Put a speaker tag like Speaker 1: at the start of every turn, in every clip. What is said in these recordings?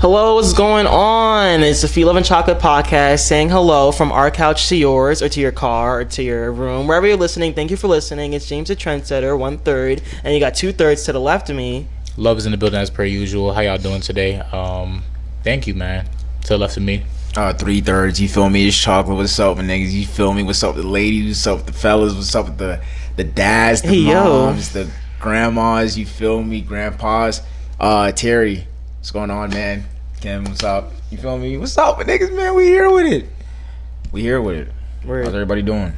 Speaker 1: Hello, what's going on? It's the Feel Love and Chocolate podcast saying hello from our couch to yours or to your car or to your room. Wherever you're listening, thank you for listening. It's James the Trendsetter, one third, and you got two thirds to the left of me.
Speaker 2: Love is in the building as per usual. How y'all doing today? Um, thank you, man. To the left of me.
Speaker 3: Uh, three thirds, you feel me? It's chocolate. What's up, my niggas? You feel me? What's up, with the ladies? What's up, with the fellas? What's up, with the the dads, the
Speaker 1: Hey, yo.
Speaker 3: moms, the grandmas? You feel me? Grandpas. Uh, Terry, what's going on, man? Kim, what's up? You feel me? What's up, my niggas? Man, we here with it. We here with it. How's
Speaker 1: We're
Speaker 3: everybody doing?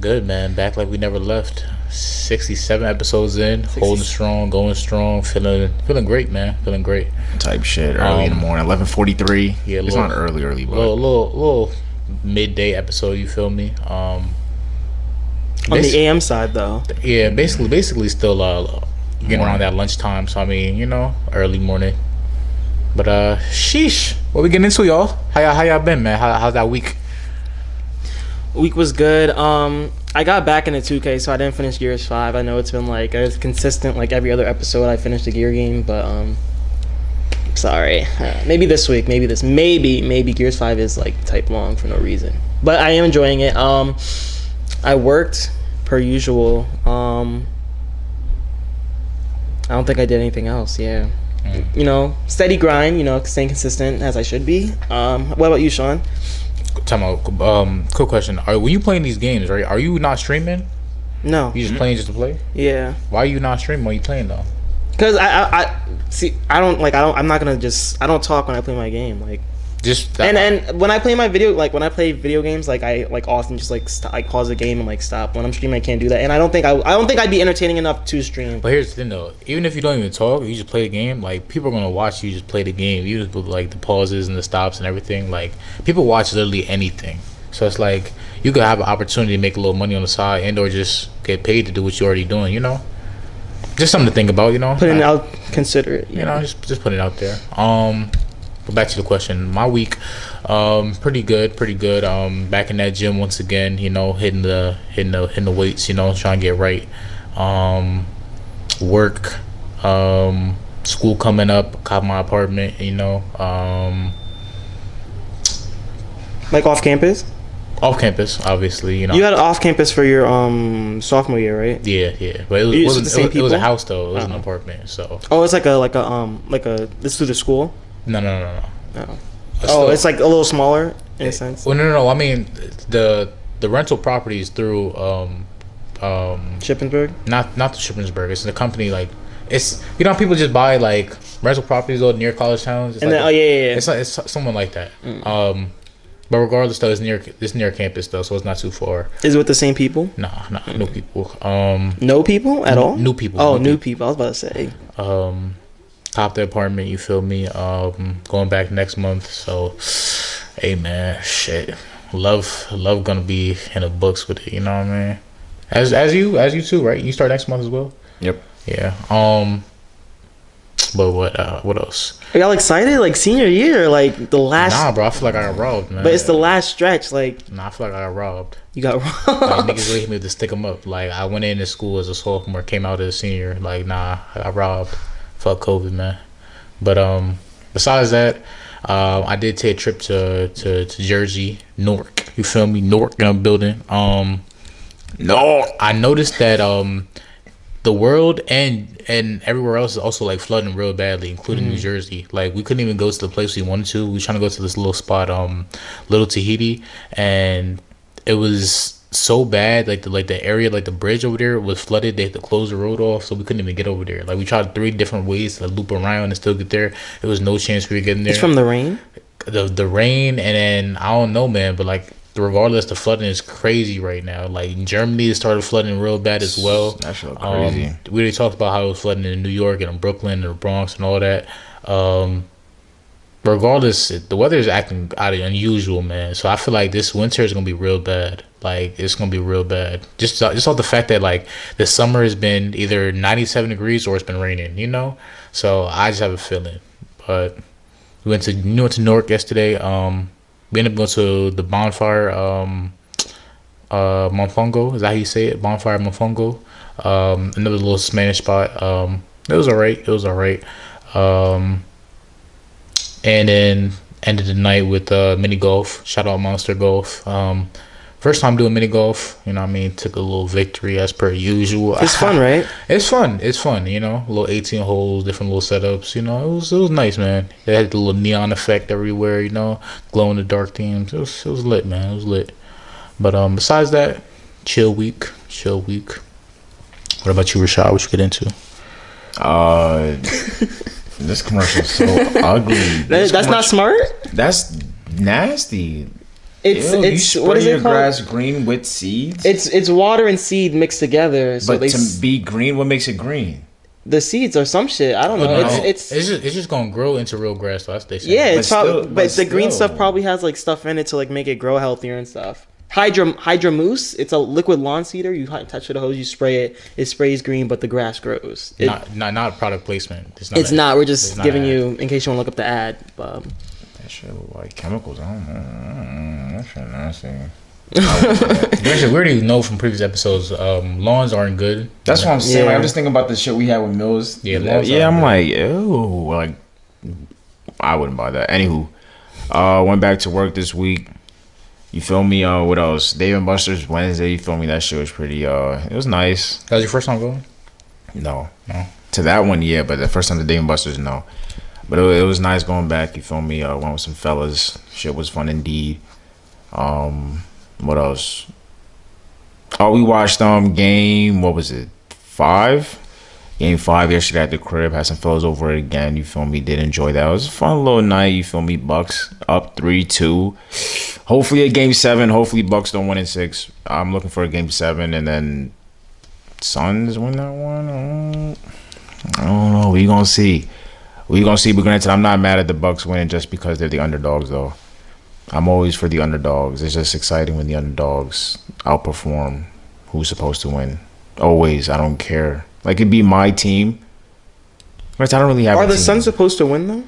Speaker 2: Good, man. Back like we never left. 67 episodes in. Holding strong, going strong. Feeling feeling great, man. Feeling great.
Speaker 3: Type shit early in the
Speaker 2: Um,
Speaker 3: morning, eleven forty three.
Speaker 2: yeah,
Speaker 3: it's
Speaker 2: little-
Speaker 3: not early, early, but
Speaker 2: Little, little, little midday episode, you feel me? Um,
Speaker 1: on
Speaker 2: basi-
Speaker 1: the AM side, though.
Speaker 2: yeah, basically, basically still uh, getting
Speaker 3: Morning.
Speaker 2: around that lunchtime. So, I mean, you know, early morning. But uh, sheesh. What we getting into, y'all? How y'all, how y'all been, man? How, how's that week?
Speaker 1: Week was good. Um, I got back into 2K, so I didn't finish Gears 5. I know it's been like it's consistent, like every other episode I finished a Gear game, but um, sorry. Uh, maybe this week, maybe this, maybe maybe Gears 5 is like type long for no reason. But I am enjoying it. Um, I worked per usual. Um, I don't think I did anything else. Yeah, you know, steady grind. You know, staying consistent as I should be. Um, what about you, Sean?
Speaker 2: Time out. Um, quick question: Are were you playing these games? Right? Are you not streaming?
Speaker 1: No.
Speaker 2: You just playing just to play?
Speaker 1: Yeah.
Speaker 2: Why are you not streaming? Why you playing though?
Speaker 1: Cause I, I, I see. I don't like. I don't. I'm not gonna just. I don't talk when I play my game. Like,
Speaker 2: Just that,
Speaker 1: and and when I play my video, like when I play video games, like I like often just like st- like pause the game and like stop. When I'm streaming, I can't do that. And I don't think I. I don't think I'd be entertaining enough to stream.
Speaker 2: But here's the thing though: even if you don't even talk, you just play the game. Like people are gonna watch you just play the game. You just put, like the pauses and the stops and everything. Like people watch literally anything. So it's like you could have an opportunity to make a little money on the side, and or just get paid to do what you're already doing. You know, just something to think about. You know,
Speaker 1: Put in,
Speaker 2: I-
Speaker 1: I'll consider it.
Speaker 2: you know, just just put it out there. Um, but back to the question. My week, um, pretty good, pretty good. Um, back in that gym once again. You know, hitting the hitting the hitting the weights. You know, trying to get right. Um, work, um, school coming up. Got my apartment. You know, um,
Speaker 1: Like off campus.
Speaker 2: off campus, obviously. You know.
Speaker 1: You had off campus for your um sophomore year, right?
Speaker 2: yeah, yeah, but it
Speaker 1: You
Speaker 2: was, it,
Speaker 1: used
Speaker 2: wasn't,
Speaker 1: the same
Speaker 2: it, was, it was a
Speaker 1: people?
Speaker 2: house though. It was
Speaker 1: Uh-uh.
Speaker 2: an apartment, so
Speaker 1: Oh, it's like a like a um like a this through the school.
Speaker 2: no, no, no, no.
Speaker 1: Oh,
Speaker 2: still-
Speaker 1: oh it's like a little smaller in a sense.
Speaker 2: Well, no, no, no. I mean, the the rental properties through um um
Speaker 1: Shippensburg.
Speaker 2: not not the Shippensburg. It's the company like it's you know how people just buy like rental properties or near college towns. It's
Speaker 1: And
Speaker 2: like
Speaker 1: then oh yeah yeah Mm. yeah.
Speaker 2: it's not, it's someone like that. Um, but regardless though, it's near it's near campus though, so it's not too far.
Speaker 1: Is it with the same people?
Speaker 2: Nah, nah, new people. Um,
Speaker 1: No people at all.
Speaker 2: new people,
Speaker 1: Oh,
Speaker 2: new
Speaker 1: new people. I was about to say.
Speaker 2: um, top the apartment. You feel me? Um, going back next month. So, hey man, shit, love, love gonna be in the books with it. You know what I mean? As as you as you too, right? You start next month as well.
Speaker 3: yep.
Speaker 2: Yeah. Um. But what uh, what else?
Speaker 1: Are y'all excited? Like senior year, like the last,
Speaker 2: Nah, bro. I feel like I got robbed, man.
Speaker 1: but it's the last stretch. Like
Speaker 2: Nah, I feel like I got robbed.
Speaker 1: you got
Speaker 2: Like
Speaker 1: wrong.
Speaker 2: niggas really hit me to stick them up. Like I went into school as a sophomore, came out as a senior. Like nah, I got robbed. Fuck COVID, man. But um, besides that, um, I did take a trip to to, to Jersey, Newark. You feel me? Newark gun building. Um,
Speaker 3: No.
Speaker 2: I noticed that um, the world and and everywhere else is also like flooding real badly, including
Speaker 1: Mm.
Speaker 2: New Jersey. Like we couldn't even go to the place we wanted to. We were trying to go to this little spot, um, Little Tahiti, and it was so bad. Like the like the area, like the bridge over there was flooded. They had to close the road off, so we couldn't even get over there. Like we tried three different ways to loop around and still get there. There was no chance we were getting there
Speaker 1: It's from the rain.
Speaker 2: the the rain and then I don't know, man, but like regardless, the flooding is crazy right now. Like Germany started flooding real bad as well.
Speaker 3: That shit look
Speaker 2: Um,
Speaker 3: crazy.
Speaker 2: we already talked about how it was flooding in New York and in Brooklyn and the Bronx and all that. Um, regardless, the weather is acting out of unusual, man. So I feel like this winter is gonna be real bad. Like it's gonna be real bad. Just just off the fact that like the summer has been either ninety seven degrees or it's been raining. You know, so I just have a feeling. But we went to we went to Newark yesterday. Um, we ended up going to the bonfire. Um, uh, Monfongo is that how you say it? Bonfire Monfongo. Um, another little Spanish spot. Um, it was alright. It was alright. Um, and then ended the night with uh, mini golf. Shout out Monster Golf. Um, first time doing mini golf. You know, what I mean, took a little victory as per usual.
Speaker 1: It's fun, right?
Speaker 2: It's fun. It's fun. You know, little eighteen holes, different little setups. You know, it was it was nice, man. It had the little neon effect everywhere. You know, glow in the dark themes. It was it was lit, man. It was lit. But um, besides that, chill week, chill week. What about you, Rashad? What you get into?
Speaker 3: Uh, this commercial's so ugly.
Speaker 1: That, that's
Speaker 3: This
Speaker 1: not
Speaker 3: commercial-
Speaker 1: smart.
Speaker 3: That's nasty.
Speaker 1: It's
Speaker 3: Ew,
Speaker 1: it's
Speaker 3: you
Speaker 1: what is
Speaker 3: spray
Speaker 1: it
Speaker 3: your
Speaker 1: called?
Speaker 3: grass green with seeds.
Speaker 1: It's it's water and seed mixed together. So
Speaker 3: but
Speaker 1: they
Speaker 3: to
Speaker 1: s-
Speaker 3: be green, what makes it green?
Speaker 1: the seeds are some shit. I don't know.
Speaker 2: No,
Speaker 1: It's it's,
Speaker 2: just, it's just gonna grow into real grass. So that's they say.
Speaker 1: yeah.
Speaker 3: but
Speaker 1: It's probably
Speaker 3: still-
Speaker 1: but,
Speaker 3: but
Speaker 1: the green
Speaker 3: still.
Speaker 1: stuff probably has like stuff in it to like make it grow healthier and stuff. Hydra Hydra Mousse. It's a liquid lawn seeder. You hi- touch it with a hose. You spray it. It sprays green, but the grass grows. It-
Speaker 2: not, not not product placement. It's not.
Speaker 1: it's
Speaker 2: a-
Speaker 1: not. We're
Speaker 2: it's
Speaker 1: just
Speaker 2: not
Speaker 1: giving
Speaker 2: an ad.
Speaker 1: you in case you want to look up the ad. Um,
Speaker 3: That shit look like chemicals. I don't know. Mm, That shit nasty. I wouldn't do that.
Speaker 2: We actually- we already know from previous episodes. Um, lawns aren't good.
Speaker 3: That's what I'm saying. Like,
Speaker 1: Yeah.
Speaker 3: I'm just thinking about the shit we had with Mills.
Speaker 2: Yeah,
Speaker 3: yeah.
Speaker 2: Mills
Speaker 3: I'm
Speaker 2: out
Speaker 3: like, ew. Like, I wouldn't buy that. Anywho, uh, went back to work this week. You feel me? Uh, what else? Dave and Buster's Wednesday. You feel me? That shit was pretty. Uh, it was nice.
Speaker 2: That was your first time going.
Speaker 3: No,
Speaker 2: No.
Speaker 3: To that one, yeah. But the first time to Dave and Buster's, no. But it, wa- it was nice going back. You feel me? Uh, went with some fellas. Shit was fun indeed. Um, what else? Oh, we watched um game. What was it? Five. Game five yesterday at the crib. Had some fellas over again. You feel me? Did enjoy that. It was a fun little night. You feel me? Bucks up three two. Hopefully a game seven. Hopefully Bucks don't win in six. I'm looking for a game seven, and then Suns win that one. I don't- I don't know. We gonna see. We gonna see. But granted, I'm not mad at the Bucks winning just because they're the underdogs, though. I'm always for the underdogs. It's just exciting when the underdogs outperform who's supposed to win. Always. I don't care. Like it'd be my team. Granted, I don't really have.
Speaker 1: are
Speaker 3: a
Speaker 1: the
Speaker 3: team.
Speaker 1: Suns supposed to win though?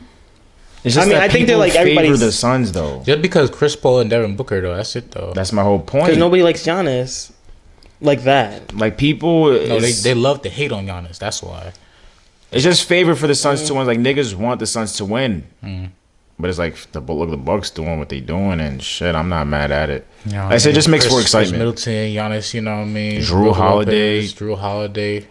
Speaker 3: It's just
Speaker 1: I mean,
Speaker 3: that
Speaker 1: I think they're,
Speaker 3: people
Speaker 1: like,
Speaker 3: favor
Speaker 1: everybody's-
Speaker 3: the Suns, though.
Speaker 2: Just because Chris Paul and Devin Booker though. That's it though.
Speaker 3: That's my whole point.
Speaker 1: Because nobody likes Giannis like that.
Speaker 3: like people,
Speaker 2: no, they,
Speaker 3: it's-
Speaker 2: they love to hate on Giannis. That's why.
Speaker 3: It's just favor for the Suns to win. Like niggas want the Suns to win, but it's like the look the Bucks doing what they doing and shit. I'm not mad at it.
Speaker 2: Yeah,
Speaker 3: I said, just makes for excitement.
Speaker 2: Middleton, Giannis, you know what I mean.
Speaker 3: Drew
Speaker 2: Brook
Speaker 3: Holiday.
Speaker 2: Lopez, Drew Holiday,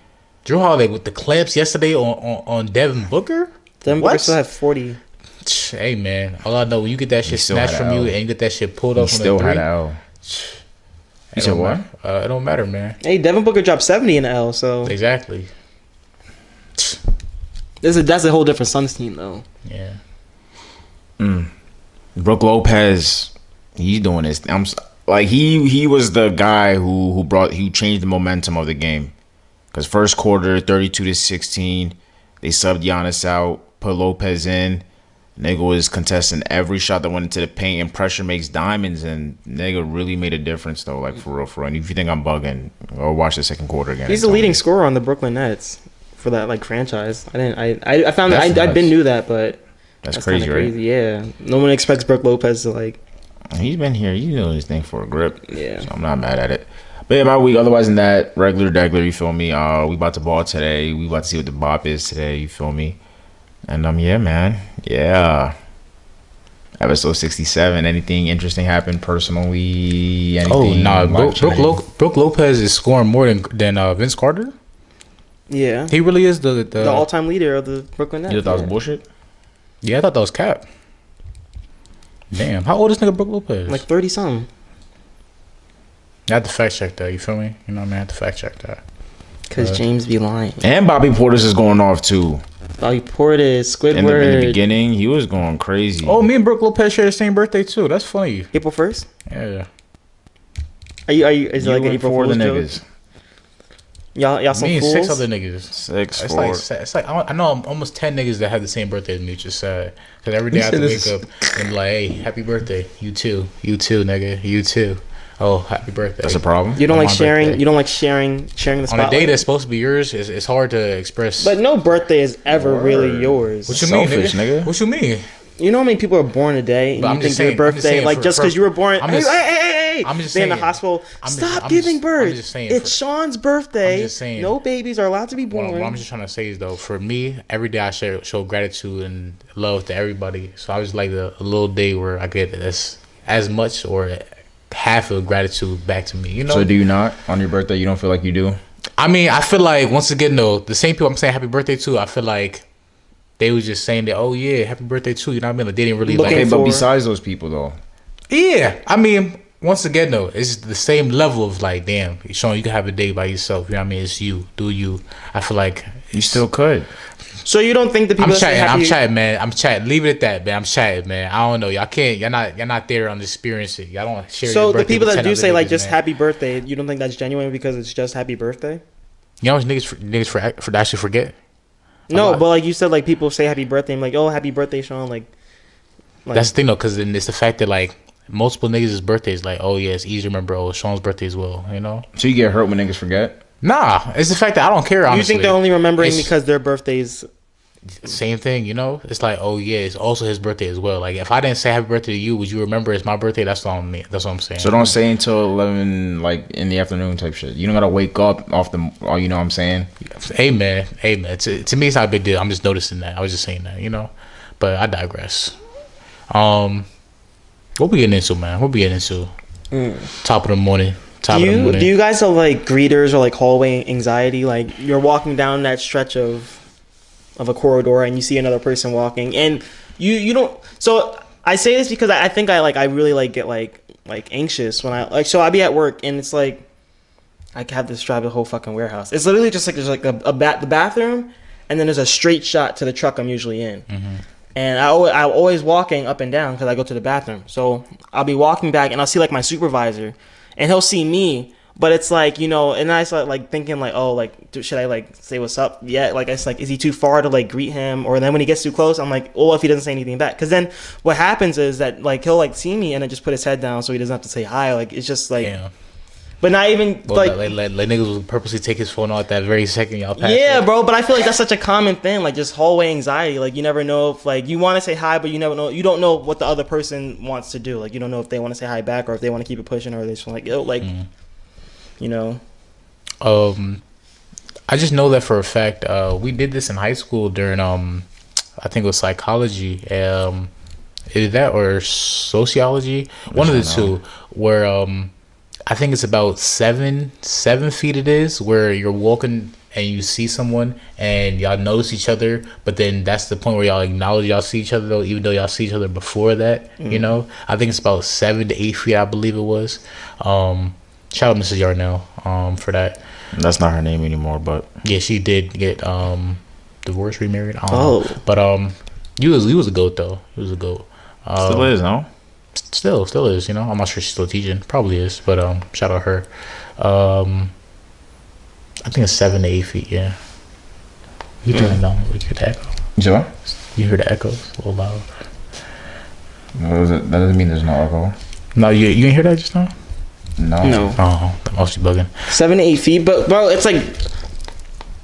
Speaker 2: Drew Holiday with the clamps yesterday on on, on Devin Booker.
Speaker 1: Them
Speaker 3: What?
Speaker 1: Bucks still have forty.
Speaker 2: Tch, Hey man, all I know when you get that shit
Speaker 3: still
Speaker 2: snatched
Speaker 3: had a
Speaker 2: from you
Speaker 3: L.
Speaker 2: and you get that shit pulled
Speaker 3: He
Speaker 2: up from
Speaker 3: still
Speaker 2: the
Speaker 3: had
Speaker 2: three.
Speaker 3: a L.
Speaker 2: it
Speaker 3: You said
Speaker 2: don't
Speaker 3: what?
Speaker 2: matter. Uh, it don't matter, man.
Speaker 1: Hey, Devin Booker dropped seventy in the L. So
Speaker 2: Exactly.
Speaker 1: this is that's a whole different Suns team though.
Speaker 2: Yeah.
Speaker 3: Brooke Lopez, he's doing this. I'm s- like he he was the guy who who brought who changed the momentum of the game. Cause first quarter, thirty two to sixteen, they subbed Giannis out, put Lopez in. Nigga was contesting every shot that went into the paint, and pressure makes diamonds. And nigga really made a difference though, like for real, for real. And if you think I'm bugging, go watch the second quarter again.
Speaker 1: He's
Speaker 3: and
Speaker 1: the
Speaker 3: tell
Speaker 1: leading
Speaker 3: me.
Speaker 1: scorer on the Brooklyn Nets for that like franchise. I didn't. I I, I found
Speaker 3: That's
Speaker 1: that I I been
Speaker 3: nuts.
Speaker 1: knew that, but
Speaker 3: That's,
Speaker 1: kinda
Speaker 3: crazy, right?
Speaker 1: Yeah, no one expects Brooke Lopez to like.
Speaker 3: He's been here. He's doing his thing for a grip.
Speaker 1: Yeah.
Speaker 3: So I'm not mad at it. But yeah, my week. Otherwise than that, regular degular, you feel me? Uh we about to ball today. We about to see what the bop is today, you feel me? And um yeah, man. Yeah. Episode sixty seven. Anything interesting happened personally? Anything
Speaker 2: Oh no, Brooke, Brooke,
Speaker 3: life-changing?
Speaker 2: Lo- Brooke Lopez is scoring more than than uh, Vince Carter.
Speaker 1: Yeah.
Speaker 2: He really is the the,
Speaker 1: the all-time leader of the Brooklyn Nets.
Speaker 3: You thought it
Speaker 1: yeah.
Speaker 3: was bullshit?
Speaker 2: yeah. I thought that was Cap. Damn, how old is nigga Brooke Lopez?
Speaker 1: Like thirty something.
Speaker 2: I have to fact check that. You feel me? You know what I mean? I have to fact check that.
Speaker 1: Cause
Speaker 2: Uh,
Speaker 1: James be lying.
Speaker 3: And Bobby Portis is going off too.
Speaker 1: Bobby Portis,
Speaker 3: In the, in the
Speaker 1: Squidward,
Speaker 3: beginning, he was going crazy.
Speaker 2: Oh, me and Brooke Lopez share the same birthday too. That's funny.
Speaker 1: April first.
Speaker 2: Yeah.
Speaker 1: Are you? Are you? Is it
Speaker 3: You
Speaker 1: like an
Speaker 3: and
Speaker 1: April
Speaker 3: four
Speaker 1: Fool's
Speaker 3: of the
Speaker 1: joke?
Speaker 3: niggas.
Speaker 1: Y'all, y'all some
Speaker 2: me and
Speaker 1: fools.
Speaker 2: six other niggas.
Speaker 3: Six,
Speaker 2: It's
Speaker 3: four.
Speaker 2: like it's like I I know I'm almost ten niggas that have the same birthday as me. Just sad because every day
Speaker 3: You
Speaker 2: I have to
Speaker 3: said
Speaker 2: wake
Speaker 3: this
Speaker 2: up and be like, hey, happy birthday, you too, you too, nigga, you too. Oh, happy birthday.
Speaker 3: That's a problem.
Speaker 1: You don't
Speaker 2: on
Speaker 1: like
Speaker 2: my
Speaker 1: sharing.
Speaker 2: birthday.
Speaker 1: You don't like sharing. Sharing the
Speaker 2: on a
Speaker 1: spotlight.
Speaker 2: day that's supposed to be yours, it's, it's hard to express.
Speaker 1: but no birthday is ever really
Speaker 3: Word.
Speaker 1: yours.
Speaker 2: what you
Speaker 3: Selfish,
Speaker 2: mean,
Speaker 3: nigga.
Speaker 2: What you mean?
Speaker 1: You know how many people are born a day, and
Speaker 2: But I'm
Speaker 1: you
Speaker 2: just
Speaker 1: think your
Speaker 2: saying- I'm just
Speaker 1: birthday,
Speaker 2: saying
Speaker 1: like
Speaker 2: for-
Speaker 1: just because
Speaker 2: for-
Speaker 1: you were born.
Speaker 2: I'm
Speaker 1: hey,
Speaker 2: just-
Speaker 1: hey, hey, hey, right.
Speaker 2: I'm just
Speaker 1: they in the
Speaker 2: saying.
Speaker 1: hospital.
Speaker 2: I'm just-
Speaker 1: Stop
Speaker 2: I'm
Speaker 1: giving
Speaker 2: just-
Speaker 1: birth.
Speaker 2: I'm just saying
Speaker 1: it's Sean's birthday.
Speaker 2: I'm just saying.
Speaker 1: no babies are allowed to be
Speaker 2: What
Speaker 1: born.
Speaker 2: I'm, what I'm just trying to say is though, for me, every day I show, show gratitude and love to everybody. So I just like the, a little day where I get as as much or half of gratitude back to me. You know,
Speaker 3: So do you not on your birthday? You don't feel like you do.
Speaker 2: I mean, I feel like once again though, the same people I'm saying happy birthday to, I feel like they was just saying that, oh yeah, happy birthday to. You know what I mean? Like they didn't really
Speaker 1: Looking
Speaker 2: like.
Speaker 3: Okay, but
Speaker 1: for-
Speaker 3: besides those people though,
Speaker 2: Yeah, I mean, once again though, it's the same level of like, damn, Sean, you can have a day by yourself. You know what I mean? It's you, do you? I feel like
Speaker 3: you still could.
Speaker 1: so you don't think the people
Speaker 2: I'm
Speaker 1: that say
Speaker 2: chatting. I'm
Speaker 1: happy-
Speaker 2: chatting, man. I'm chatting. Leave it at that, man. I'm chatting, man. I don't know. Y'all can't. Y'all not. Y'all not there on the experience. It. Y'all don't share.
Speaker 1: So
Speaker 2: your
Speaker 1: the
Speaker 2: birthday
Speaker 1: people
Speaker 2: with
Speaker 1: that
Speaker 2: 10
Speaker 1: do
Speaker 2: other
Speaker 1: say like
Speaker 2: niggas,
Speaker 1: just
Speaker 2: man.
Speaker 1: happy birthday, you don't think that's genuine because it's just happy birthday?
Speaker 2: You know, what niggas for, niggas for, for actually forget.
Speaker 1: No,
Speaker 2: lot.
Speaker 1: but like you said, like people say happy birthday. I'm like, oh, happy birthday, Sean. Like, like
Speaker 2: That's the thing though, because then it's the fact that like multiple niggas' birthdays, like oh yeah, it's easy to remember. Oh, Sean's birthday as well. You know.
Speaker 3: So you get hurt when niggas forget.
Speaker 2: Nah, it's the fact that I don't care. Honestly,
Speaker 1: you think they're only remembering
Speaker 2: It's-
Speaker 1: because their birthdays.
Speaker 2: same thing, you know? It's like, oh yeah, it's also his birthday as well. Like if I didn't say happy birthday to you, would you remember it's my birthday? That's all me. That's what I'm saying.
Speaker 3: So don't say until eleven, like in the afternoon type shit. You don't gotta wake up off the. Oh, you know what I'm saying?
Speaker 2: Hey man, hey man. To, to me, it's not a big deal. I'm just noticing that. I was just saying that, you know. But I digress. Um, what we getting into, man? What we getting into? Top of the morning. Top
Speaker 1: Do
Speaker 2: of the
Speaker 1: Mm. you
Speaker 2: morning.
Speaker 1: do you guys have like greeters or like hallway anxiety? Like you're walking down that stretch of of a corridor and you see another person walking and you you don't. So I say this because I, I think I like I really like get like like anxious when I like so I be at work and it's like I have to drive the whole fucking warehouse. It's literally just like there's like a, a bat the bathroom, and then there's a straight shot to the truck I'm usually in. And I always, I'm always walking up and down because I go to the bathroom. So I'll be walking back and I'll see like my supervisor, and he'll see me. But it's like you know, and I start like thinking like, oh, like do, should I like say what's up? Yeah, like it's like, is he too far to like greet him? Or then when he gets too close, I'm like, oh, if he doesn't say anything back, because then what happens is that like he'll like see me and then just put his head down so he doesn't have to say hi. Like it's just like,
Speaker 2: Damn.
Speaker 1: but not even
Speaker 2: Well,
Speaker 1: like
Speaker 2: like, like, like, niggas will purposely take his phone out that very second y'all pass.
Speaker 1: Yeah,
Speaker 2: it.
Speaker 1: bro, but I feel like that's such a common thing, like just hallway anxiety. Like you never know if like you want to say hi, but you never know you don't know what the other person wants to do. Like you don't know if they want to say hi back or if they want to keep it pushing or they just like yo, like you know.
Speaker 2: Um, I just know that for a fact. Uh, we did this in high school during um, I think it was psychology. Um, is that or sociology? One of the two. Where um, I think it's about seven seven feet. It is where you're walking and you see someone and y'all notice each other, but then that's the point where y'all acknowledge y'all see each other though, even though y'all see each other before that. You know, I think it's about seven to eight feet. I believe it was. Um, shout out Mrs. Yarnell um, for that.
Speaker 3: That's not her name anymore, but
Speaker 2: Yeah, she did get um divorced, remarried. I don't
Speaker 1: Oh.
Speaker 2: know. But um you was you was a goat though. You was a goat. Um,
Speaker 3: still is no.
Speaker 2: still still is, you know. I'm not sure she's still teaching. Probably is, but um shout out her. Um I think it's seven to eight feet, yeah. You doing no you hear the echo.
Speaker 3: You sure?
Speaker 2: You hear the echoes a little loud.
Speaker 3: What was it? That doesn't mean there's no alcohol.
Speaker 2: No, you you didn't hear that just now?
Speaker 3: No.
Speaker 2: Oh, that must be bugging.
Speaker 1: seven to eight feet. But bro, it's like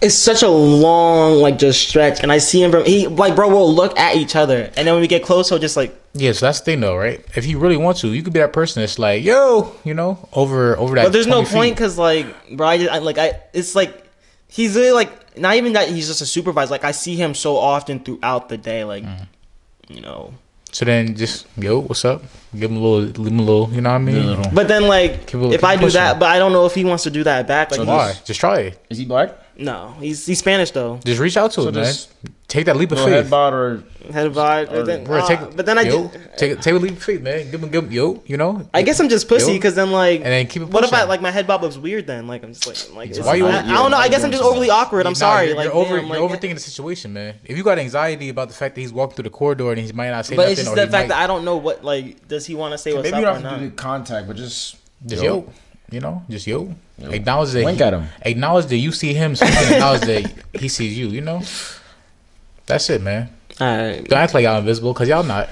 Speaker 1: it's such a long like just stretch, and I see him from he like bro, we'll look at each other, and then when we get close, he'll just like
Speaker 2: Yeah, so that's the thing though, right? If you really want to, you could be that person that's like, yo, you know, over over that.
Speaker 1: But there's no
Speaker 2: 20 feet.
Speaker 1: point because like, bro, I, just, I like I. It's like he's really like not even that he's just a supervisor. Like I see him so often throughout the day. Like
Speaker 2: Mm-hmm.
Speaker 1: you know,
Speaker 2: So then just yo, what's up? Give him a little, give him a little. You know what I mean?
Speaker 1: but then like
Speaker 2: Keep it-
Speaker 1: if
Speaker 2: keep
Speaker 1: I do
Speaker 2: pushing.
Speaker 1: that, but I don't know if he wants to do that back. Like
Speaker 3: So
Speaker 2: Why?
Speaker 1: he's-
Speaker 2: Just try it.
Speaker 3: Is he black?
Speaker 1: no, he's he's Spanish though.
Speaker 2: Just reach out to
Speaker 3: So
Speaker 2: him, man.
Speaker 3: just
Speaker 2: Take that leap of
Speaker 3: Little head
Speaker 2: faith.
Speaker 3: bod or
Speaker 1: Head vibe. but then,
Speaker 2: Oh, Bro,
Speaker 1: uh,
Speaker 2: take,
Speaker 1: but then I
Speaker 2: yo,
Speaker 1: ju-
Speaker 2: take take a leap of faith, man. Give him, give him, yo, you know.
Speaker 1: I guess I'm just pussy
Speaker 2: Yo.
Speaker 1: because then like,
Speaker 2: And then keep it
Speaker 1: what if I
Speaker 2: pushing.
Speaker 1: like my head bob looks weird then? Like I'm just like, like it's-
Speaker 2: Why you
Speaker 1: I,
Speaker 2: over-
Speaker 1: I don't know. I guess I'm just overly awkward. I'm
Speaker 2: Nah,
Speaker 1: sorry.
Speaker 2: You're,
Speaker 1: like
Speaker 2: you're over,
Speaker 1: damn, like,
Speaker 2: you're overthinking the situation, man. If you got anxiety about the fact that he's walking through the corridor and he might not say
Speaker 1: But
Speaker 2: nothing,
Speaker 1: it's just
Speaker 2: or
Speaker 1: the
Speaker 2: he
Speaker 1: fact that
Speaker 2: might,
Speaker 1: I don't know what like does he want to say what's
Speaker 3: maybe
Speaker 1: up
Speaker 3: you
Speaker 1: or
Speaker 3: don't
Speaker 1: not.
Speaker 3: have to do the contact, but just
Speaker 2: just yo. you know, just yo. Acknowledge that.
Speaker 3: Wink
Speaker 2: he-
Speaker 3: at him.
Speaker 2: Acknowledge that you see him. So you can acknowledge that he sees you. You know. That's it, man.
Speaker 1: All right.
Speaker 2: Don't act like y'all invisible, cause y'all not.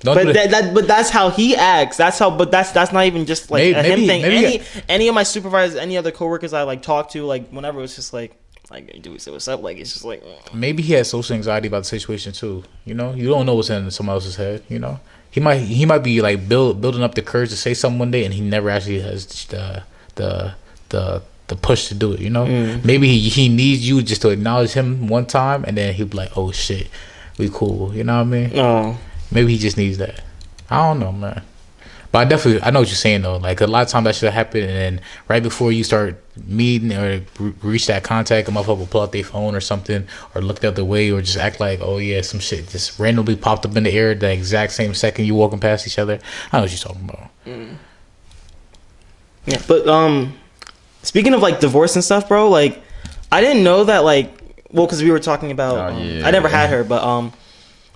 Speaker 2: Don't do
Speaker 1: But
Speaker 2: that.
Speaker 1: that, that, but that's how he acts. That's how. But that's that's not even just like
Speaker 2: Maybe-
Speaker 1: a him
Speaker 2: maybe-
Speaker 1: thing.
Speaker 2: maybe-
Speaker 1: any any of my supervisors, any other coworkers I like talk to, like whenever it was just like Like, dude, so what's up? Like, it's just like,
Speaker 2: Maybe he has social anxiety about the situation too. You know, you don't know what's in someone else's head. You know, he might he might be like build, building up the courage to say something one day, and he never actually has the the the the push to do it. You know, maybe he, he needs you just to acknowledge him one time, and then he'll be like, "Oh shit, we cool." You know what I mean?
Speaker 1: oh,
Speaker 2: Maybe he just needs that. I don't know, man. But I definitely I know what you're saying though. Like a lot of times that should happen, and then right before you start meeting or re- reach that contact, a motherfucker will pull out their phone or something, or look the other way, or just act like, oh yeah, some shit just randomly popped up in the air the exact same second you walking past each other. I know what you're talking about.
Speaker 1: Yeah, but um, speaking of like divorce and stuff, bro, like I didn't know that like well, because we were talking about
Speaker 3: Oh,
Speaker 1: um,
Speaker 3: yeah.
Speaker 1: I never had her, but um,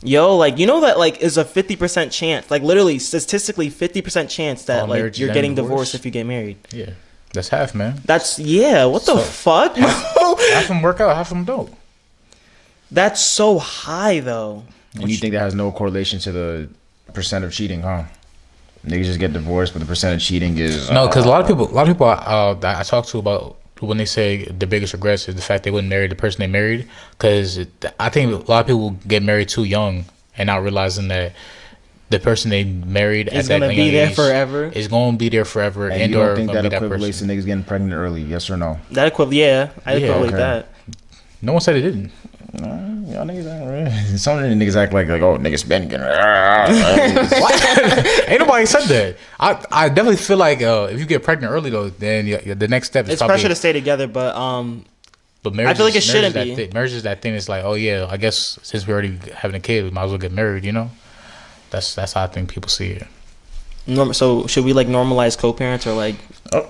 Speaker 1: yo, like you know that like is a fifty percent chance, like literally statistically fifty percent chance that
Speaker 2: All
Speaker 1: like
Speaker 2: marriages
Speaker 1: you're
Speaker 2: end
Speaker 1: getting
Speaker 2: in divorce?
Speaker 1: divorced if you get married.
Speaker 2: Yeah, that's half, man.
Speaker 1: That's yeah. What the
Speaker 2: So-
Speaker 1: fuck? bro?
Speaker 2: Half of them work out, half of them don't.
Speaker 1: That's so high though.
Speaker 3: And you think that has no correlation to the percent of cheating, huh? Niggas just get divorced, but the percent of cheating is
Speaker 2: No,
Speaker 3: uh,
Speaker 2: because a lot of people, a lot of people uh, that I talk to about when they say the biggest regrets is the fact they wouldn't marry the person they married. Because I think a lot of people get married too young and not realizing that the person they married
Speaker 1: Is
Speaker 2: at that
Speaker 1: gonna
Speaker 2: young
Speaker 1: be there
Speaker 2: age
Speaker 1: forever.
Speaker 2: Is going to be there forever,
Speaker 3: And,
Speaker 2: and,
Speaker 3: you
Speaker 2: or
Speaker 3: don't think
Speaker 2: gonna be
Speaker 3: that
Speaker 2: that
Speaker 3: equates to
Speaker 2: person.
Speaker 3: niggas getting pregnant early? Yes or no?
Speaker 1: That equivalent, yeah, I
Speaker 2: Yeah,
Speaker 1: equivalent
Speaker 3: okay.
Speaker 1: that.
Speaker 2: No one said it didn't.
Speaker 3: Y'all niggas act right. Some of the niggas act like like oh niggas been getting. Niggas
Speaker 2: Ain't nobody said that. I I definitely feel like uh, if you get pregnant early though, then y- y- the next step is
Speaker 1: It's
Speaker 2: probably
Speaker 1: pressure to stay together, but um,
Speaker 2: But marriage,
Speaker 1: feel like
Speaker 2: is-
Speaker 1: it
Speaker 2: marriage is
Speaker 1: shouldn't
Speaker 2: that
Speaker 1: be.
Speaker 2: Thing, marriage is that thing. It's like, oh yeah, I guess since we're already having a kid, we might as well get married. You know, that's that's how I think people see it.
Speaker 1: norm- so should we like normalize co-parents or like?
Speaker 3: Oh.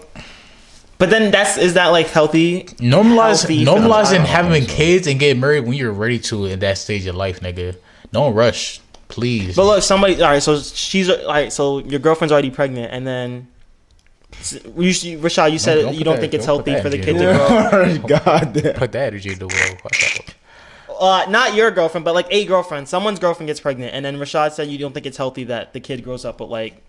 Speaker 1: But then that's is that like healthy
Speaker 2: Normalize,
Speaker 1: Healthy for the
Speaker 2: normalizing
Speaker 1: child.
Speaker 2: having kids and getting married when you're ready to at that stage of life, nigga. Don't rush, please.
Speaker 1: But look, somebody. All right, so she's all right. So your girlfriend's already pregnant, and then s- you, s- you- Rashad, you said
Speaker 2: Don't- don't
Speaker 1: you
Speaker 2: put
Speaker 1: don't
Speaker 2: that-
Speaker 1: think it's
Speaker 2: don't
Speaker 1: healthy
Speaker 2: put that
Speaker 1: for the
Speaker 2: in
Speaker 1: kid to
Speaker 2: here.
Speaker 1: grow.
Speaker 3: God damn.
Speaker 2: Put that energy in the world. Watch out.
Speaker 1: Uh, not your girlfriend, but like a girlfriend. Someone's girlfriend gets pregnant, and then Rashad said you don't think it's healthy that the kid grows up with like,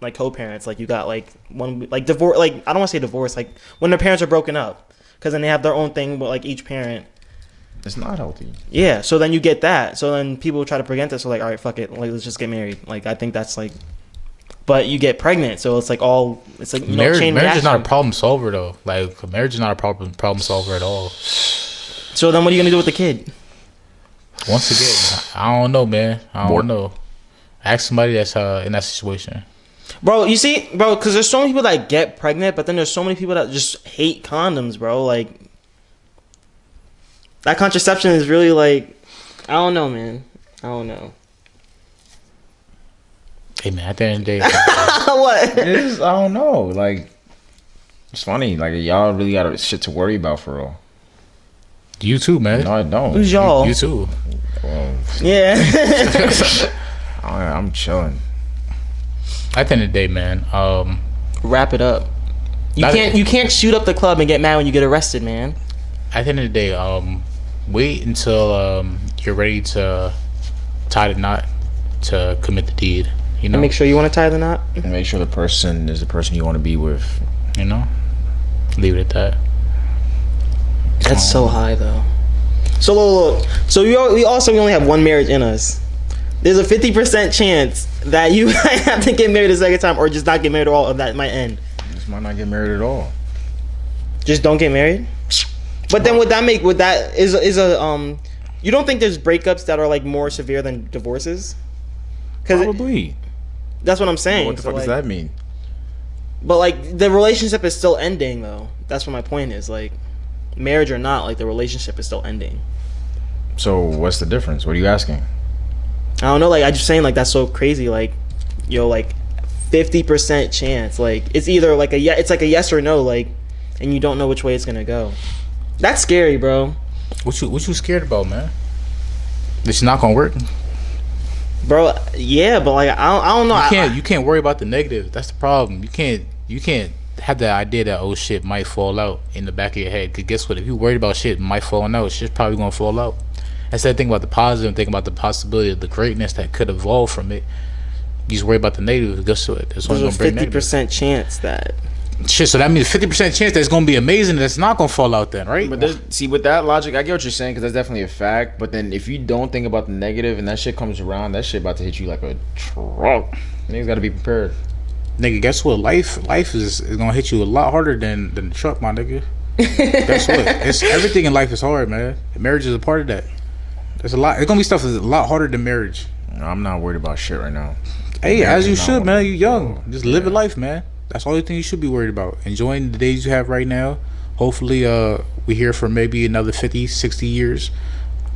Speaker 1: like co-parents. Like you got like one like divorce. Like I don't want to say divorce. Like when their parents are broken up, because then they have their own thing with like each parent.
Speaker 3: It's not healthy.
Speaker 1: Yeah. So then you get that. So then people try to prevent this. So like, all right, fuck it. Like let's just get married. Like I think that's like. But you get pregnant, so it's like all it's like you know,
Speaker 2: marriage,
Speaker 1: chain
Speaker 2: marriage is not a
Speaker 1: reaction.
Speaker 2: problem solver though. Like marriage is not a problem problem solver at all.
Speaker 1: So then what are you gonna do with the kid?
Speaker 2: Once again, I don't know, man. I don't
Speaker 3: More-
Speaker 2: know. Ask somebody that's uh, in that situation.
Speaker 1: Bro, you see, bro, because there's so many people that get pregnant, but then there's so many people that just hate condoms, bro. Like that contraception is really like, I don't know, man. I don't know.
Speaker 2: Hey man, at the end of the day.
Speaker 1: what?
Speaker 3: It's I don't know. Like it's funny. Like y'all really got shit to worry about for real.
Speaker 2: You too, man.
Speaker 3: No, I don't.
Speaker 1: Who's y'all?
Speaker 2: You too.
Speaker 3: Well,
Speaker 1: Yeah.
Speaker 3: I, I'm chilling.
Speaker 2: At the end of the day, man. Um,
Speaker 1: Wrap it up. You
Speaker 2: Not-
Speaker 1: can't you can't shoot up the club and get mad when you get arrested, man.
Speaker 2: at the end of the day, um, wait until um you're ready to tie the knot to commit the deed. You know.
Speaker 1: And make sure you want to tie the knot.
Speaker 3: And make sure the person is the person you want to be with.
Speaker 2: You know. Leave it at that.
Speaker 1: That's so high though. So look, look, so we, all, we also we only have one marriage in us. There's a fifty percent chance that you might have to get married a second time, or just not get married at all, or that might end.
Speaker 3: This might not get married at all.
Speaker 1: Just don't get married. But then would that make would that is is a um? You don't think there's breakups that are like more severe than divorces? Because
Speaker 3: Probably.
Speaker 1: that's what I'm saying.
Speaker 3: what the
Speaker 1: So,
Speaker 3: fuck does
Speaker 1: like-
Speaker 3: that mean?
Speaker 1: But like the relationship is still ending though. That's what my point is. Like marriage or not, like the relationship is still ending.
Speaker 3: So what's the difference? What are you asking?
Speaker 1: I don't know. Like I just saying, like that's so crazy. Like, yo, like fifty percent chance. Like it's either like a yeah, it's like a yes or no. Like, and you don't know which way it's gonna go. That's scary, bro.
Speaker 2: What you What you scared about, man? It's not gonna work. You
Speaker 1: Bro, yeah, but like I don't, I don't know. I-
Speaker 2: can't. You can't worry about the negative. That's the problem. You can't. You can't have the idea that oh shit might fall out in the back of your head. Cause guess what? If you worried about shit might falling out, shit's probably gonna fall out. Instead of thinking about the positive, think about the possibility of the greatness that could evolve from it. You just worry about the negative. Guess what? It's
Speaker 1: I- there's a
Speaker 2: only gonna bring
Speaker 1: fifty
Speaker 2: negative.
Speaker 1: percent chance that
Speaker 2: Shit, so that means fifty percent chance that's gonna be amazing. That's not gonna fall out then, right?
Speaker 3: But this, see, with that logic, I get what you're saying because that's definitely a fact. But then if you don't think about the negative and that shit comes around, that shit about to hit you like a truck. Niggas got to be prepared.
Speaker 2: nigga, guess what? Life, life is, is gonna hit you a lot harder than than the truck, my nigga. Guess what? It's everything in life is hard, man. Marriage is a part of that. There's a lot. It's gonna be stuff that's a lot harder than marriage.
Speaker 3: No, I'm not worried about shit right now.
Speaker 2: Hey,
Speaker 3: Marriage
Speaker 2: as you
Speaker 3: is not
Speaker 2: should,
Speaker 3: one
Speaker 2: man. You young, just live a life, man. That's the only thing you should be worried about. Enjoying the days you have right now. Hopefully, uh, we here for maybe another 50, 60 years.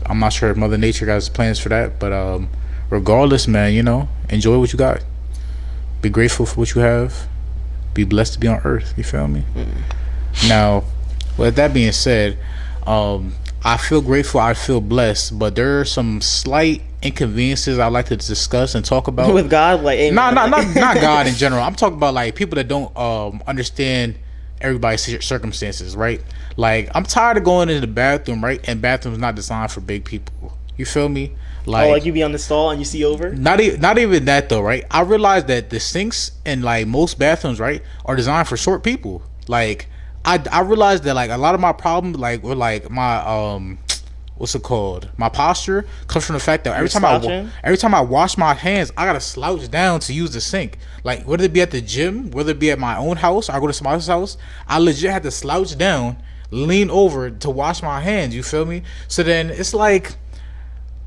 Speaker 2: I'm not sure if Mother Nature got plans for that, but um, regardless, man, you know, enjoy what you got. Be grateful for what you have. Be blessed to be on Earth. You feel me? Now, with that being said, um, I feel grateful. I feel blessed, but there are some slight inconveniences I'd like to discuss and talk about
Speaker 1: with God, like amen.
Speaker 2: no, no,
Speaker 1: like-
Speaker 2: not not God in general. I'm talking about like people that don't um understand everybody's cir- circumstances, right? Like I'm tired of going into the bathroom, right? And bathrooms not designed for big people. You feel me?
Speaker 1: Oh, like you be on the stall and you see over.
Speaker 2: Not even not even that though, right? I realized that the sinks in like most bathrooms, right, are designed for short people. Like I I realized that like a lot of my problems like were like my um what's it called? My posture comes from the fact that every time I wa-
Speaker 1: slouching?
Speaker 2: every time I wash my hands, I gotta slouch down to use the sink. Like whether it be at the gym, whether it be at my own house, I go to somebody else's house, I legit had to slouch down, lean over to wash my hands, you feel me? So then it's like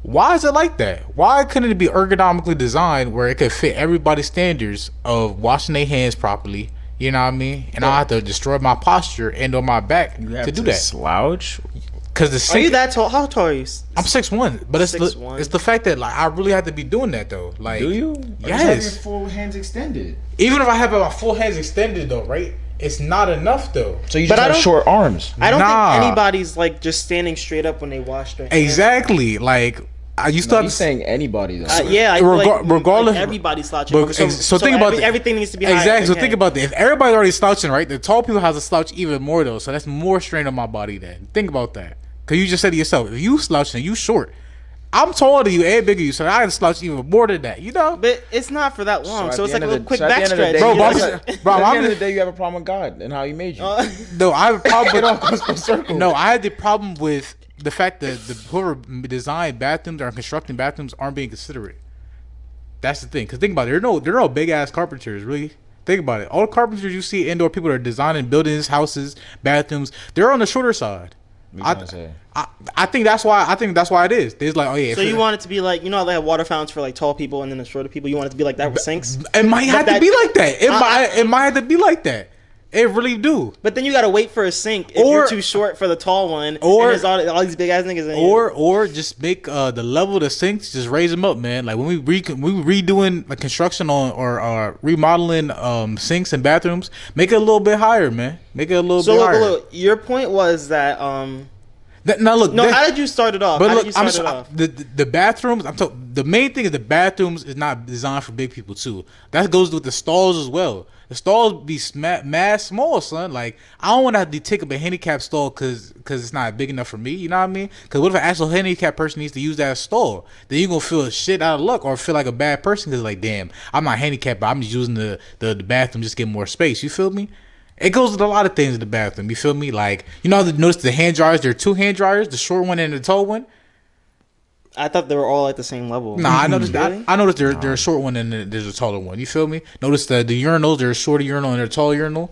Speaker 2: why is it like that? Why couldn't it be ergonomically designed where it could fit everybody's standards of washing their hands properly? You know what I mean? And I have to destroy my posture and on my back
Speaker 3: You have
Speaker 2: to do that.
Speaker 3: slouch.
Speaker 2: Because the
Speaker 1: Are you
Speaker 2: sink,
Speaker 1: that tall? How tall are you? S-
Speaker 2: I'm six one, but it's the,
Speaker 1: 6'1".
Speaker 2: it's the fact that like I really have to be doing that though. Like,
Speaker 3: Do you? Or just have
Speaker 2: Yes.
Speaker 3: your full hands extended.
Speaker 2: even if I have my full hands extended though, right? It's not enough though.
Speaker 3: So you
Speaker 1: But
Speaker 3: just
Speaker 1: I
Speaker 3: have
Speaker 1: don't-
Speaker 3: short arms.
Speaker 1: I don't
Speaker 2: Nah.
Speaker 1: think anybody's like just standing straight up when they wash their hands.
Speaker 2: Exactly. Like I used
Speaker 3: No,
Speaker 2: to
Speaker 3: he's
Speaker 2: have
Speaker 3: saying anybody though.
Speaker 1: Uh, yeah, I feel
Speaker 2: Regar-
Speaker 1: like,
Speaker 2: regardless-
Speaker 1: like everybody's slouching.
Speaker 2: But,
Speaker 1: over. so,
Speaker 2: ex- so, think about
Speaker 1: every-
Speaker 2: the-
Speaker 1: everything needs to be higher
Speaker 2: exactly.
Speaker 1: than
Speaker 2: So
Speaker 1: the
Speaker 2: think
Speaker 1: head.
Speaker 2: about that. If everybody's already slouching, right? The tall people have to slouch even more though. So that's more strain on my body. Then think about that. Cause you just said to yourself, if you slouching, you short. I'm taller than you and bigger than you, so I gotta slouch even more than that. You know.
Speaker 1: but it's not for that long.
Speaker 3: at
Speaker 1: So, it's
Speaker 3: the
Speaker 1: like
Speaker 3: end
Speaker 1: a
Speaker 3: of
Speaker 1: little
Speaker 3: the-
Speaker 1: quick
Speaker 3: so at the end of the
Speaker 1: backstretch.
Speaker 3: day,
Speaker 2: Bro,
Speaker 3: you
Speaker 2: but
Speaker 3: got-
Speaker 2: I'm-
Speaker 3: at the
Speaker 2: bro, I'm
Speaker 3: end of the
Speaker 2: just-
Speaker 3: day, you have a problem with God and how He made you.
Speaker 2: No, I have a problem.
Speaker 3: it all goes full circle.
Speaker 2: No, I had the problem with the fact that the whoever designed bathrooms or constructing bathrooms aren't being considerate. That's the thing. Cause think about it, there are no there are no big ass carpenters, really. Think about it. All the carpenters you see indoor people that are designing buildings, houses, bathrooms, they're on the shorter side.
Speaker 3: What you
Speaker 2: I,
Speaker 3: trying to say?
Speaker 2: I I think that's why I think that's why it is. There's like oh yeah.
Speaker 1: so
Speaker 2: if
Speaker 1: you
Speaker 2: it-
Speaker 1: want it to be like you know how they have water fountains for like tall people and then the shorter people. You want it to be like that with sinks.
Speaker 2: it might have to
Speaker 1: that-
Speaker 2: be like that. It
Speaker 1: I-
Speaker 2: might it might have to be like that. It really do.
Speaker 1: But then you gotta wait for a sink if
Speaker 2: Or-
Speaker 1: you're too short for the tall one.
Speaker 2: or-
Speaker 1: and there's all, all these big ass niggas in here.
Speaker 2: Or or just make uh, the level of the sinks just raise them up, man. Like when we re- we redoing like construction on or uh, remodeling um, sinks and bathrooms, make it a little bit higher, man. Make it a little
Speaker 1: so
Speaker 2: bit
Speaker 1: look,
Speaker 2: higher.
Speaker 1: look, your point was that um
Speaker 2: That- now look,
Speaker 1: no.
Speaker 2: that-
Speaker 1: how did you start it off?
Speaker 2: but
Speaker 1: how
Speaker 2: look,
Speaker 1: did you
Speaker 2: I'm
Speaker 1: start
Speaker 2: just,
Speaker 1: it off?
Speaker 2: the the the bathrooms. I'm talking. The main thing is the bathrooms is not designed for big people too. That goes with the stalls as well. The stalls be sma- mad small, son. Like I don't want to have to take up a handicap stall because it's not big enough for me. You know what I mean? Because what if an actual handicap person needs to use that stall? Then you gonna feel shit out of luck or feel like a bad person because like damn, I'm not handicapped, but I'm just using the the, the bathroom just to get more space. You feel me? It goes with a lot of things in the bathroom. You feel me? Like you know, how they- notice the hand dryers. There are two hand dryers, the short one and the tall one.
Speaker 1: I thought they were all at the same level.
Speaker 2: Nah, I noticed.
Speaker 1: Mm-hmm. Really?
Speaker 2: I, I noticed there, there's a short one and then there's a taller one. You feel me? Notice the the urinals. There's a shorter urinal and a tall urinal.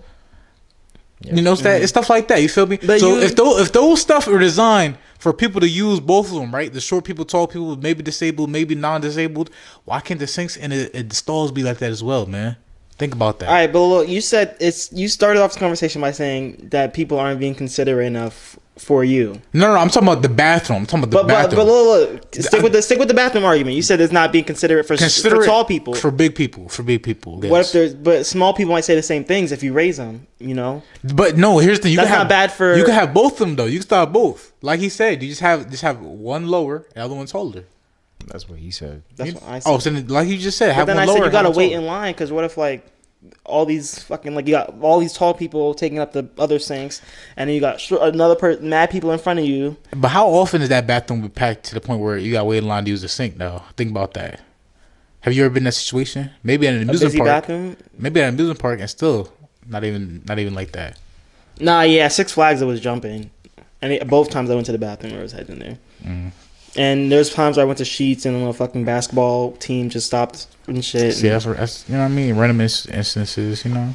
Speaker 2: You notice that it's stuff like that. You feel me?
Speaker 1: Mm-hmm. But
Speaker 2: so
Speaker 1: you-
Speaker 2: if those if those stuff are designed for people to use both of them, right? The short people, tall people, maybe disabled, maybe non-disabled. Why can't the sinks and the, and the stalls be like that as well, man? Think about that.
Speaker 1: All right, but look, you said it's you started off this conversation by saying that people aren't being considerate enough for you.
Speaker 2: No, no, I'm talking about the bathroom. I'm talking about the
Speaker 1: But but,
Speaker 2: bathroom.
Speaker 1: but look, look, stick with the stick with the bathroom argument. You said it's not being considerate for,
Speaker 2: Consider
Speaker 1: for
Speaker 2: it
Speaker 1: tall people.
Speaker 2: for big people, for big people.
Speaker 1: what if
Speaker 2: yes.
Speaker 1: there's but small people might say the same things if you raise them. You know,
Speaker 2: But no, here's the thing. You
Speaker 1: That's
Speaker 2: can
Speaker 1: not
Speaker 2: have,
Speaker 1: bad for-
Speaker 2: You can have both of them though. You can start both. Like he said, you just have just have one lower, and other one's taller.
Speaker 3: That's what he said.
Speaker 1: that's what I said.
Speaker 2: Oh, so then, like you just said,
Speaker 1: but
Speaker 2: have
Speaker 1: then
Speaker 2: one
Speaker 1: I
Speaker 2: lower.
Speaker 1: said you
Speaker 2: and
Speaker 1: gotta
Speaker 2: one
Speaker 1: wait
Speaker 2: taller.
Speaker 1: in line because what if like all these fucking like you got all these tall people taking up the other sinks, and then you got short, another per- mad people in front of you.
Speaker 2: But how often is that bathroom packed to the point where you gotta wait in line to use the sink? Though, think about that. Have you ever been in that situation? Maybe at an
Speaker 1: A
Speaker 2: amusement
Speaker 1: busy
Speaker 2: park.
Speaker 1: bathroom.
Speaker 2: Maybe at an amusement park, and still Not even not even like that.
Speaker 1: Nah, yeah, Six Flags I was jumping, and it, both times I went to the bathroom where I was heading there.
Speaker 2: Mm.
Speaker 1: And there's times where I went to Sheets and a fucking basketball team just stopped and shit.
Speaker 2: See,
Speaker 1: and
Speaker 2: that's, that's you know what I mean. Random ins- instances, you know.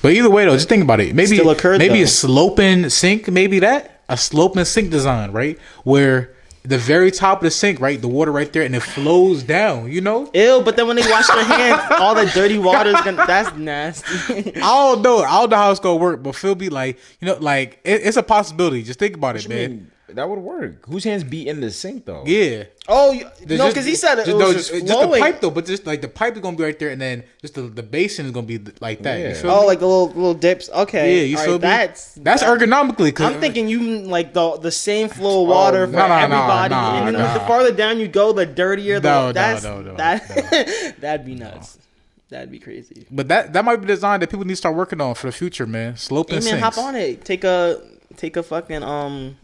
Speaker 2: But either way, though, just think about it. Maybe
Speaker 1: Still occurred,
Speaker 2: maybe
Speaker 1: though.
Speaker 2: a sloping sink. Maybe that a sloping sink design, right? Where the very top of the sink, right, the water right there, and it flows down. You know,
Speaker 1: Ew, but then when they wash their hands, all the dirty water's gonna. That's nasty.
Speaker 2: I don't know. I don't know how it's gonna work, but Phil be like, you know, like it, it's a possibility. Just think about it,
Speaker 3: I
Speaker 2: man.
Speaker 3: mean, that would work. Whose hands be in the sink though?
Speaker 2: Yeah.
Speaker 1: oh, you-
Speaker 2: There's
Speaker 1: no,
Speaker 2: just-
Speaker 1: because he said it,
Speaker 2: just-
Speaker 1: was
Speaker 2: no,
Speaker 1: just,
Speaker 2: just, just the
Speaker 1: flowing.
Speaker 2: pipe though, but just like the pipe is gonna be right there, and then just the, the basin is gonna be like that. You
Speaker 3: Yeah.
Speaker 2: feel
Speaker 1: oh,
Speaker 2: me?
Speaker 1: like the little little dips. Okay,
Speaker 2: yeah, you
Speaker 1: Oh, all
Speaker 2: feel
Speaker 1: right,
Speaker 2: me?
Speaker 1: that's
Speaker 2: that's ergonomically. Cause,
Speaker 1: I'm thinking you like the the same flow of water for
Speaker 3: no,
Speaker 2: Oh, no, no,
Speaker 1: everybody,
Speaker 2: no,
Speaker 1: and then
Speaker 2: no.
Speaker 1: the farther down you go, the dirtier the
Speaker 2: No, no,
Speaker 1: that's
Speaker 2: no, no,
Speaker 1: that that'd be nuts. That'd be crazy.
Speaker 2: But that that might be a design that people need to start working on for the future, man. Slope
Speaker 1: Hey
Speaker 2: and
Speaker 1: man,
Speaker 2: sinks.
Speaker 1: hop on it. Take a take a fucking um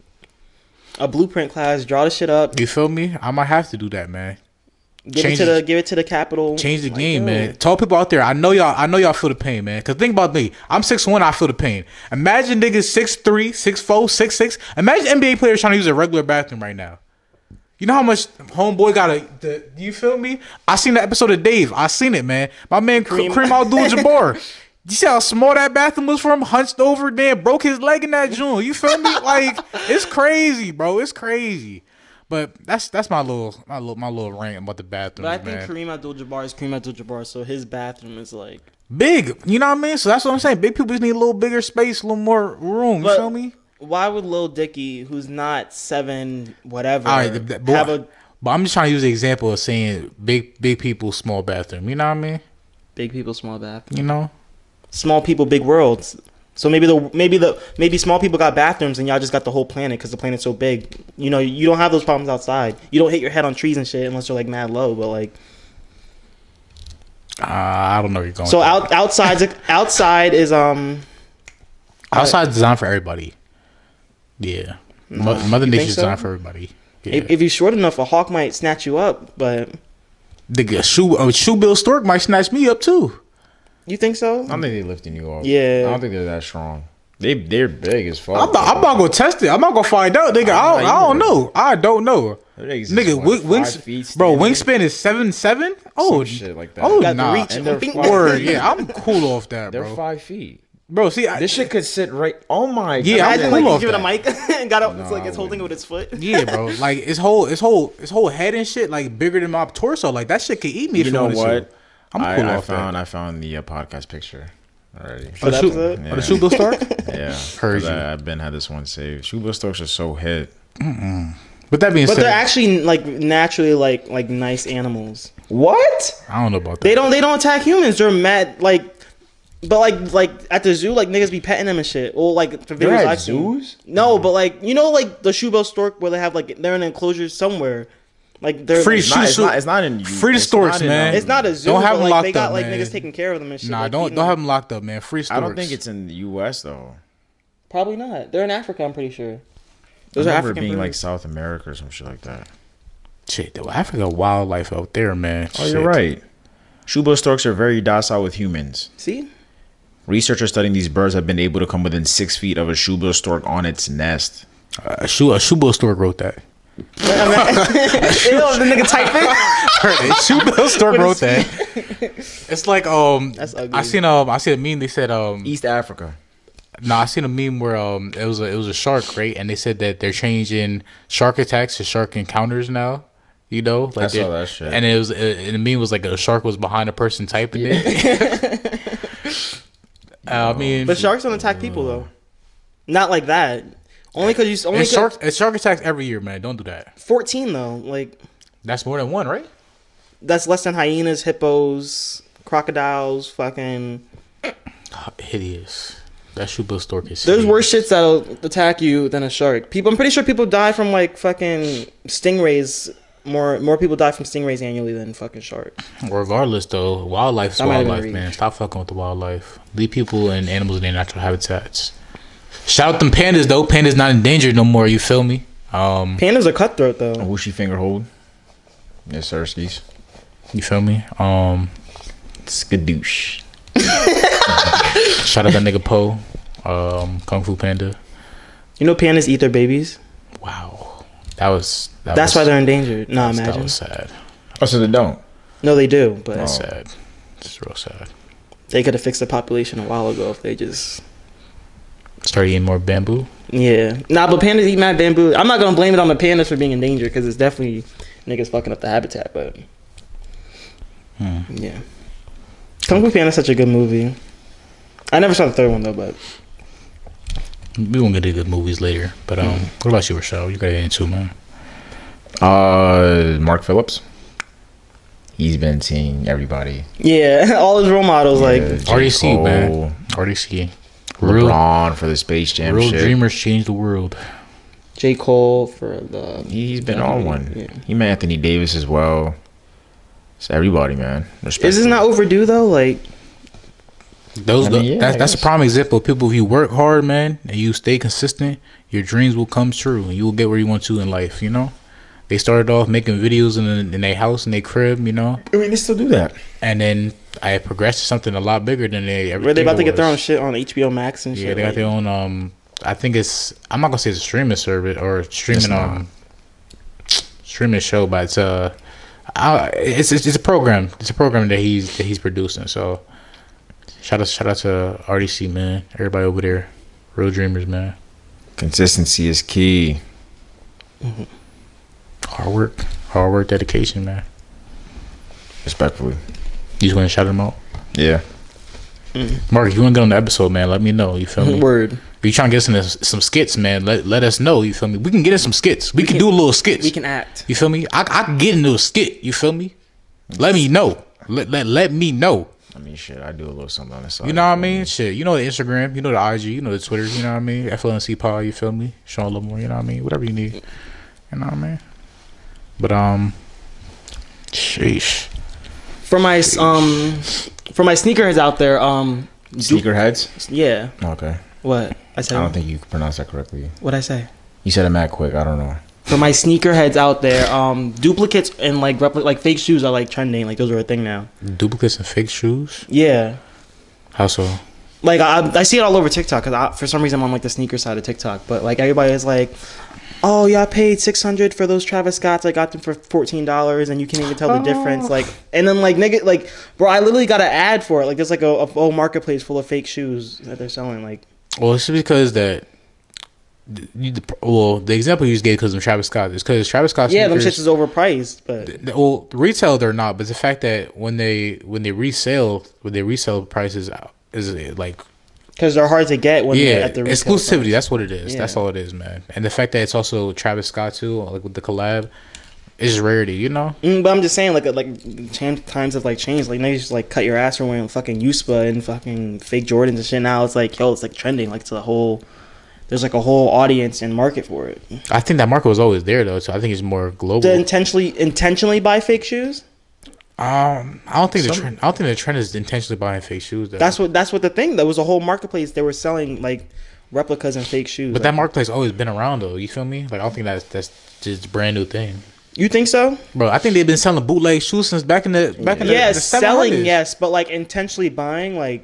Speaker 1: a blueprint class. Draw the shit up.
Speaker 2: You feel me? I might have to do that, man.
Speaker 1: Give
Speaker 2: Change
Speaker 1: it to
Speaker 2: it.
Speaker 1: the give it to the capital.
Speaker 2: Change the
Speaker 1: Like,
Speaker 2: game,
Speaker 1: yo.
Speaker 2: man. Tell people out there, I know y'all, I know y'all feel the pain, man. Cause think about me, I'm 6'1", I feel the pain. Imagine niggas 6'3", 6'4", 6'6". Imagine NBA players trying to use a regular bathroom right now. You know how much homeboy got a. The, do you feel me? I seen the episode of Dave. I seen it, man. My man Kareem,
Speaker 1: Kareem.
Speaker 2: Kareem Abdul-Jabbar. You see how small that bathroom was for him? Hunched over, man, broke his leg in that joint. You feel me? Like it's crazy, bro. It's crazy. But that's that's my little my little my little rant about the bathroom,
Speaker 1: But I
Speaker 2: man.
Speaker 1: think Kareem Abdul-Jabbar is Kareem Abdul-Jabbar, so his bathroom is like.
Speaker 2: big. You know what I mean? So that's what I'm saying. Big people just need a little bigger space, a little more room. You
Speaker 1: But
Speaker 2: feel me?
Speaker 1: Why would Lil Dicky, who's not seven, whatever,
Speaker 2: All right, th- th-
Speaker 1: have
Speaker 2: but,
Speaker 1: a
Speaker 2: but I'm just trying to use the example of saying big big people, small bathroom. You know what I mean?
Speaker 1: big people small bathroom?
Speaker 2: You know.
Speaker 1: small people, big worlds. So maybe the maybe the maybe small people got bathrooms and y'all just got the whole planet because the planet's so big. You know, you don't have those problems outside. You don't hit your head on trees and shit unless you're like mad low. But like,
Speaker 2: Uh, I don't know where you're going.
Speaker 1: so
Speaker 2: with
Speaker 1: out
Speaker 2: that.
Speaker 1: outside outside is um
Speaker 2: outside design for everybody. Yeah, Mo- Mother
Speaker 1: You think
Speaker 2: Nature's
Speaker 1: so?
Speaker 2: design for everybody. Yeah.
Speaker 1: if, if you're short enough, a hawk might snatch you up. But
Speaker 2: Nigga, shoe oh, shoe Bill Stork might snatch me up too.
Speaker 1: you think so?
Speaker 3: I don't think they lifting you up.
Speaker 1: Yeah.
Speaker 3: I don't think they're that strong. They they're big as fuck.
Speaker 2: I'm not, I'm not gonna test it. I'm not gonna find out, nigga. I don't,
Speaker 3: I'm not
Speaker 2: I don't
Speaker 3: either.
Speaker 2: know. I don't know.
Speaker 3: They exist,
Speaker 2: Nigga, wi-
Speaker 3: what, five
Speaker 2: wings,
Speaker 3: feet
Speaker 2: bro,
Speaker 3: standing?
Speaker 2: wingspan is seven seven. Oh,
Speaker 3: shit like that.
Speaker 2: Oh,
Speaker 1: Got the
Speaker 2: nah.
Speaker 1: reach.
Speaker 3: And they're
Speaker 1: Bing,
Speaker 3: fly.
Speaker 2: Word, yeah, I'm cool off that,
Speaker 3: They're
Speaker 2: bro.
Speaker 3: five feet.
Speaker 2: Bro, see, I,
Speaker 3: This shit could sit right. Oh my
Speaker 2: Yeah,
Speaker 3: god!
Speaker 2: I'm
Speaker 1: Imagine
Speaker 2: cool
Speaker 1: like you
Speaker 2: off
Speaker 1: give it a
Speaker 2: that.
Speaker 1: mic and got up. it's
Speaker 3: No,
Speaker 1: like
Speaker 3: I
Speaker 1: it's holding it with its foot.
Speaker 2: yeah, bro, like his whole, his whole, his whole head and shit, like bigger than my torso. Like that shit could eat me. if
Speaker 3: You know
Speaker 2: wanted to.
Speaker 3: what?
Speaker 2: I'm
Speaker 3: I-
Speaker 2: cool
Speaker 3: I,
Speaker 2: off
Speaker 3: found I found the uh, podcast picture already.
Speaker 2: that.
Speaker 1: that
Speaker 2: Oh,
Speaker 1: was
Speaker 2: the
Speaker 1: it?
Speaker 2: shoe, oh, the shoe Bill Stark.
Speaker 3: Yeah,
Speaker 2: Heard
Speaker 3: 'cause
Speaker 2: you.
Speaker 3: I, I've been had this one saved. Shuba Stokes are so hit.
Speaker 2: But that being
Speaker 1: But
Speaker 2: said,
Speaker 1: they're actually like naturally like like nice animals.
Speaker 3: What?
Speaker 2: I don't know about that.
Speaker 1: They don't they don't attack humans. They're mad like, but like like at the zoo, like niggas be petting them and shit. Well, like for
Speaker 3: They're
Speaker 1: videos
Speaker 3: at
Speaker 1: I've seen.
Speaker 3: zoos?
Speaker 1: No, but like you know like the shoebell stork where they have like they're in an enclosure somewhere. Like they're
Speaker 2: Free
Speaker 1: like,
Speaker 3: It's not,
Speaker 2: Shoot,
Speaker 3: it's,
Speaker 2: shoot.
Speaker 3: not, it's not in
Speaker 2: Free the
Speaker 3: it's
Speaker 2: storks,
Speaker 3: not in,
Speaker 2: man.
Speaker 3: um,
Speaker 1: it's not a zoo.
Speaker 2: Don't
Speaker 1: but,
Speaker 2: have them
Speaker 1: like,
Speaker 2: locked
Speaker 1: they got
Speaker 2: up,
Speaker 1: like
Speaker 2: man.
Speaker 1: niggas taking care of them and shit.
Speaker 2: Nah,
Speaker 1: like,
Speaker 2: don't
Speaker 1: feeding
Speaker 2: don't
Speaker 1: them.
Speaker 2: have them locked up, man. Free
Speaker 3: I
Speaker 2: storks.
Speaker 3: don't think it's in the U.S. though.
Speaker 1: Probably not. They're in Africa. I'm pretty sure.
Speaker 3: I
Speaker 1: Those are
Speaker 3: remember
Speaker 1: African
Speaker 3: being like
Speaker 1: birds.
Speaker 3: South America or some shit like that.
Speaker 2: shit. Though, Africa wildlife out there, man.
Speaker 3: Oh, you're right. Shuba storks are very docile with humans.
Speaker 1: see.
Speaker 3: Researchers studying these birds have been able to come within six feet of a Shuba stork on its nest.
Speaker 2: A shoe a shoe bill stork wrote that.
Speaker 1: Ew, the nigga type it.
Speaker 2: shoe bill stork wrote that. It's like um,
Speaker 1: That's ugly.
Speaker 2: I seen um, I seen a meme. They said um,
Speaker 3: East Africa.
Speaker 2: No, I seen a meme where um it was a it was a shark, right? And they said that they're changing shark attacks to shark encounters now. You know, like
Speaker 3: I saw
Speaker 2: they-
Speaker 3: that shit.
Speaker 2: And it was uh, and the meme was like a shark was behind a person typing it. Uh, I mean,
Speaker 1: But sharks don't attack people though. Not like that. Only because you s- only
Speaker 2: it's
Speaker 1: 'cause-
Speaker 2: shark it's shark attacks every year, man. Don't do that.
Speaker 1: fourteen though. Like
Speaker 2: That's more than one, right?
Speaker 1: that's less than hyenas, hippos, crocodiles, fucking.
Speaker 2: Hideous. That shoe bill stork is.
Speaker 1: There's
Speaker 2: hideous.
Speaker 1: worse shits that'll attack you than a shark. People, I'm pretty sure people die from like fucking stingrays. More more people die from stingrays annually than fucking sharks.
Speaker 2: Regardless, though, wildlife's
Speaker 1: That might have been
Speaker 2: wildlife,
Speaker 1: reach.
Speaker 2: man. Stop fucking with the wildlife. Leave people and animals in their natural habitats. Shout out them pandas, though. Pandas not endangered no more. You feel me? Um,
Speaker 1: Pandas are cutthroat though.
Speaker 3: Who's Oh, she finger hold? Yes, Sirskis.
Speaker 2: you feel me? Um,
Speaker 3: Skadoosh.
Speaker 2: Shout out that nigga Poe, um, Kung Fu Panda.
Speaker 1: You know, pandas eat their babies.
Speaker 2: Wow, that was. That
Speaker 1: That's
Speaker 2: was,
Speaker 1: why they're endangered. Nah,
Speaker 2: that
Speaker 1: imagine.
Speaker 2: was sad.
Speaker 3: Oh, so they don't.
Speaker 1: No, they do, but
Speaker 2: That's sad. It's real sad.
Speaker 1: they could have fixed the population a while ago if they just.
Speaker 2: Start eating more bamboo.
Speaker 1: Yeah, nah, but pandas eat mad bamboo. I'm not gonna blame it on the pandas for being endangered because it's definitely niggas fucking up the habitat. But
Speaker 2: Hmm.
Speaker 1: yeah, Kung Fu Panda's such a good movie. I never saw the third one though, but
Speaker 2: We won't get into the movies later, but
Speaker 1: Hmm.
Speaker 2: um, what about you, Rochelle? You got anything too, man?
Speaker 3: Uh, Mark Phillips. He's been seeing everybody.
Speaker 1: yeah, all his role models
Speaker 3: Yeah,
Speaker 1: like
Speaker 3: J.
Speaker 2: RDC,
Speaker 3: Cole,
Speaker 2: man. RDC, real,
Speaker 3: LeBron for the Space Jam
Speaker 2: real
Speaker 3: shit.
Speaker 2: dreamers change the world.
Speaker 1: J Cole for the
Speaker 3: He's been on one.
Speaker 1: Yeah.
Speaker 3: He met Anthony Davis as well. It's everybody, man. Respect.
Speaker 1: Is this not overdue though? Like,
Speaker 2: Those
Speaker 3: I mean, yeah,
Speaker 2: that,
Speaker 3: I
Speaker 2: that's a
Speaker 3: guess.
Speaker 2: prime example of people. If you work hard, man, and you stay consistent, your dreams will come true, and you will get where you want to in life. You know, they started off making videos in in their house in their crib, you know,
Speaker 3: I mean, they still do that.
Speaker 2: and then I progressed to something a lot bigger than they ever.
Speaker 1: were they about to
Speaker 2: think it
Speaker 1: get their
Speaker 2: was.
Speaker 1: own shit on HBO Max and shit?
Speaker 2: Yeah, they got
Speaker 1: like-
Speaker 2: their own. Um, I think it's. I'm not gonna say it's a streaming service or streaming
Speaker 3: not.
Speaker 2: um streaming show, but it's uh, I, it's, it's it's a program. It's a program that he's that he's producing. So shout out shout out to RDC man, everybody over there, real dreamers man,
Speaker 3: Consistency is key.
Speaker 2: hard work, hard work, dedication man.
Speaker 3: Respectfully.
Speaker 2: You just want to shout them out,
Speaker 3: Yeah.
Speaker 2: Mark. If you want to get on the episode, man, let me know. You feel me?
Speaker 1: Word.
Speaker 2: If you trying to get us into s- some skits, man, let let us know. You feel me? We can get in some skits. We, can,
Speaker 1: can-
Speaker 2: do a little skits.
Speaker 1: We can act.
Speaker 2: You feel me? I, I can get into a skit. You feel me? Let me know. Let, let, let me know.
Speaker 3: I mean, shit. I do a little something on the side.
Speaker 2: You know what I mean? Shit. You know the Instagram. You know the IG. You know the Twitter. You know what I mean? FLNC Pod. You feel me? Sean a little more. You know what I mean? Whatever you need. You know what I mean? But um, sheesh.
Speaker 1: For my um, for my sneakers out there, um,
Speaker 3: Sneakerheads.
Speaker 1: yeah.
Speaker 3: Okay.
Speaker 1: What I
Speaker 3: I don't
Speaker 1: said?
Speaker 3: think you pronounced that correctly.
Speaker 1: What I say?
Speaker 3: You said it mad quick. I don't know.
Speaker 1: For my sneakerheads out there, um, duplicates and like repli- like fake shoes are like trending. Like those are a thing now.
Speaker 2: Duplicates and fake shoes.
Speaker 1: Yeah.
Speaker 2: How so?
Speaker 1: Like I, I see it all over TikTok because for some reason I'm on like the sneaker side of TikTok, but like everybody is like, "Oh, yeah, I paid six hundred for those Travis Scotts. I got them for fourteen dollars, and you can't even tell the
Speaker 2: Oh.
Speaker 1: difference." Like, and then like nigga, like bro, I literally got an ad for it. Like there's like a, a whole marketplace full of fake shoes that they're selling. Like,
Speaker 2: Well, it's because that. the- you- the- Well, the example you just gave because of Travis Scott is because Travis Scott.
Speaker 1: yeah, them
Speaker 2: sneakers-
Speaker 1: shits is overpriced, but
Speaker 2: Th- well retail they're not but the fact that when they when they resell when they resell prices out is uh, like
Speaker 1: because they're hard to get when they're
Speaker 2: yeah
Speaker 1: at the retail
Speaker 2: exclusivity
Speaker 1: price.
Speaker 2: that's what it is that's
Speaker 1: Yeah.
Speaker 2: all it is man and the fact that it's also travis scott too like with the collab is rarity you know
Speaker 1: Mm, but I'm just saying, like, uh, like chan- times have like changed. Like, now you just like cut your ass for wearing fucking Uspa and fucking fake Jordans and shit. Now it's like, yo, it's like trending. Like, to the whole, there's like a whole audience and market for it.
Speaker 2: i think that market was always there though so i think it's more global
Speaker 1: To intentionally intentionally buy fake shoes.
Speaker 2: um i don't think the
Speaker 3: Some-
Speaker 2: trend i don't think the trend is intentionally buying fake shoes though.
Speaker 1: That's what that's what the thing. That was a whole marketplace. They were selling like replicas and fake shoes.
Speaker 2: but
Speaker 1: Like,
Speaker 2: that marketplace always been around though you feel me like i don't think that's that's just a brand new thing
Speaker 1: you think so?
Speaker 2: bro i think they've been selling bootleg shoes since back in the back in the-
Speaker 1: yes,
Speaker 2: the,
Speaker 1: selling
Speaker 2: 700s.
Speaker 1: yes, but like intentionally buying like.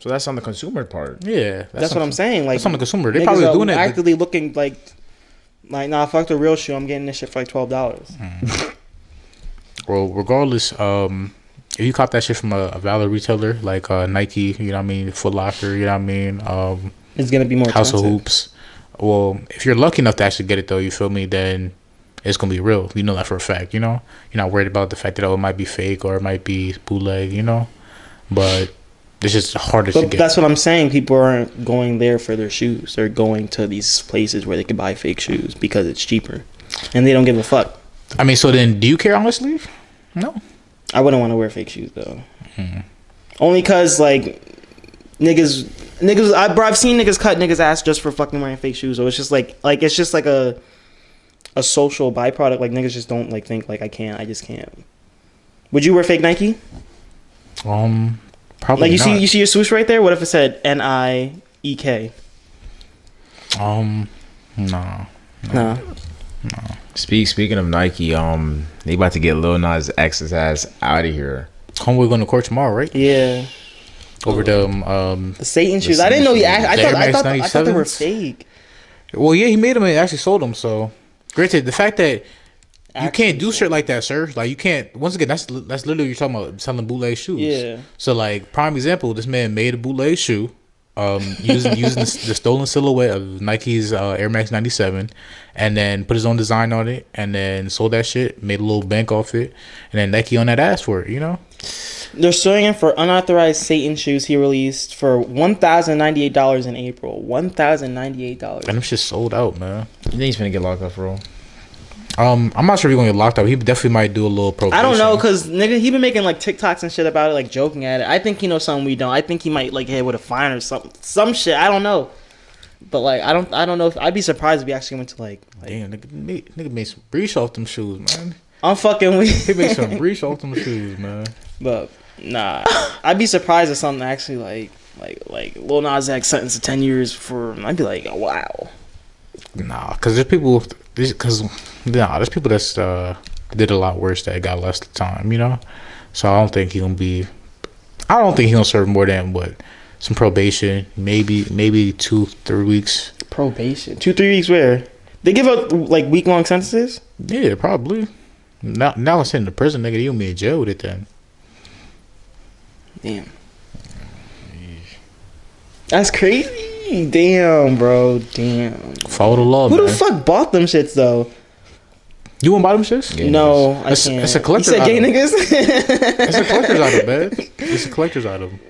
Speaker 3: So that's on the consumer part.
Speaker 2: yeah
Speaker 1: That's, what I'm saying. Like
Speaker 2: that's on the consumer. They
Speaker 1: niggas
Speaker 2: probably
Speaker 1: are
Speaker 2: doing that.
Speaker 1: Actively looking like, like nah, fuck the real shoe. I'm getting this shit for like twelve dollars.
Speaker 2: Well, regardless, um, if you cop that shit from a, a valid retailer like uh, Nike, you know what I mean, Foot Locker, you know what I mean, um,
Speaker 1: It's gonna be more
Speaker 2: House of
Speaker 1: expensive.
Speaker 2: Hoops. Well, if you're lucky enough to actually get it though, you feel me? Then it's gonna be real. You know that for a fact. You know, you're not worried about the fact that oh, it might be fake or it might be bootleg. You know, but it's just harder to
Speaker 1: But
Speaker 2: get.
Speaker 1: that's what I'm saying. People aren't going there for their shoes. They're going to these places where they can buy fake shoes because it's cheaper, and they don't give a fuck.
Speaker 2: I mean, so then, do you care honestly? No.
Speaker 1: I wouldn't want to wear fake shoes though. Only cause like niggas, niggas. I, bro, I've seen niggas cut niggas ass just for fucking wearing fake shoes. So it's just like, like it's just like a, a social byproduct. Like niggas just don't like think like I can't. I just can't. Would you wear fake Nike?
Speaker 2: Um, probably
Speaker 1: Like you see,
Speaker 2: not.
Speaker 1: you see your swoosh right there. What if it said N I E K?
Speaker 2: um, no.
Speaker 1: Nah.
Speaker 3: Speak. Speaking of Nike, um, they about to get Lil Nas X's ass out of here.
Speaker 2: Homeboy going to court tomorrow, right?
Speaker 1: Yeah.
Speaker 2: over the um.
Speaker 1: The Satan shoes.
Speaker 3: Satan
Speaker 1: I didn't know he.
Speaker 3: shoes.
Speaker 1: Act- I
Speaker 2: The
Speaker 1: thought.
Speaker 2: Air
Speaker 1: I
Speaker 2: Max
Speaker 1: thought. I thought they were
Speaker 2: 97s?
Speaker 1: fake.
Speaker 2: Well, yeah, he made them and actually sold them. So, granted, the fact that you
Speaker 1: Actually
Speaker 2: can't do shit like that, sir. Like you can't. Once again, that's that's literally what you're talking about selling bootleg shoes.
Speaker 1: Yeah.
Speaker 2: So like prime example, this man made a bootleg shoe, um, using using the, the stolen silhouette of Nike's uh, Air Max '97, and then put his own design on it, and then sold that shit, made a little bank off it, and then Nike on that ass for it. You know.
Speaker 1: They're suing him for unauthorized Satan shoes he released for one thousand ninety eight dollars in April. One thousand ninety eight dollars.
Speaker 2: And them shit sold out, man.
Speaker 3: You think he's gonna get locked up for all?
Speaker 2: Um, I'm not sure if he's gonna get locked up. He definitely might do a little probation.
Speaker 1: I don't know, cause nigga, he been making like TikToks and shit about it, like joking at it. I think he knows something we don't. I think he might like hit with a fine or something, some shit. I don't know, but like I don't, I don't know. if I'd be surprised if he actually went to like, like
Speaker 2: Damn, nigga, nigga, nigga made some breach off them shoes, man.
Speaker 1: I'm fucking
Speaker 2: He
Speaker 1: weak,
Speaker 2: made some breach off them shoes, man.
Speaker 1: but nah, I'd be surprised if something actually like, like, like Lil Nas X sentenced to ten years for. I'd be like, wow.
Speaker 2: Nah, because there's people, because nah, there's people that's uh did a lot worse that got less time, you know. So I don't think he gonna be. I don't think he gonna serve more than what some probation, maybe maybe two three weeks.
Speaker 1: Probation. Two, three weeks where? They give out like week long sentences?
Speaker 2: Yeah, probably. Now now I'm sitting in prison, nigga. You gonna be in jail with it then?
Speaker 1: Damn. That's crazy. Damn, bro. Damn.
Speaker 2: Follow the law,
Speaker 1: Who the
Speaker 2: Oh, man.
Speaker 1: fuck bought them shits though?
Speaker 2: you want bottom shits?
Speaker 3: Yeah,
Speaker 1: no, I
Speaker 2: it's-
Speaker 1: can't.
Speaker 2: it's a collector's
Speaker 1: You said gay
Speaker 2: item.
Speaker 1: niggas?
Speaker 2: It's a collector's item, man. It's a collector's item.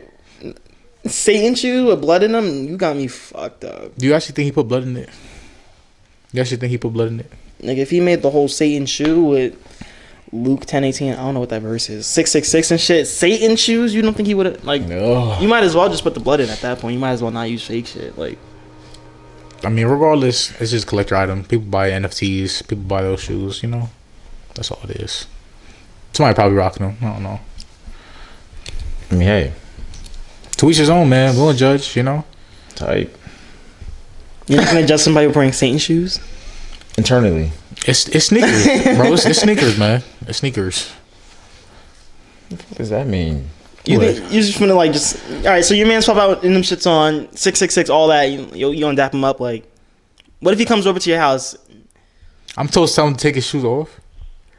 Speaker 1: Satan shoe with blood in them? You got me fucked up.
Speaker 2: Do you actually think he put blood in it? You actually think he put blood in it?
Speaker 1: Like if he made the whole Satan shoe with Luke ten eighteen, I don't know what that verse is. Six six six and shit. Satan shoes? You don't think he would have like
Speaker 3: No.
Speaker 1: you might as well just put the blood in at that point. You might as well not use fake shit. Like
Speaker 2: I mean, regardless, it's just a collector item. People buy NFTs. People buy those shoes. You know, that's all it is. Somebody probably rocking them. I don't know.
Speaker 3: I mean, hey,
Speaker 2: To each his own, man. We don't judge. You know.
Speaker 3: type
Speaker 1: You're not gonna judge somebody for wearing Satan shoes?
Speaker 3: internally.
Speaker 2: It's it's sneakers, bro. It's, it's sneakers, man. It's sneakers.
Speaker 3: What does that mean?
Speaker 1: You
Speaker 2: What?
Speaker 1: think, you're just finna like just all right. So your man's pop out and them shits on six six six all that. You you, you gonna dap him up like? What if he comes over to your house?
Speaker 2: I'm told someone to take his shoes off.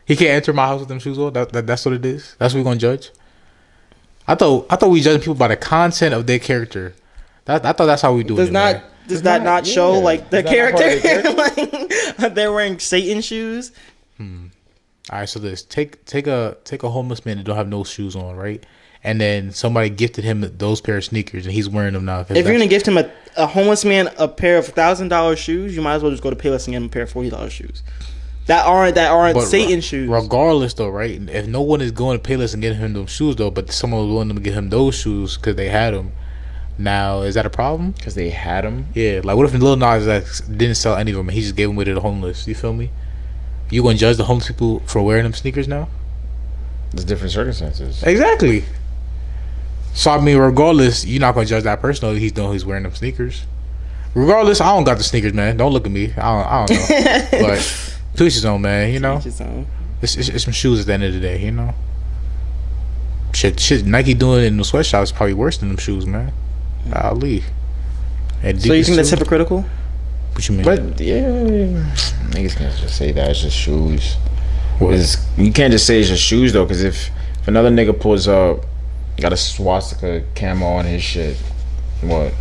Speaker 2: He can't enter my house with them shoes on. That, that that's what it is. That's what we gonna judge. I thought I thought we judging people by the content of their character. That I thought that's how we do it.
Speaker 1: Does not
Speaker 2: man.
Speaker 1: does
Speaker 3: It's
Speaker 1: that
Speaker 3: not-
Speaker 1: not, show
Speaker 3: yeah.
Speaker 1: like the
Speaker 3: Is that not part
Speaker 1: character?
Speaker 3: of
Speaker 1: like, they're wearing Satan shoes.
Speaker 2: All right, so this take take a take a homeless man that don't have no shoes on, right? And then somebody gifted him those pair of sneakers, and he's wearing them now. 'cause
Speaker 1: If you're gonna
Speaker 2: that's-
Speaker 1: gift him a, a homeless man a pair of thousand dollar shoes, you might as well just go to Payless and get him a pair of forty dollar shoes. That aren't that aren't
Speaker 2: but
Speaker 1: Satan
Speaker 2: re-
Speaker 1: shoes.
Speaker 2: Regardless, though, right? If no one is going to Payless and getting him those shoes, though, but someone was willing to get him those shoes because they had them. Now, is that a problem?
Speaker 3: Because they had him.
Speaker 2: Yeah, like what if Lil Nas X didn't sell any of them and he just gave them away to the homeless? You feel me? You gonna judge the homeless people for wearing them sneakers now?
Speaker 3: There's different circumstances.
Speaker 2: Exactly. So I mean, regardless, you're not gonna judge that person. Though he's doing he's wearing them sneakers. Regardless, I don't got the sneakers, man. Don't look at me. I don't, I don't know. but to each his own, man. You know,
Speaker 1: Just, um,
Speaker 2: it's, it's, it's some shoes at the end of the day. You know, shit, shit. Nike doing it in the sweatshop is probably worse than them shoes, man. I'll leave. And
Speaker 1: so you think that's
Speaker 2: Dickies, too?
Speaker 1: hypocritical?
Speaker 2: what you mean?
Speaker 3: But yeah, niggas can't just say that. It's just shoes.
Speaker 2: What?
Speaker 3: It's- you can't just say it's just shoes though, because if if another nigga pulls up, got a swastika camo on his shit, what?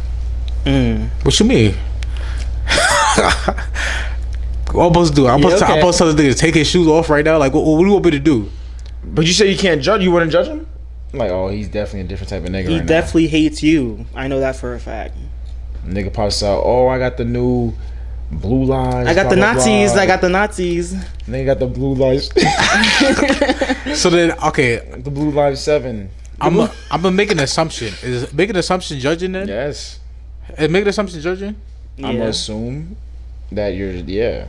Speaker 1: Mm.
Speaker 2: What you mean? what I'm supposed to do? I'm
Speaker 3: Yeah,
Speaker 2: supposed, to, I'm
Speaker 3: okay.
Speaker 2: supposed to tell this nigga to take his shoes off right now. Like, what, what do you want me to do?
Speaker 3: But you say you can't judge. You wouldn't judge him. I'm like, oh, he's definitely a different type of nigga.
Speaker 1: He
Speaker 3: right
Speaker 1: definitely hates you. I know that for a fact.
Speaker 3: now. nigga pops out. Oh, I got the new blue lines.
Speaker 1: I got the
Speaker 3: blah, blah,
Speaker 1: Nazis.
Speaker 3: blah."
Speaker 1: I got the Nazis.
Speaker 3: nigga got the blue lines. the
Speaker 2: So then, okay,
Speaker 3: blue line seven.
Speaker 2: I'm i I'm gonna make an assumption. Is make an assumption judging then?
Speaker 3: Yes,
Speaker 2: Is make an assumption judging?
Speaker 3: I'm
Speaker 1: Yeah.
Speaker 3: gonna assume that you're yeah.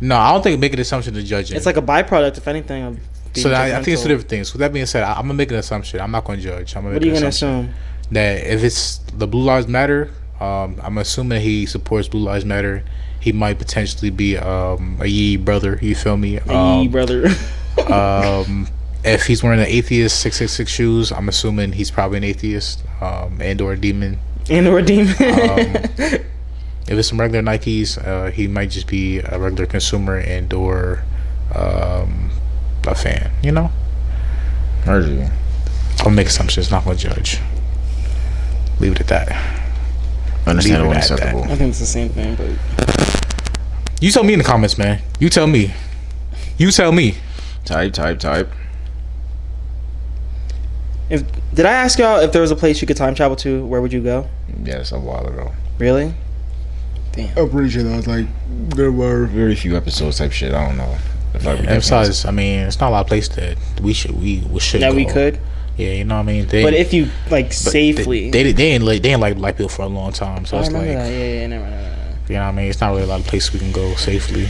Speaker 2: No, I don't think make an assumption to judging.
Speaker 1: It's like a byproduct, if anything. Of being
Speaker 2: so then I, I think it's
Speaker 1: judgmental.
Speaker 2: two different things. With that being said, I, I'm gonna make an assumption. I'm not gonna judge. I'm gonna
Speaker 1: What are you
Speaker 2: make an
Speaker 1: gonna
Speaker 2: assumption
Speaker 1: assume?
Speaker 2: that if it's the Blue Lives Matter, um, I'm assuming he supports Blue Lives Matter. He might potentially be um, a Yee brother. You feel me?
Speaker 1: Hey,
Speaker 2: Um,
Speaker 1: brother.
Speaker 2: um, if he's wearing the atheist six six six shoes, I'm assuming he's probably an atheist um, and or a demon.
Speaker 1: And or demon.
Speaker 2: um, If it's some regular Nikes, uh, he might just be a regular consumer and or um, a fan. You know,
Speaker 3: Heard you.
Speaker 2: I'll make assumptions. Not gonna judge. Leave it at that.
Speaker 3: Understandable
Speaker 2: Leave
Speaker 3: and
Speaker 2: it at that.
Speaker 3: acceptable.
Speaker 1: I think it's the same thing, but
Speaker 2: You tell me in the comments, man. You tell me. You tell me.
Speaker 3: Type, type, type.
Speaker 1: if did I ask y'all if there was a place you could time travel to, where would you go?
Speaker 3: Yes, a while ago.
Speaker 1: Really?
Speaker 3: I'm pretty sure that was like there were very few episodes type shit. I don't know. If I
Speaker 2: And besides, I mean, it's not a lot of places that we should we, we should
Speaker 1: That we
Speaker 2: go.
Speaker 1: could.
Speaker 2: Yeah, you know what I mean. They,
Speaker 1: But if you like
Speaker 2: but
Speaker 1: safely.
Speaker 2: they, they they ain't like they ain't like black people for a long time, so
Speaker 1: Oh, I
Speaker 2: it's
Speaker 1: remember
Speaker 2: like
Speaker 1: that. Yeah, yeah, never mind, never mind, never mind.
Speaker 2: you know what I mean. It's not really a lot of places we can go safely.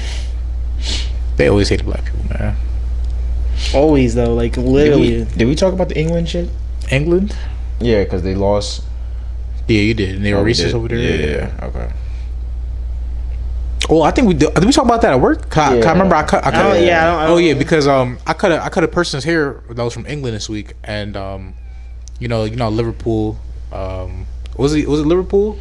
Speaker 2: They always hate the black people, man.
Speaker 1: Always though, like
Speaker 3: did
Speaker 1: literally.
Speaker 3: we, did we talk about the England shit?
Speaker 2: England?
Speaker 3: Yeah, because they lost.
Speaker 2: Yeah, you did. And they were
Speaker 3: Oh, we
Speaker 2: racist
Speaker 3: did.
Speaker 2: over there.
Speaker 3: Yeah, yeah, yeah. Okay.
Speaker 2: Oh, I think we did. Did we talk about that at work? 'Cause I, 'cause I
Speaker 3: Yeah.
Speaker 2: remember I cut. I cut
Speaker 1: I don't, yeah, I don't, I don't
Speaker 2: oh yeah, because um, I cut a I cut a person's hair that was from England this week, and um, you know, you know Liverpool. Um, was it was it Liverpool?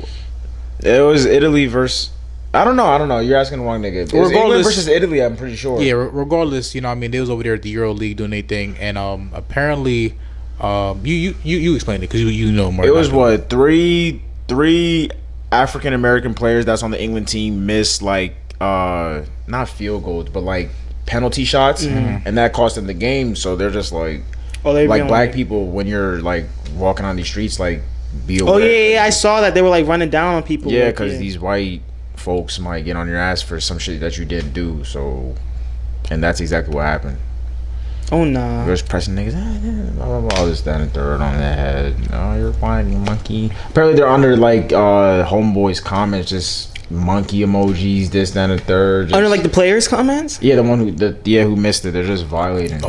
Speaker 3: It was Italy versus. I don't know. I don't know. You're asking the wrong nigga. It was England
Speaker 2: Regardless-
Speaker 3: versus Italy. I'm pretty sure.
Speaker 2: Yeah, re- regardless, you know, I mean, they was over there at the Euro League doing their thing, and um, apparently, um, you you you, you explained it because you you know more.
Speaker 3: It
Speaker 2: about
Speaker 3: was what three three African American players that's on the England team missed like uh not field goals but like penalty shots,
Speaker 2: Mm-hmm.
Speaker 3: and that cost them the game. So they're just like
Speaker 1: oh, they
Speaker 3: like
Speaker 1: really-
Speaker 3: black people when you're like walking on these streets, like be aware.
Speaker 1: Oh yeah, yeah, yeah, I saw that they were like running down on people.
Speaker 3: yeah,
Speaker 1: like,
Speaker 3: because these white folks might get on your ass for some shit that you didn't do. So, and that's exactly what happened.
Speaker 1: Oh nah.
Speaker 3: We're just pressing niggas, ah, yeah, blah, blah, blah, all this, that, and third on the head. Oh, you're fine, you monkey. Apparently, they're under like uh homeboy's comments, just monkey emojis, this, that, and third. Just,
Speaker 1: Under like the players' comments.
Speaker 3: yeah, the one who the yeah who missed it, they're just violating.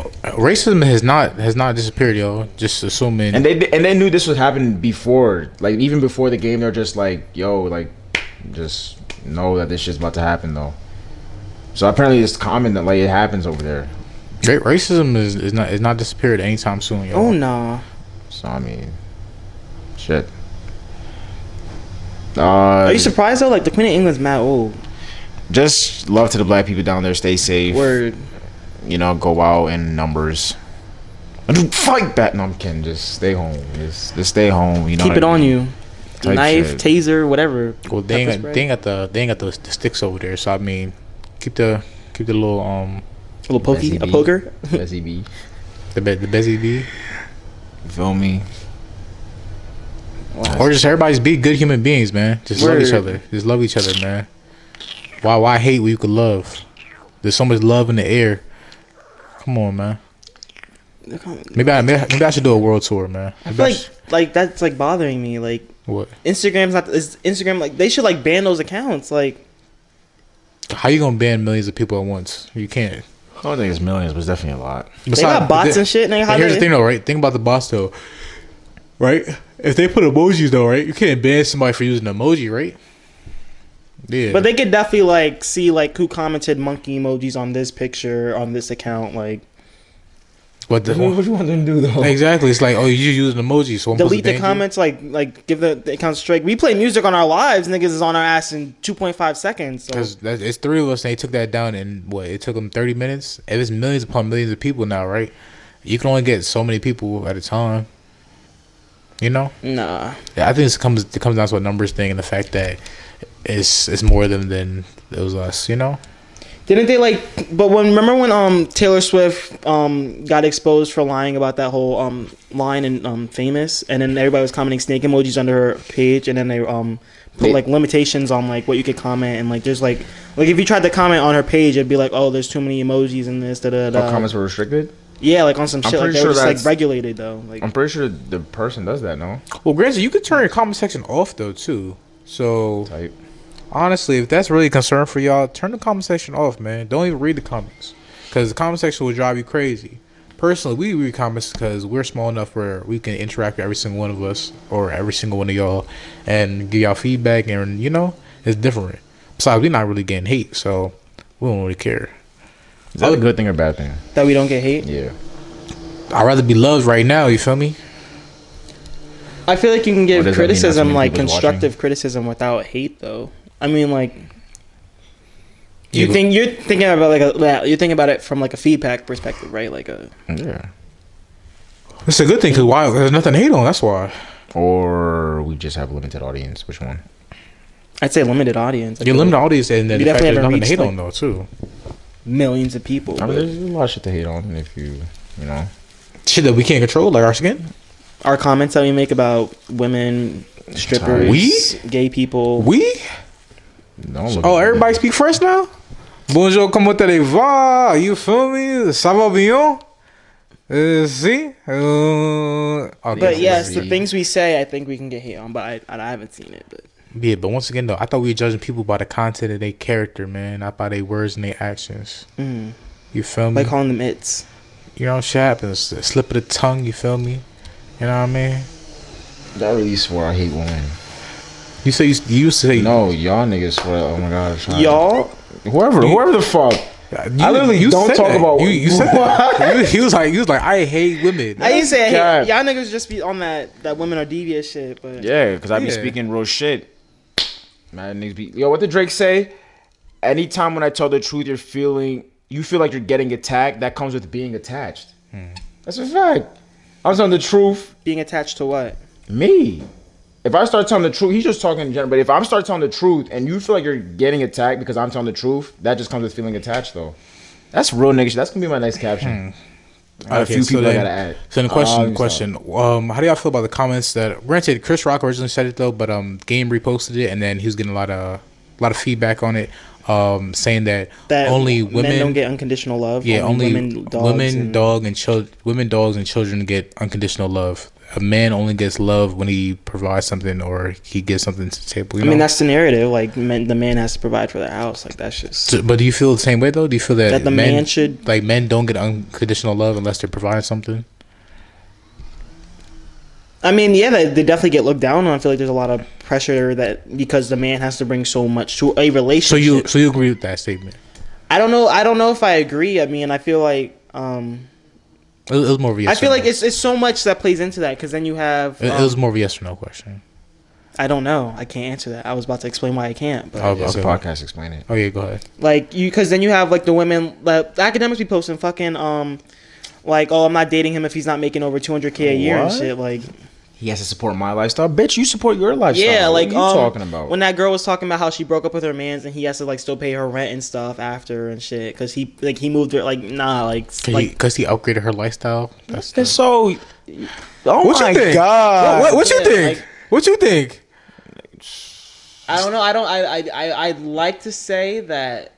Speaker 2: racism has not has not disappeared, yo. Just assuming.
Speaker 3: And they and they knew this would happen before, like even before the game. They're just like, yo, like, just know that this shit's about to happen though. So apparently, it's common that like it happens over there.
Speaker 2: Ra- racism is, is not is not disappeared anytime soon, yo.
Speaker 1: Oh nah.
Speaker 3: So I mean, shit. Uh,
Speaker 1: Are you surprised though? Like the Queen of England's mad old.
Speaker 3: just love to the black people down there. Stay safe.
Speaker 1: Word.
Speaker 3: You know, go out in numbers. And Fight that. No, I'm kidding. Just stay home. Just, just stay home. You know.
Speaker 1: Keep
Speaker 3: what
Speaker 1: it
Speaker 3: I
Speaker 1: on
Speaker 3: mean?
Speaker 1: you.
Speaker 3: Type
Speaker 1: Knife,
Speaker 3: shit.
Speaker 1: taser, whatever.
Speaker 2: Well, they
Speaker 1: Pepper
Speaker 2: ain't, got-
Speaker 1: spray.
Speaker 2: they ain't got the they ain't got the, the sticks over there, so I mean, keep the keep the little um
Speaker 1: A little pokey, a
Speaker 3: SEB.
Speaker 1: poker.
Speaker 3: Yes, he be.
Speaker 2: the be- the busy bee,
Speaker 3: You Feel me.
Speaker 2: or just everybody's be good human beings, man. Just love each
Speaker 1: Word.
Speaker 2: other. Just love each other, man. Why why hate what you could love? There's so much love in the air. Come on, man. Maybe I may- maybe I should do a world tour, man.
Speaker 1: I
Speaker 2: Maybe
Speaker 1: feel
Speaker 2: I
Speaker 1: like
Speaker 2: should-
Speaker 1: like that's like bothering me. Like
Speaker 2: what?
Speaker 1: Instagram's not is Instagram like they should like ban those accounts. Like
Speaker 2: How you gonna ban millions of people at once? You can't.
Speaker 3: I don't think it's millions, but it's definitely a lot.
Speaker 1: they got bots and shit. Nigga,
Speaker 2: But
Speaker 1: how
Speaker 2: here's
Speaker 1: they-
Speaker 2: the thing though, right? Think about the boss though, right? If they put emojis though, right? You can't ban somebody for using an emoji, right? Yeah.
Speaker 1: But they could definitely like see like who commented monkey emojis on this picture on this account. Like
Speaker 2: what the,
Speaker 3: you want them to do though?
Speaker 2: exactly? It's like oh, you use an emoji, so I'm supposed to
Speaker 1: delete the
Speaker 2: ban you?
Speaker 1: comments. Like like give the, the account strike. We play music on our lives. Niggas is on our ass in two point five seconds. So.
Speaker 2: Because that's- it's three of us, and they took that down in what it took them thirty minutes. If it's millions upon millions of people now, right? You can only get so many people at a time. You know,
Speaker 1: Nah.
Speaker 2: Yeah, I think this comes it comes down to a numbers thing and the fact that it's it's more than than it was us. You know,
Speaker 1: Didn't they like? But when remember when um Taylor Swift um got exposed for lying about that whole um line in um Famous, and then everybody was commenting snake emojis under her page, and then they um put
Speaker 3: They-
Speaker 1: like limitations on like what you could comment, and like there's like like if you tried to comment on her page, it'd be like oh there's too many emojis in this da da da.
Speaker 3: comments were restricted.
Speaker 1: Yeah, like on some
Speaker 3: I'm
Speaker 1: shit like
Speaker 3: pretty
Speaker 1: that.
Speaker 3: sure
Speaker 1: was just like
Speaker 3: that's-
Speaker 1: regulated though. Like
Speaker 3: I'm pretty sure the person does that. No
Speaker 2: Well, granted, you could turn your comment section off though too. So
Speaker 3: type.
Speaker 2: honestly, if that's really a concern for y'all, turn the comment section off, man. Don't even read the comments because the comment section will drive you crazy. Personally, we read comments because we're small enough where we can interact with every single one of us or every single one of y'all and give y'all feedback, and you know it's different. Besides, we're not really getting hate, so we don't really care.
Speaker 3: Is that a good thing or bad thing?
Speaker 1: that we don't get hate.
Speaker 3: Yeah.
Speaker 2: I'd rather be loved right now. You feel me?
Speaker 1: I feel like you can give
Speaker 3: Or does that mean that's
Speaker 1: criticism,
Speaker 3: what
Speaker 1: like
Speaker 3: people's watching?
Speaker 1: constructive criticism, without hate, though. I mean, like you
Speaker 2: You-
Speaker 1: think you're thinking about like a that- you're thinking about it from like a feedback perspective, right? Like a
Speaker 3: Yeah.
Speaker 2: It's a good thing because why? There's nothing to hate on. That's why.
Speaker 3: Or we just have a limited audience. Which one?
Speaker 1: I'd say limited audience. I
Speaker 2: You
Speaker 1: feel
Speaker 2: limit
Speaker 1: like
Speaker 2: all these and then
Speaker 1: You
Speaker 2: the fact
Speaker 1: definitely
Speaker 2: there's
Speaker 1: haven't
Speaker 2: nothing to
Speaker 1: reached,
Speaker 2: hate
Speaker 1: like-
Speaker 2: on though too.
Speaker 1: millions of people.
Speaker 3: I mean,
Speaker 1: but
Speaker 3: there's a lot of shit to hate on if you, you know.
Speaker 2: Shit that we can't control, like our skin.
Speaker 1: Our comments that we make about women, strippers,
Speaker 2: We?
Speaker 1: gay people.
Speaker 2: We?
Speaker 3: Don't look
Speaker 2: Oh, everybody speak French now? Bonjour, comment allez-vous? Ah, You feel me? Ça va bien? Uh, see? Uh, okay.
Speaker 1: but yes,
Speaker 3: Everybody.
Speaker 1: the things we say, I think we can get hate on. But I, I haven't seen it. But
Speaker 2: Yeah, but once again, though, I thought we were judging people by the content of their character, man, not by their words and their actions.
Speaker 1: mm,
Speaker 2: You feel me?
Speaker 1: like calling them it's.
Speaker 2: you know, shit happens. A slip of the tongue, you feel me? You know what I mean?
Speaker 3: That really swore I hate women.
Speaker 2: You say you, you say
Speaker 3: No, y'all niggas swear. Oh my god. I'm trying-
Speaker 1: Y'all,
Speaker 3: Whoever, whoever the fuck.
Speaker 2: You,
Speaker 3: I literally don't
Speaker 2: said
Speaker 3: talk
Speaker 2: that.
Speaker 3: about-
Speaker 2: you. You said that. you, he was like, he was like, I hate women.
Speaker 1: I didn't say I
Speaker 3: God.
Speaker 1: hate. Y'all niggas just be on that that women are devious shit. But
Speaker 3: Yeah, because I be
Speaker 2: Yeah.
Speaker 3: speaking real shit. Man, niggas be yo. What did Drake say? Anytime when I tell the truth, you're feeling you feel like you're getting attacked. That comes with being attached.
Speaker 2: Hmm.
Speaker 3: That's a fact. I was telling the truth.
Speaker 1: being attached to what?
Speaker 3: Me. If I start telling the truth, he's just talking in general. But if I'm start telling the truth and you feel like you're getting attacked because I'm telling the truth, that just comes with feeling attached, though. That's real nigga shit. That's gonna be my next caption. I got a
Speaker 2: Hmm. Okay,
Speaker 3: few
Speaker 2: so
Speaker 3: people
Speaker 2: then-
Speaker 3: I gotta add.
Speaker 2: So the
Speaker 3: Um,
Speaker 2: question,
Speaker 3: sorry.
Speaker 2: question, um, how do y'all feel about the comments that granted Chris Rock originally said it though, but um, Game reposted it and then he was getting a lot of, a lot of feedback on it, um, saying that,
Speaker 1: That
Speaker 2: only
Speaker 1: men don't
Speaker 2: women,
Speaker 1: get unconditional love.
Speaker 2: yeah, only,
Speaker 1: women, dogs,
Speaker 2: women,
Speaker 1: and-
Speaker 2: dog, and children, women, dogs, and children get unconditional love. A man only gets love when he provides something or he gives something to the table. You
Speaker 1: I
Speaker 2: know?
Speaker 1: mean, that's the narrative. Like, men, the man has to provide for the house. Like, that's just
Speaker 2: So- but do you feel the same way though? Do you feel that,
Speaker 1: that the
Speaker 2: men,
Speaker 1: man should.
Speaker 2: like men don't get unconditional love unless they're providing something?
Speaker 1: I mean, yeah, they, they definitely get looked down on. I feel like there's a lot of pressure that because the man has to bring so much to a
Speaker 2: So
Speaker 1: relationship.
Speaker 2: you, so you agree with that statement?
Speaker 1: I don't know. I don't know if I agree. I mean, I feel like. Um,
Speaker 2: It, it was more of a yes
Speaker 1: I feel
Speaker 2: or
Speaker 1: like
Speaker 2: no.
Speaker 1: it's, it's so much that plays into that because then you have.
Speaker 2: It, it
Speaker 1: um,
Speaker 2: was more of a yes or no question.
Speaker 1: I don't know. I can't answer that. I was about to explain why I can't, but
Speaker 2: Oh,
Speaker 3: It's
Speaker 2: okay.
Speaker 3: a podcast. Explain it.
Speaker 2: Oh yeah, go ahead.
Speaker 1: like you because then you have like the women like the academics be posting fucking um like oh i'm not dating him if he's not making over 200k a year and
Speaker 3: What?
Speaker 1: shit like
Speaker 3: He has to support my lifestyle. Bitch, you support your lifestyle.
Speaker 1: yeah
Speaker 3: What
Speaker 1: like
Speaker 3: are you
Speaker 1: um,
Speaker 3: talking about?
Speaker 1: when that girl was talking about how she broke up with her man's and he has to like still pay her rent and stuff after and shit because he like he moved her like nah like s- like
Speaker 2: Because he, upgraded her lifestyle. That's
Speaker 3: It's so. Oh
Speaker 2: what
Speaker 3: my
Speaker 2: you think?
Speaker 3: god!
Speaker 2: What, what, what you
Speaker 1: Yeah,
Speaker 2: think?
Speaker 1: like-
Speaker 2: what you think?
Speaker 1: i don't know i don't I, I i i'd like to say that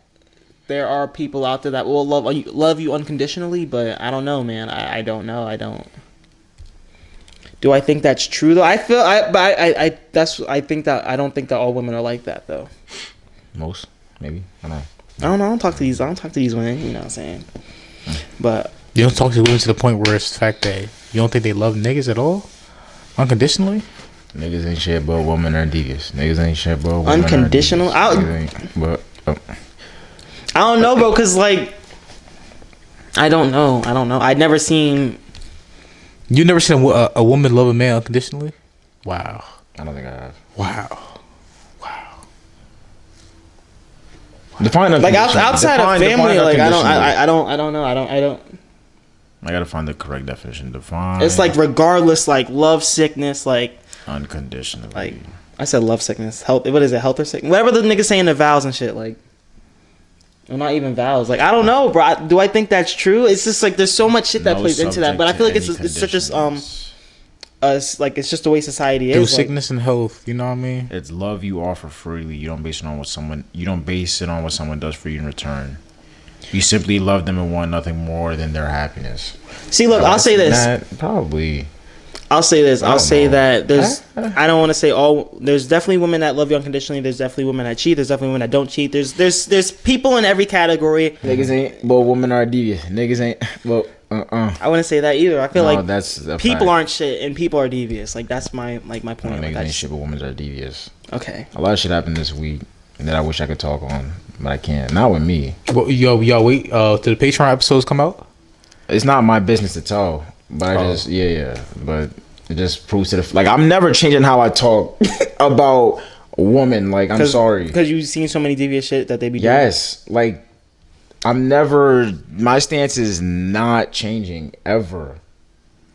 Speaker 1: there are people out there that will love love you unconditionally but i don't know man i, I don't know i don't Do I think that's true though? I feel I but I, I, I that's I think that I don't think that all women are like that though.
Speaker 3: Most maybe. I don't know.
Speaker 1: I don't know, I don't talk to these I don't talk to these women, you know what I'm saying? But
Speaker 2: You don't talk to women to the point where it's the fact that you don't think they love niggas at all, unconditionally.
Speaker 3: Niggas ain't shit, but women are devious. Niggas ain't shit, but women are
Speaker 1: Unconditional?
Speaker 3: devious.
Speaker 1: I'll-
Speaker 3: Niggas ain't- But oh.
Speaker 1: I don't know bro cuz like I don't know. I don't know. I'd never seen
Speaker 2: You never seen a, wo- a, a woman love a man unconditionally. Wow,
Speaker 3: I don't think I have.
Speaker 2: wow, wow.
Speaker 3: Define
Speaker 1: like out,
Speaker 3: unconditional.
Speaker 1: outside of
Speaker 3: Define-
Speaker 1: family
Speaker 3: define
Speaker 1: like I don't
Speaker 3: unconditional.
Speaker 1: I, I- I don't I don't know. I don't I don't
Speaker 3: I gotta find the correct definition. Define.
Speaker 1: It's like regardless like love sickness like
Speaker 3: unconditional.
Speaker 1: like I said love sickness. Health what is it? Health or sickness? Whatever the nigga saying the vows and shit like well, not even vows. Like I don't know, bro. I- Do I think that's true? It's just like there's so much shit that
Speaker 3: No
Speaker 1: plays into that,
Speaker 3: subject
Speaker 1: but I
Speaker 3: to
Speaker 1: feel like it's,
Speaker 3: any
Speaker 1: it's such as um
Speaker 3: conditions.
Speaker 1: us like it's just the way society
Speaker 2: Through
Speaker 1: is. like-
Speaker 2: sickness and health, you know what I mean.
Speaker 3: It's love you offer freely. You don't base it on what someone. You don't base it on what someone does for you in return. You simply love them and want nothing more than their happiness.
Speaker 1: see, look, I'll say this.
Speaker 3: Not- probably.
Speaker 1: I'll say this.
Speaker 3: I don't
Speaker 1: I'll say
Speaker 3: know.
Speaker 1: that there's.
Speaker 3: Oh, Huh?
Speaker 1: I don't want to say all. There's definitely women that love you unconditionally. There's definitely women that cheat. There's definitely women that don't cheat. There's there's there's people in every category.
Speaker 3: Niggas ain't. Well, women are devious. Niggas ain't. Well, uh, uh.
Speaker 1: I wouldn't say that either. I feel
Speaker 3: No,
Speaker 1: like
Speaker 3: that's a
Speaker 1: people
Speaker 3: fact.
Speaker 1: aren't shit and people are devious. Like that's my like my
Speaker 3: No,
Speaker 1: point. Like,
Speaker 3: niggas ain't
Speaker 1: that's,
Speaker 3: shit, but women are devious.
Speaker 1: okay.
Speaker 3: A lot of shit happened this week that I wish I could talk on, but I can't. Not with me.
Speaker 2: Well, yo, yo, wait. Uh, till the Patreon episodes come out.
Speaker 3: It's not my business to tell. But I just yeah yeah. But it just proves to the like I'm never changing how I talk about a woman. Like I'm sorry.
Speaker 1: because you've seen so many devious shit that they be doing.
Speaker 3: Yes, like I'm never. My stance is not changing ever,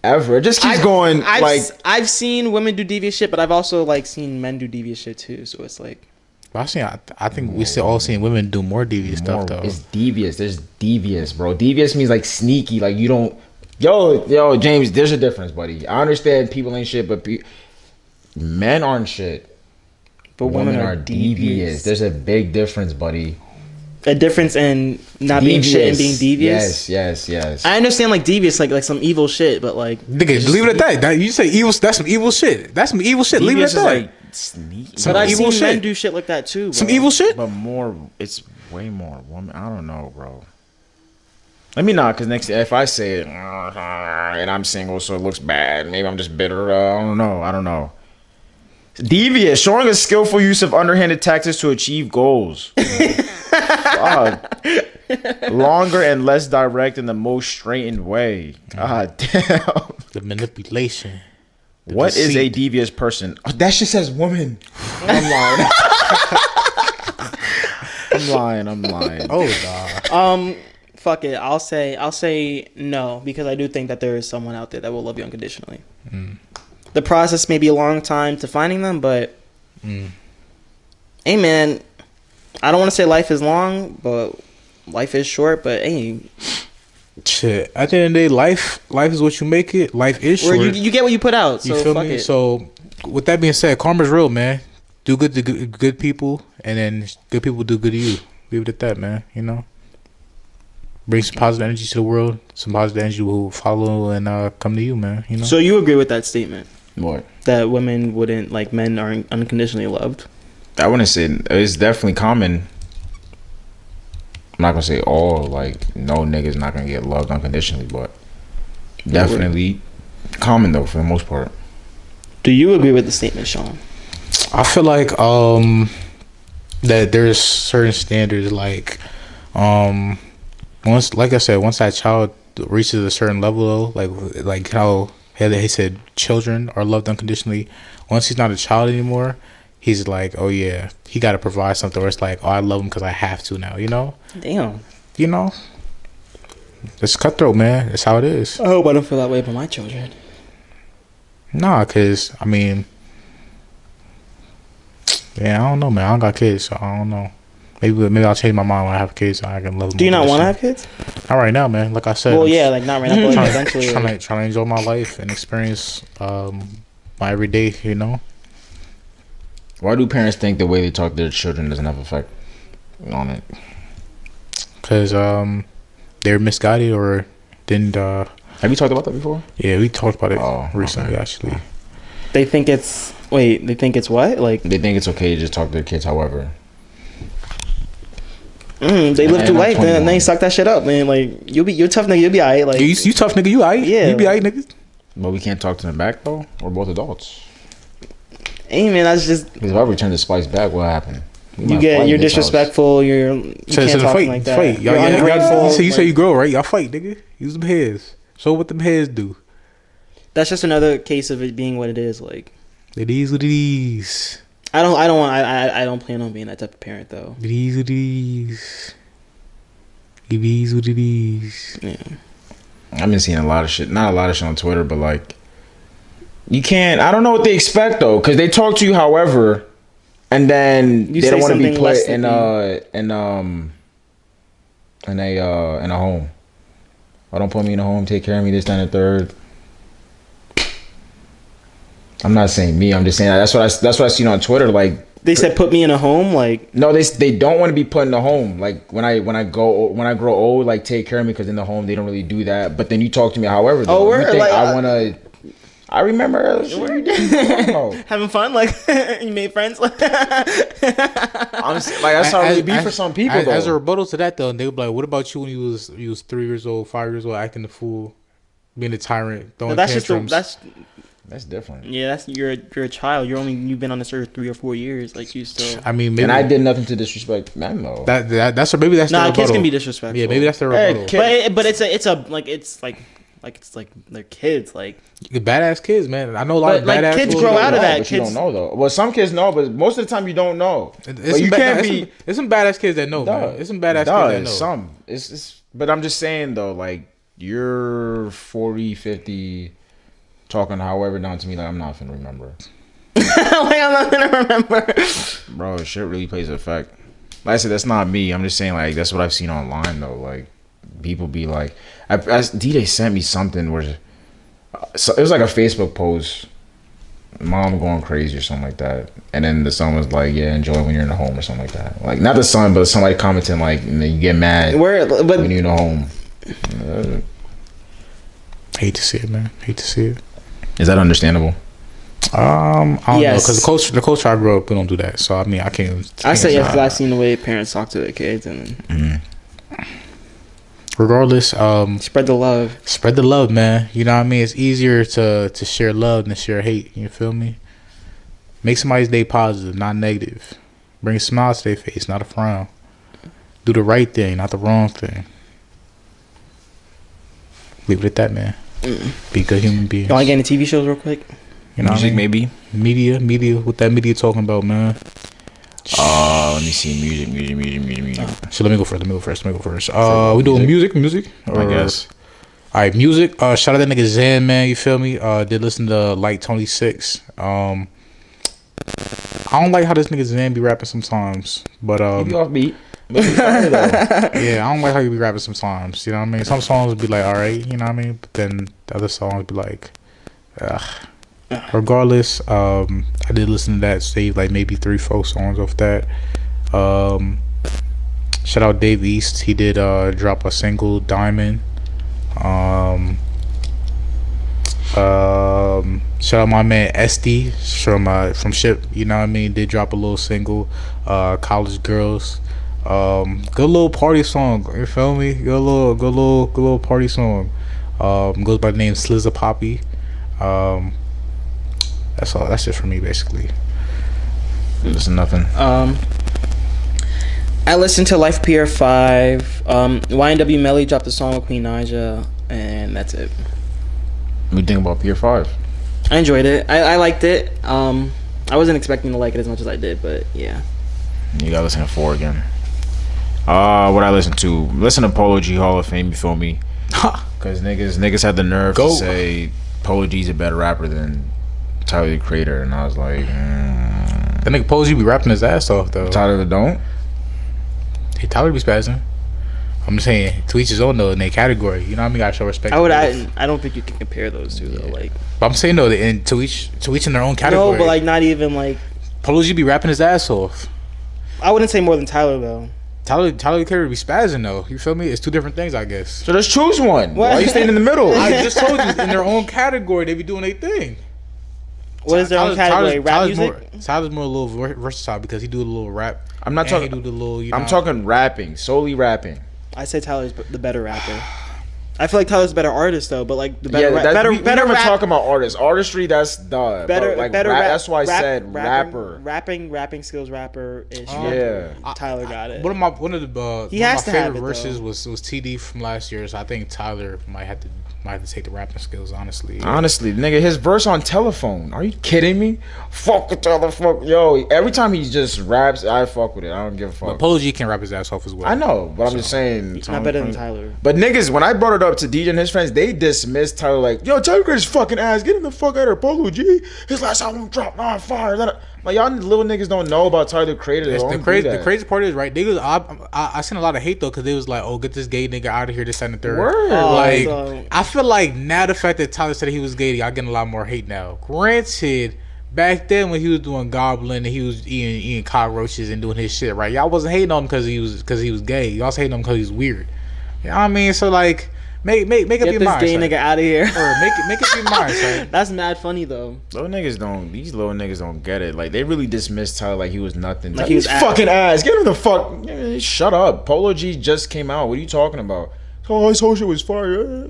Speaker 3: ever. It just keeps
Speaker 1: I've-
Speaker 3: going.
Speaker 1: I've,
Speaker 3: like
Speaker 1: s- I've seen women do devious shit, but I've also like seen men do devious shit too. So it's like
Speaker 2: But I seen, I, I think we still all seen women do more devious
Speaker 3: more-
Speaker 2: stuff though.
Speaker 3: it's devious. There's devious, bro. Devious means like sneaky. Like you don't. Yo, yo, James. There's a difference, buddy. I understand people ain't shit, but pe- men aren't shit.
Speaker 1: but
Speaker 3: Women,
Speaker 1: women,
Speaker 3: are devious. There's a big difference, buddy.
Speaker 1: a difference in not being shit and being devious.
Speaker 3: Yes, yes, yes.
Speaker 1: I understand like devious, like like some evil shit, but like
Speaker 2: Nigga, leave it at that. that. You say evil. That's some evil shit. That's some evil shit. leave it at
Speaker 3: Devious
Speaker 2: that.
Speaker 3: is like sneaky.
Speaker 2: Some
Speaker 1: but I've
Speaker 2: evil
Speaker 1: seen men
Speaker 2: shit.
Speaker 1: do shit like that too.
Speaker 2: some
Speaker 1: bro.
Speaker 2: evil shit.
Speaker 3: But more, it's way more woman. I don't know, bro. Let me not, cause next if I say it and I'm single, so it looks bad. Maybe I'm just bitter. Uh, I don't know. I don't know. Devious, showing a skillful use of underhanded tactics to achieve goals. Fuck. Longer and less direct in the most straightened way. God damn.
Speaker 2: The manipulation.
Speaker 3: What is a
Speaker 2: deceit.
Speaker 3: devious person? Oh, that shit says woman. I'm lying. I'm lying. I'm lying.
Speaker 2: Oh god.
Speaker 1: Um, fuck it. I'll say I'll say no because I do think that there is someone out there that will love you unconditionally.
Speaker 2: Mm.
Speaker 1: The process may be a long time to finding them, but
Speaker 2: Mm.
Speaker 1: hey, man, I don't want to say life is long, but life is short. But hey,
Speaker 2: shit. At the end of the day, life life is what you make it. Life is
Speaker 1: where
Speaker 2: short.
Speaker 1: you
Speaker 2: You,
Speaker 1: you get what you put out. So
Speaker 2: feel
Speaker 1: fuck
Speaker 2: me?
Speaker 1: it.
Speaker 2: So, with that being said, karma's real, man. Do good to good, good people, and then good people do good to you. Leave it at that, man. You know. Bring some positive energy to the world. Some positive energy will follow and uh, come to you, man. You know.
Speaker 1: so you agree with that statement
Speaker 3: What?
Speaker 1: that women wouldn't like men aren't unconditionally loved?
Speaker 3: I wouldn't say it's definitely common. I'm not gonna say all like no niggas not gonna get loved unconditionally, but definitely common though for the most part.
Speaker 1: Do you agree with the statement, Sean?
Speaker 2: I feel like um that there's certain standards like um once like I said once that child reaches a certain level though like like how he he said children are loved unconditionally once he's not a child anymore he's like oh yeah he got to provide something or it's like oh I love him because I have to now you know
Speaker 1: Damn.
Speaker 2: you know it's cutthroat man that's how it is
Speaker 1: I hope Oh, I don't feel that way about my children.
Speaker 2: Nah, cause I mean, yeah, I don't know, man. I don't got kids, so I don't know. Maybe maybe I'll change my mind when I have kids. And I can love.
Speaker 1: Do you not want to have kids?
Speaker 2: have? Not right now, man. Like I said,
Speaker 1: Well,
Speaker 2: I'm
Speaker 1: yeah, like not right now, but like,
Speaker 2: trying,
Speaker 1: eventually.
Speaker 2: trying to trying to enjoy my life and experience um my everyday. You know,
Speaker 3: Why do parents think the way they talk to their children doesn't have effect on it?
Speaker 2: cause um they're misguided or didn't. uh
Speaker 3: Have you talked about that before?
Speaker 2: Yeah, we talked about it
Speaker 3: Oh,
Speaker 2: recently,
Speaker 3: okay.
Speaker 2: actually.
Speaker 1: They think it's wait. They think it's what? Like
Speaker 3: They think it's okay to just talk to their kids. However,
Speaker 1: mm, they live
Speaker 3: Yeah,
Speaker 1: through
Speaker 3: I'm
Speaker 1: life, then
Speaker 3: 21.
Speaker 1: they suck that shit up, man. Like you'll be, you're tough nigga. You'll be alright. Like
Speaker 2: you, you tough nigga, you aight?
Speaker 1: Yeah,
Speaker 2: you be
Speaker 1: like-
Speaker 2: aight, nigga.
Speaker 3: but we can't talk to them back though. We're both adults.
Speaker 1: hey, man, that's just
Speaker 3: Because if I return the spice back, what happened? We
Speaker 1: you
Speaker 3: might
Speaker 1: get
Speaker 3: fight
Speaker 1: you're
Speaker 3: in this house.
Speaker 1: disrespectful. You're you
Speaker 2: So,
Speaker 1: can't
Speaker 2: so the
Speaker 1: talk
Speaker 2: fight,
Speaker 1: like that.
Speaker 2: fight.
Speaker 1: You're
Speaker 2: Y'all, y'all, y'all, you
Speaker 1: ungrateful,
Speaker 2: say you say
Speaker 1: like-
Speaker 2: you grow right? Y'all fight, nigga. Use them heads. Show what them heads do.
Speaker 1: that's just another case of it being what it is. Like
Speaker 2: It is what it is.
Speaker 1: I don't, I don't want, I, I, I don't plan on being that type of parent though.
Speaker 2: It is what it is. It is what it is.
Speaker 3: I've been seeing a lot of shit. Not a lot of shit on Twitter, but like, you can't. I don't know what they expect though, because they talk to you, however, and then
Speaker 1: You
Speaker 3: they don't
Speaker 1: say
Speaker 3: want to be
Speaker 1: something less
Speaker 3: put
Speaker 1: than
Speaker 3: in uh in um in a uh in a home. Why don't put me in a home? Take care of me. This, that, and the third. I'm not saying me. I'm just saying that's what I that's what I seen on Twitter. Like
Speaker 1: They said put me in a home. Like
Speaker 3: no, they they don't want to be put in the home. Like when I when I go when I grow old, like take care of me because in the home they don't really do that. But then you talk to me, however, though,
Speaker 1: we're,
Speaker 3: you think
Speaker 1: like,
Speaker 3: I
Speaker 1: uh,
Speaker 3: want to. I remember. No.
Speaker 1: having fun. Like you made friends. Like
Speaker 3: I'm s- like that's how it really be for some people
Speaker 2: as,
Speaker 3: though.
Speaker 2: as a rebuttal to that, though, they would be like, "What about you when you was you was three years old, five years old, acting a fool, being a tyrant, throwing
Speaker 1: that's just the,
Speaker 2: tantrums?"
Speaker 1: that's
Speaker 3: that's different.
Speaker 1: yeah. That's you're a- you're a child. You're only you've been on this earth three or four years. Like you still.
Speaker 2: I mean, maybe
Speaker 3: And I did nothing to disrespect them though.
Speaker 2: that, that. That's or maybe that's
Speaker 1: Nah,
Speaker 2: the
Speaker 1: kids
Speaker 2: rebuttal.
Speaker 1: can be disrespectful.
Speaker 2: Yeah, maybe that's the
Speaker 3: Hey,
Speaker 2: rebuttal.
Speaker 3: kid-
Speaker 1: But it, but it's a it's a like it's like Like it's like they're kids. Like
Speaker 2: The badass kids, man. I know a lot of
Speaker 1: But, like,
Speaker 2: badass
Speaker 1: kids
Speaker 2: little
Speaker 1: grow
Speaker 2: girls.
Speaker 1: out of
Speaker 3: know,
Speaker 1: that,
Speaker 3: But you
Speaker 1: kids-
Speaker 3: don't know though. Well, some kids know, but most of the time you don't know.
Speaker 2: It's
Speaker 3: But
Speaker 2: some
Speaker 3: you
Speaker 2: ba-
Speaker 3: can't
Speaker 2: it's
Speaker 3: be.
Speaker 2: Some, it's some badass kids that know,
Speaker 3: Duh.
Speaker 2: man. It's some badass
Speaker 3: Duh,
Speaker 2: kids that know.
Speaker 3: Some. It's, it's, but I'm just saying, though, like, you're 40, 50, talking however down to me, like, I'm not finna remember.
Speaker 1: like I'm not gonna remember.
Speaker 3: Bro, shit really plays an effect. Like I said, that's not me. I'm just saying, like, that's what I've seen online, though. Like, people be like, I, I, D-Day sent me something where uh, so it was like a Facebook post. Mom going crazy or something like that, and then the son was like, "Yeah, enjoy when you're in the home" or something like that. Like not the son, but somebody commenting like, "You get mad."
Speaker 1: Where, but
Speaker 3: when you know home. Uh,
Speaker 2: Hate to see it, man. Hate to see it.
Speaker 3: Is that understandable?
Speaker 2: Um, I don't know
Speaker 1: Yes.
Speaker 2: because the culture, the culture I grew up, we don't do that. So I mean, I can't. can't
Speaker 1: I say yes
Speaker 2: say.
Speaker 1: 'cause I've seen the way parents talk to their kids and
Speaker 3: Mm.
Speaker 2: Regardless, um,
Speaker 1: spread the love.
Speaker 2: spread the love, man. You know what I mean? It's easier to to share love than to share hate. You feel me? Make somebody's day positive, not negative. Bring a smile to their face, not a frown. Do the right thing, not the wrong thing. Leave it at that, man. Be good human beings.
Speaker 1: You want to get into TV shows real quick?
Speaker 2: you know what I mean?
Speaker 3: maybe.
Speaker 2: Media, media. What that media talking about, man?
Speaker 3: Uh, let me see. Music, music, music, music, music.
Speaker 2: So let me go first. Let me go first. Let me go first. Uh, we doing music, music.
Speaker 3: I guess.
Speaker 2: All right, music. Uh, shout out that nigga Zan, man. You feel me? Uh, did listen to Light Tony Six. Um, I don't like how this nigga Zan be rapping sometimes, but um,
Speaker 3: offbeat.
Speaker 2: yeah, I don't like how you be rapping sometimes. You know what I mean? Some songs be like, all right, you know what I mean? But then the other songs be like, ugh. Regardless, um, I did listen to that, save like maybe three, four songs off that. Um, shout out Dave East. He did uh, drop a single, Diamond. Um, um, shout out my man Esty from uh, from Ship. You know what I mean? Did drop a little single, uh, College Girls. Um, good little party song. You feel me? Good little, good little, good little party song. Um, goes by the name Slizza Poppy. Um, that's all. That's it for me, basically.
Speaker 3: Listen, nothing.
Speaker 1: Um, I listened to Life Pier 5. Um, YNW Melly dropped a song with Queen Naja, and that's it.
Speaker 3: We think about Pier Five.
Speaker 1: I enjoyed it. I, I liked it. Um, I wasn't expecting to like it as much as I did, but yeah.
Speaker 3: You gotta listen to four again. Uh, what I listen to? Listen to Polo G Hall of Fame. You feel me? Cause niggas, niggas had the nerve
Speaker 2: Go.
Speaker 3: to say Polo G's a better rapper than Tyler the Creator, and I was like, mm.
Speaker 2: That nigga Posey be rapping his ass off though.
Speaker 3: Tyler the don't.
Speaker 2: Hey, Tyler be spazzing. I'm just saying, to each his own though in their category. You know what I mean? Gotta show respect.
Speaker 1: I
Speaker 2: to
Speaker 1: would.
Speaker 2: both.
Speaker 1: I, I don't think you can compare those two though. Like
Speaker 2: But I'm saying though, and to each to each in their own category.
Speaker 1: no, but like not even like.
Speaker 2: Polo G be rapping his ass off.
Speaker 1: I wouldn't say more than Tyler though.
Speaker 2: Tyler Tyler Carey be spazzing though. You feel me? It's two different things, I guess.
Speaker 3: So just choose one. Why are you staying in the middle?
Speaker 2: I just told you in their own category they be doing their thing.
Speaker 1: What is their own category? Rap music.
Speaker 2: More, Tyler's more a little ver- versatile because he do a little rap.
Speaker 3: I'm not
Speaker 2: and
Speaker 3: talking-
Speaker 2: He do the little. You know,
Speaker 3: I'm talking rapping, solely rapping.
Speaker 1: I say Tyler's b- the better rapper. I feel like Tyler's a better artist though, but like the better, ra-
Speaker 3: that's-
Speaker 1: better,
Speaker 3: we,
Speaker 1: better
Speaker 3: we never
Speaker 1: rap-
Speaker 3: talk about artists. Artistry, that's duh.
Speaker 1: better,
Speaker 3: Better, like,
Speaker 1: better.
Speaker 3: rap,
Speaker 1: rap-
Speaker 3: that's why I
Speaker 1: rap-
Speaker 3: said
Speaker 1: rapping-
Speaker 3: rapper.
Speaker 1: rapping, rapping skills, rapper ish.
Speaker 3: Yeah.
Speaker 1: Tyler got it.
Speaker 2: One of my one of the uh,
Speaker 1: He
Speaker 2: one of
Speaker 1: has
Speaker 2: my
Speaker 1: to have
Speaker 2: favorite
Speaker 1: it,
Speaker 2: verses
Speaker 1: though.
Speaker 2: was was TD from last year. So I think Tyler might have to might have to take the rapping skills. Honestly,
Speaker 3: Honestly, nigga, his verse on telephone. Are you kidding me? Fuck the telephone, yo. Every time he just raps, I fuck with it. I don't give a
Speaker 2: but
Speaker 3: fuck.
Speaker 2: Polo G can rap his ass off as well.
Speaker 3: I know, but I'm just saying.
Speaker 1: He's not better than Tyler.
Speaker 3: But niggas, when I brought it up to DJ and his friends, they dismissed Tyler like, "Yo, Tyler Creator's fucking ass. Get him the fuck out of here, Polo G. His last album dropped on fire." Like y'all little niggas don't know about Tyler the Creator.
Speaker 2: It's
Speaker 3: They
Speaker 2: the
Speaker 3: don't do
Speaker 2: crazy, the
Speaker 3: that.
Speaker 2: crazy part is right. They was, I, I, I seen a lot of hate though, because they was like, "Oh, get this gay nigga out of here." This that, and the third.
Speaker 3: Word.
Speaker 1: Oh,
Speaker 2: like,
Speaker 1: so-
Speaker 2: I feel like now the fact that Tyler said he was gay, y'all getting a lot more hate now. Granted, back then when he was doing Goblin and he was eating, eating cockroaches and doing his shit, right? Y'all wasn't hating on him because he was because he was gay. Y'all was hating on him because he's weird. You know what I mean? So like, make make make up
Speaker 1: Get
Speaker 2: your
Speaker 1: this
Speaker 2: mind.
Speaker 1: gay
Speaker 2: son.
Speaker 1: nigga out of here.
Speaker 2: Or make it make up your mind. son.
Speaker 1: That's mad funny though.
Speaker 3: Little niggas don't. These little niggas don't get it. Like they really dismissed Tyler like he was nothing. Like,
Speaker 1: he was
Speaker 3: he's
Speaker 1: ass.
Speaker 3: fucking ass. Get him the fuck. Eh, Shut up. Polo G just came out. What are you talking about? Oh, his whole shit was fire.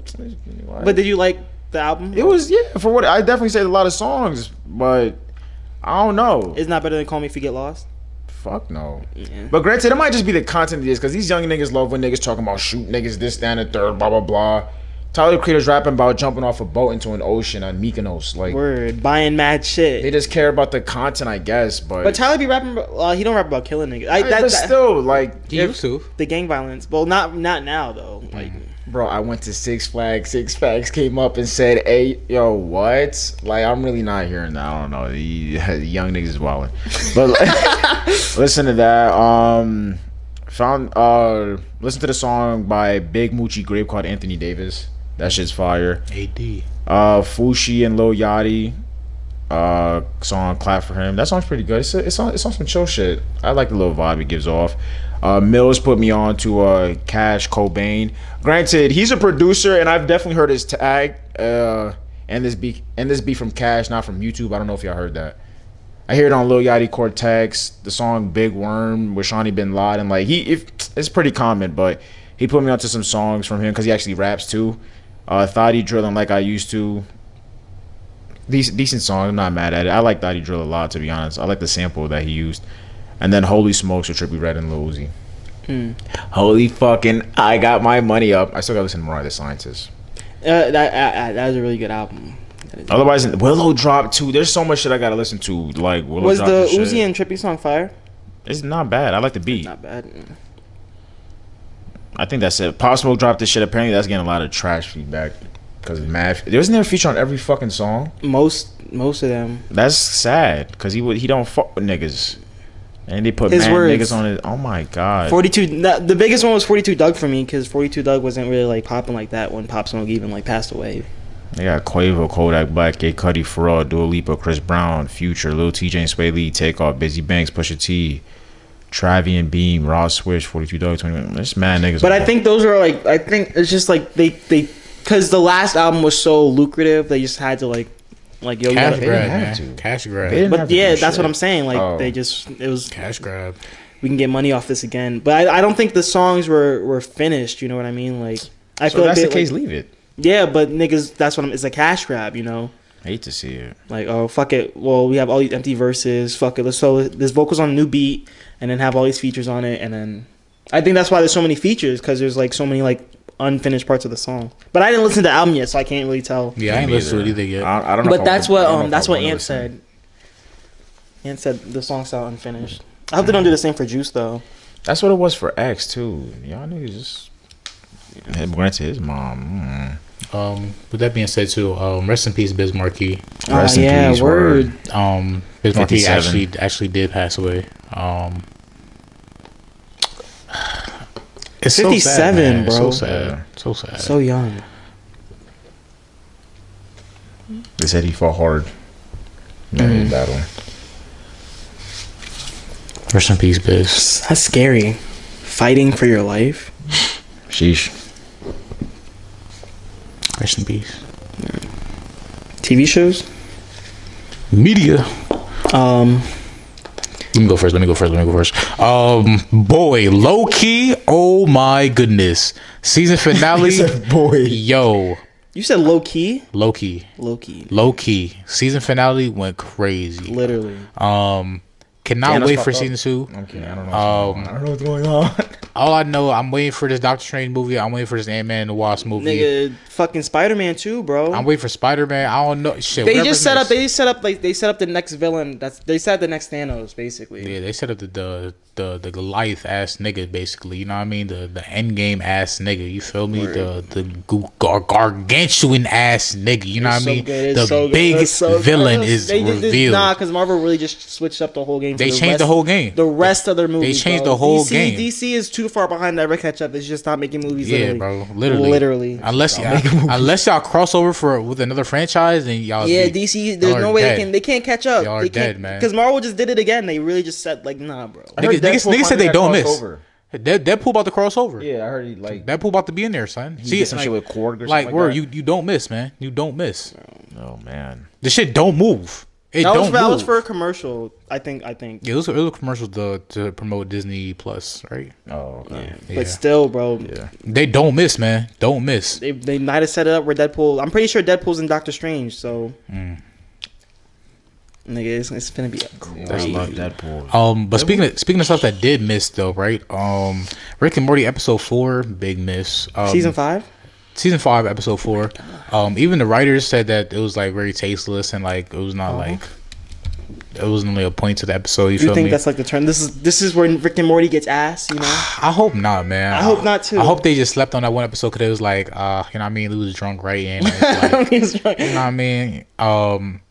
Speaker 1: But did you like the album?
Speaker 3: it was yeah. For what I definitely said a lot of songs, but I don't know.
Speaker 1: It's not better than Call Me If You Get Lost.
Speaker 3: Fuck no.
Speaker 1: Yeah.
Speaker 3: But granted, it might just be the content of this because these young niggas love when niggas talking about shoot niggas this, that, and the third, blah blah blah. Tyler the Creator's rapping about jumping off a boat into an ocean on Mykonos. Like
Speaker 1: Word, buying mad shit.
Speaker 3: they just care about the content, I guess. But,
Speaker 1: but Tyler be rapping. about- Well, he don't rap about killing niggas. I,
Speaker 3: I-
Speaker 1: that,
Speaker 3: but
Speaker 1: that-
Speaker 3: still, like,
Speaker 2: He
Speaker 3: if-
Speaker 2: used to.
Speaker 1: the gang violence. Well, not not now though. Like
Speaker 3: bro, I went to Six Flags. Six Flags came up and said, "Hey, yo, what?" Like, I'm really not hearing that. I don't know. The, the young niggas is wilding. But like, listen to that. Um, found uh, listen to the song by Big Moochie Grape called Anthony Davis. That shit's fire.
Speaker 2: AD.
Speaker 3: Uh, Fushi and Lil Yachty. Uh, song "Clap for Him." That song's pretty good. It's it's on it's on some chill shit. I like the little vibe it gives off. Uh, Mills put me on to uh Cash Cobain. Granted, he's a producer, and I've definitely heard his tag. Uh, and this be and this be from Cash, not from YouTube. I don't know if y'all heard that. I hear it on Lil Yachty Cortex, the song Big Worm with Shawnee Bin Laden. Like he, if, it's pretty common, but he put me onto some songs from him because he actually raps too. Uh, Thotty drilling like I used to. Decent, decent song. I'm not mad at it. I like Thotty drill a lot to be honest. I like the sample that he used, and then Holy Smokes with Trippie Red and Lil Uzi.
Speaker 1: Hmm.
Speaker 3: Holy fucking! I got my money up. I still got to listen to more of the scientists.
Speaker 1: uh, that uh, uh, that was a really good album. That is-
Speaker 3: Otherwise, Willow dropped too. There's so much shit I gotta listen to. Like Willow
Speaker 1: Was
Speaker 3: dropped
Speaker 1: the
Speaker 3: some shit.
Speaker 1: Uzi and Trippy song fire?
Speaker 3: It's not bad. I like the beat.
Speaker 1: Not bad.
Speaker 3: I think that's it. Pop Smoke dropped this shit. Apparently, that's getting a lot of trash feedback because mad. There wasn't there a feature on every fucking song.
Speaker 1: Most most of them.
Speaker 3: That's sad because he would he don't fuck with niggas, and they put
Speaker 1: His
Speaker 3: mad
Speaker 1: words.
Speaker 3: niggas on it. Oh my god.
Speaker 1: Forty two. The biggest one was Forty Two Doug for me because Forty Two Doug wasn't really like popping like that when Pop Smoke even like passed away.
Speaker 3: They got Quavo, Kodak Black, Kid Cudi, Pharrell, Dua Lipa, Chris Brown, Future, Lil TJ, and Sway Lee, Takeoff, Busy Banks, Pusha T, Travian Beam, Raw Switch, Forty Two Dog, Twenty One. There's mad niggas.
Speaker 1: But
Speaker 3: on
Speaker 1: I
Speaker 3: it.
Speaker 1: think those are like I think it's just like they they because the last album was so lucrative they just had to like like yo. you
Speaker 2: Cash
Speaker 1: gotta-
Speaker 3: they didn't
Speaker 2: grab,
Speaker 3: have
Speaker 2: man.
Speaker 3: to.
Speaker 2: Cash grab.
Speaker 3: They didn't have
Speaker 1: But
Speaker 3: to
Speaker 1: yeah,
Speaker 3: do
Speaker 1: that's
Speaker 3: shit.
Speaker 1: what I'm saying. Like
Speaker 3: Oh.
Speaker 1: they just it was
Speaker 2: Cash grab.
Speaker 1: we can get money off this again. But I, I don't think the songs were were finished. You know what I mean? Like I
Speaker 3: So if that's
Speaker 1: they-
Speaker 3: the case.
Speaker 1: like-
Speaker 3: leave it.
Speaker 1: yeah, but niggas, that's what I'm. It's a cash grab. You know,
Speaker 3: hate to see it.
Speaker 1: like oh fuck it. Well, we have all these empty verses. Fuck it. Let's throw this vocals on a new beat and then have all these features on it. And then I think that's why there's so many features because there's like so many like unfinished parts of the song. But I didn't listen to the album yet, so I can't really tell.
Speaker 2: Yeah, I ain't
Speaker 3: Me
Speaker 2: listened to it
Speaker 3: neither.
Speaker 2: either yet.
Speaker 3: I, I don't know. if
Speaker 1: But
Speaker 3: I
Speaker 1: that's
Speaker 3: would- I
Speaker 1: what
Speaker 3: don't know
Speaker 1: um
Speaker 3: if
Speaker 1: that's
Speaker 3: I
Speaker 1: what
Speaker 3: would
Speaker 1: Ant
Speaker 3: listen.
Speaker 1: said. Ant said the song sound unfinished. I hope they don't do the same for Juice though.
Speaker 3: That's what it was for X too. Y'all niggas just. Him went to his mom. mm.
Speaker 2: Um, with that being said, too, um, rest in peace, Biz Markie.
Speaker 1: Oh
Speaker 3: Rest in
Speaker 1: yeah,
Speaker 3: peace,
Speaker 1: word.
Speaker 3: word.
Speaker 2: Um, Biz Markie
Speaker 3: 57.
Speaker 2: actually actually did pass away. Um, it's so sad,
Speaker 1: 57,
Speaker 2: man. It's
Speaker 1: bro.
Speaker 2: So sad. So sad.
Speaker 1: So young.
Speaker 3: Mm. They said he fought hard. Man,
Speaker 1: Mm.
Speaker 3: he battled.
Speaker 2: rest in peace, Biz.
Speaker 1: That's scary. Fighting for your life.
Speaker 3: Sheesh.
Speaker 2: Rest in peace.
Speaker 1: TV shows.
Speaker 2: Media.
Speaker 1: Um,
Speaker 2: Let me go first. Let me go first. Let me go first. Um, boy, low key. Oh my goodness, season finale.
Speaker 3: Boy.
Speaker 2: Yo,
Speaker 1: you said low key.
Speaker 2: low key,
Speaker 1: Low key.
Speaker 2: low key. Season finale went crazy.
Speaker 1: Literally.
Speaker 2: Um, cannot
Speaker 3: Damn, that's
Speaker 2: wait for
Speaker 3: fucked up.
Speaker 2: season two.
Speaker 3: I'm kidding. I don't know.
Speaker 2: Um,
Speaker 3: I don't know what's going on.
Speaker 2: All I know, I'm waiting for this Doctor Strange movie. I'm waiting for this Ant Man and the Wasp movie.
Speaker 1: Nigga, fucking Spider Man too, bro.
Speaker 2: I'm waiting for Spider Man. I don't know. Shit,
Speaker 1: they
Speaker 2: whatever
Speaker 1: just set
Speaker 2: next-
Speaker 1: up. They just set up like they set up the next villain. That's they set up the next Thanos basically.
Speaker 2: yeah, they set up the the the, the Goliath ass nigga basically. You know what I mean? The the end game ass nigga. You feel me? The the gu- gar- gargantuan ass nigga. You know
Speaker 1: It's so
Speaker 2: what I mean?
Speaker 1: good, it's
Speaker 2: The
Speaker 1: so good,
Speaker 2: big
Speaker 1: it's so good.
Speaker 2: villain is
Speaker 1: They just-
Speaker 2: revealed.
Speaker 1: this- Nah, because Marvel really just switched up the whole game. for
Speaker 2: They changed
Speaker 1: rest-
Speaker 2: the whole game.
Speaker 1: The rest of their movies.
Speaker 2: changed
Speaker 1: bro.
Speaker 2: the whole
Speaker 1: DC,
Speaker 2: game.
Speaker 1: DC is too far behind to ever catch up. It's just not making movies.
Speaker 2: yeah,
Speaker 1: literally.
Speaker 2: bro. Literally.
Speaker 1: Literally.
Speaker 2: Unless y'all, unless y'all cross over for with another franchise and y'all
Speaker 1: Yeah,
Speaker 2: be-
Speaker 1: DC.
Speaker 2: y'all
Speaker 1: There's
Speaker 2: are
Speaker 1: no way
Speaker 2: dead.
Speaker 1: they can. They can't catch up.
Speaker 2: Y'all are
Speaker 1: they can't,
Speaker 2: dead, man.
Speaker 1: Because Marvel just did it again. They really just said like, nah, bro.
Speaker 2: Nigga- niggas- niggas said they don't miss. Dead, Deadpool about to cross over.
Speaker 3: Yeah, I heard he like.
Speaker 2: Deadpool about to be in there, son.
Speaker 3: He
Speaker 2: See,
Speaker 3: did
Speaker 2: it's
Speaker 3: some
Speaker 2: like,
Speaker 3: shit with Korg or
Speaker 2: like,
Speaker 3: something like
Speaker 2: word,
Speaker 3: that.
Speaker 2: you you don't miss, man. You don't miss.
Speaker 3: Oh man.
Speaker 2: The shit don't move. It
Speaker 1: That
Speaker 2: don't
Speaker 1: was, for, that
Speaker 2: move.
Speaker 1: was for a commercial. I think. I think.
Speaker 2: yeah, those are little commercials to to promote Disney Plus, right?
Speaker 3: Oh okay.
Speaker 2: Yeah.
Speaker 1: But still, bro.
Speaker 3: Yeah.
Speaker 2: They don't miss, man. Don't miss.
Speaker 1: They, they might have set it up where Deadpool. I'm pretty sure Deadpool's in Doctor Strange. So.
Speaker 2: Mm.
Speaker 1: Nigga, it's, it's gonna be a
Speaker 3: I
Speaker 1: crazy.
Speaker 3: love Deadpool.
Speaker 2: Um, but speaking of, speaking of stuff that did miss though, right? Um, Rick and Morty episode four, big miss. Um,
Speaker 1: Season five.
Speaker 2: season five, episode four. Um, even the writers said that it was like very tasteless and like it was not
Speaker 1: Uh-huh.
Speaker 2: like it wasn't really a point to the episode. You,
Speaker 1: You
Speaker 2: feel
Speaker 1: think
Speaker 2: me?
Speaker 1: that's like the turn? This is this is where Rick and Morty gets ass, you know?
Speaker 2: I hope not, man.
Speaker 1: I hope not, too.
Speaker 2: I hope they just slept on that one episode because it was like, uh, you know, what I mean, we was drunk, right? And it's like,
Speaker 1: I mean, it's like-
Speaker 2: you know what I mean? Um,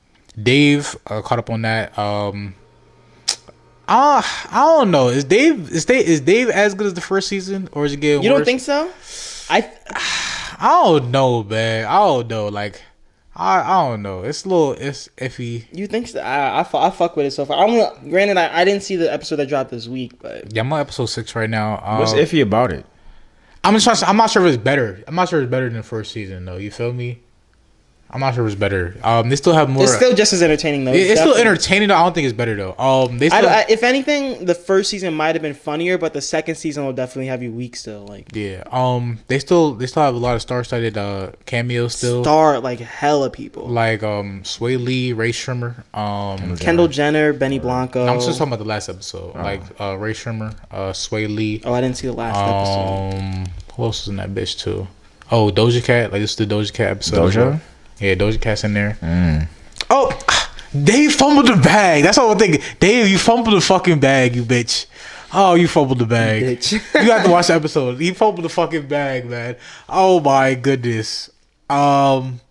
Speaker 2: Dave uh, caught up on that. Um, I, I don't know. Is Dave is Dave is Dave as good as the first season or is it getting
Speaker 1: you don't
Speaker 2: worse?
Speaker 1: think so? I
Speaker 2: I don't know, man. I don't know. Like, I I don't know. It's a little it's iffy.
Speaker 1: you think so? I, I, fu- I fuck with it so far. I'm gonna- granted I, I didn't see the episode that dropped this week, but
Speaker 2: Yeah, I'm on episode six right now. Um,
Speaker 3: What's iffy about it?
Speaker 2: I'm just trying. To, I'm not sure if it's better. I'm not sure if it's better than the first season though. You feel me? I'm not sure if it's better. Um, they still have more.
Speaker 1: it's still just as entertaining though.
Speaker 2: It- it's still
Speaker 1: definitely-
Speaker 2: entertaining. Though. I don't think it's better though. Um, they
Speaker 1: I,
Speaker 2: still,
Speaker 1: I- if anything, the first season might have been funnier, but the second season will definitely have you weak still. Like
Speaker 2: yeah. Um, they still they still have a lot of star-studded uh cameos still,
Speaker 1: star like hella people.
Speaker 2: like um Sway Lee, Ray Shrimmer. Um,
Speaker 1: Kendall Jenner, Benny Blanco.
Speaker 2: I'm just talking about the last episode, like uh Ray Shrimmer, uh Sway Lee.
Speaker 1: oh, I didn't see the last episode.
Speaker 2: Um, who else is in that bitch too? Oh, Doja Cat. Like this is the Doja Cat episode.
Speaker 3: Doja?
Speaker 2: Yeah, Doja Cat's in there. Oh, Dave fumbled the bag. That's all I'm thinking. Dave, you fumbled the fucking bag, you bitch. Oh, you fumbled the bag.
Speaker 1: Bitch.
Speaker 2: you have to watch the episode. He fumbled the fucking bag, man. Oh my goodness. Um,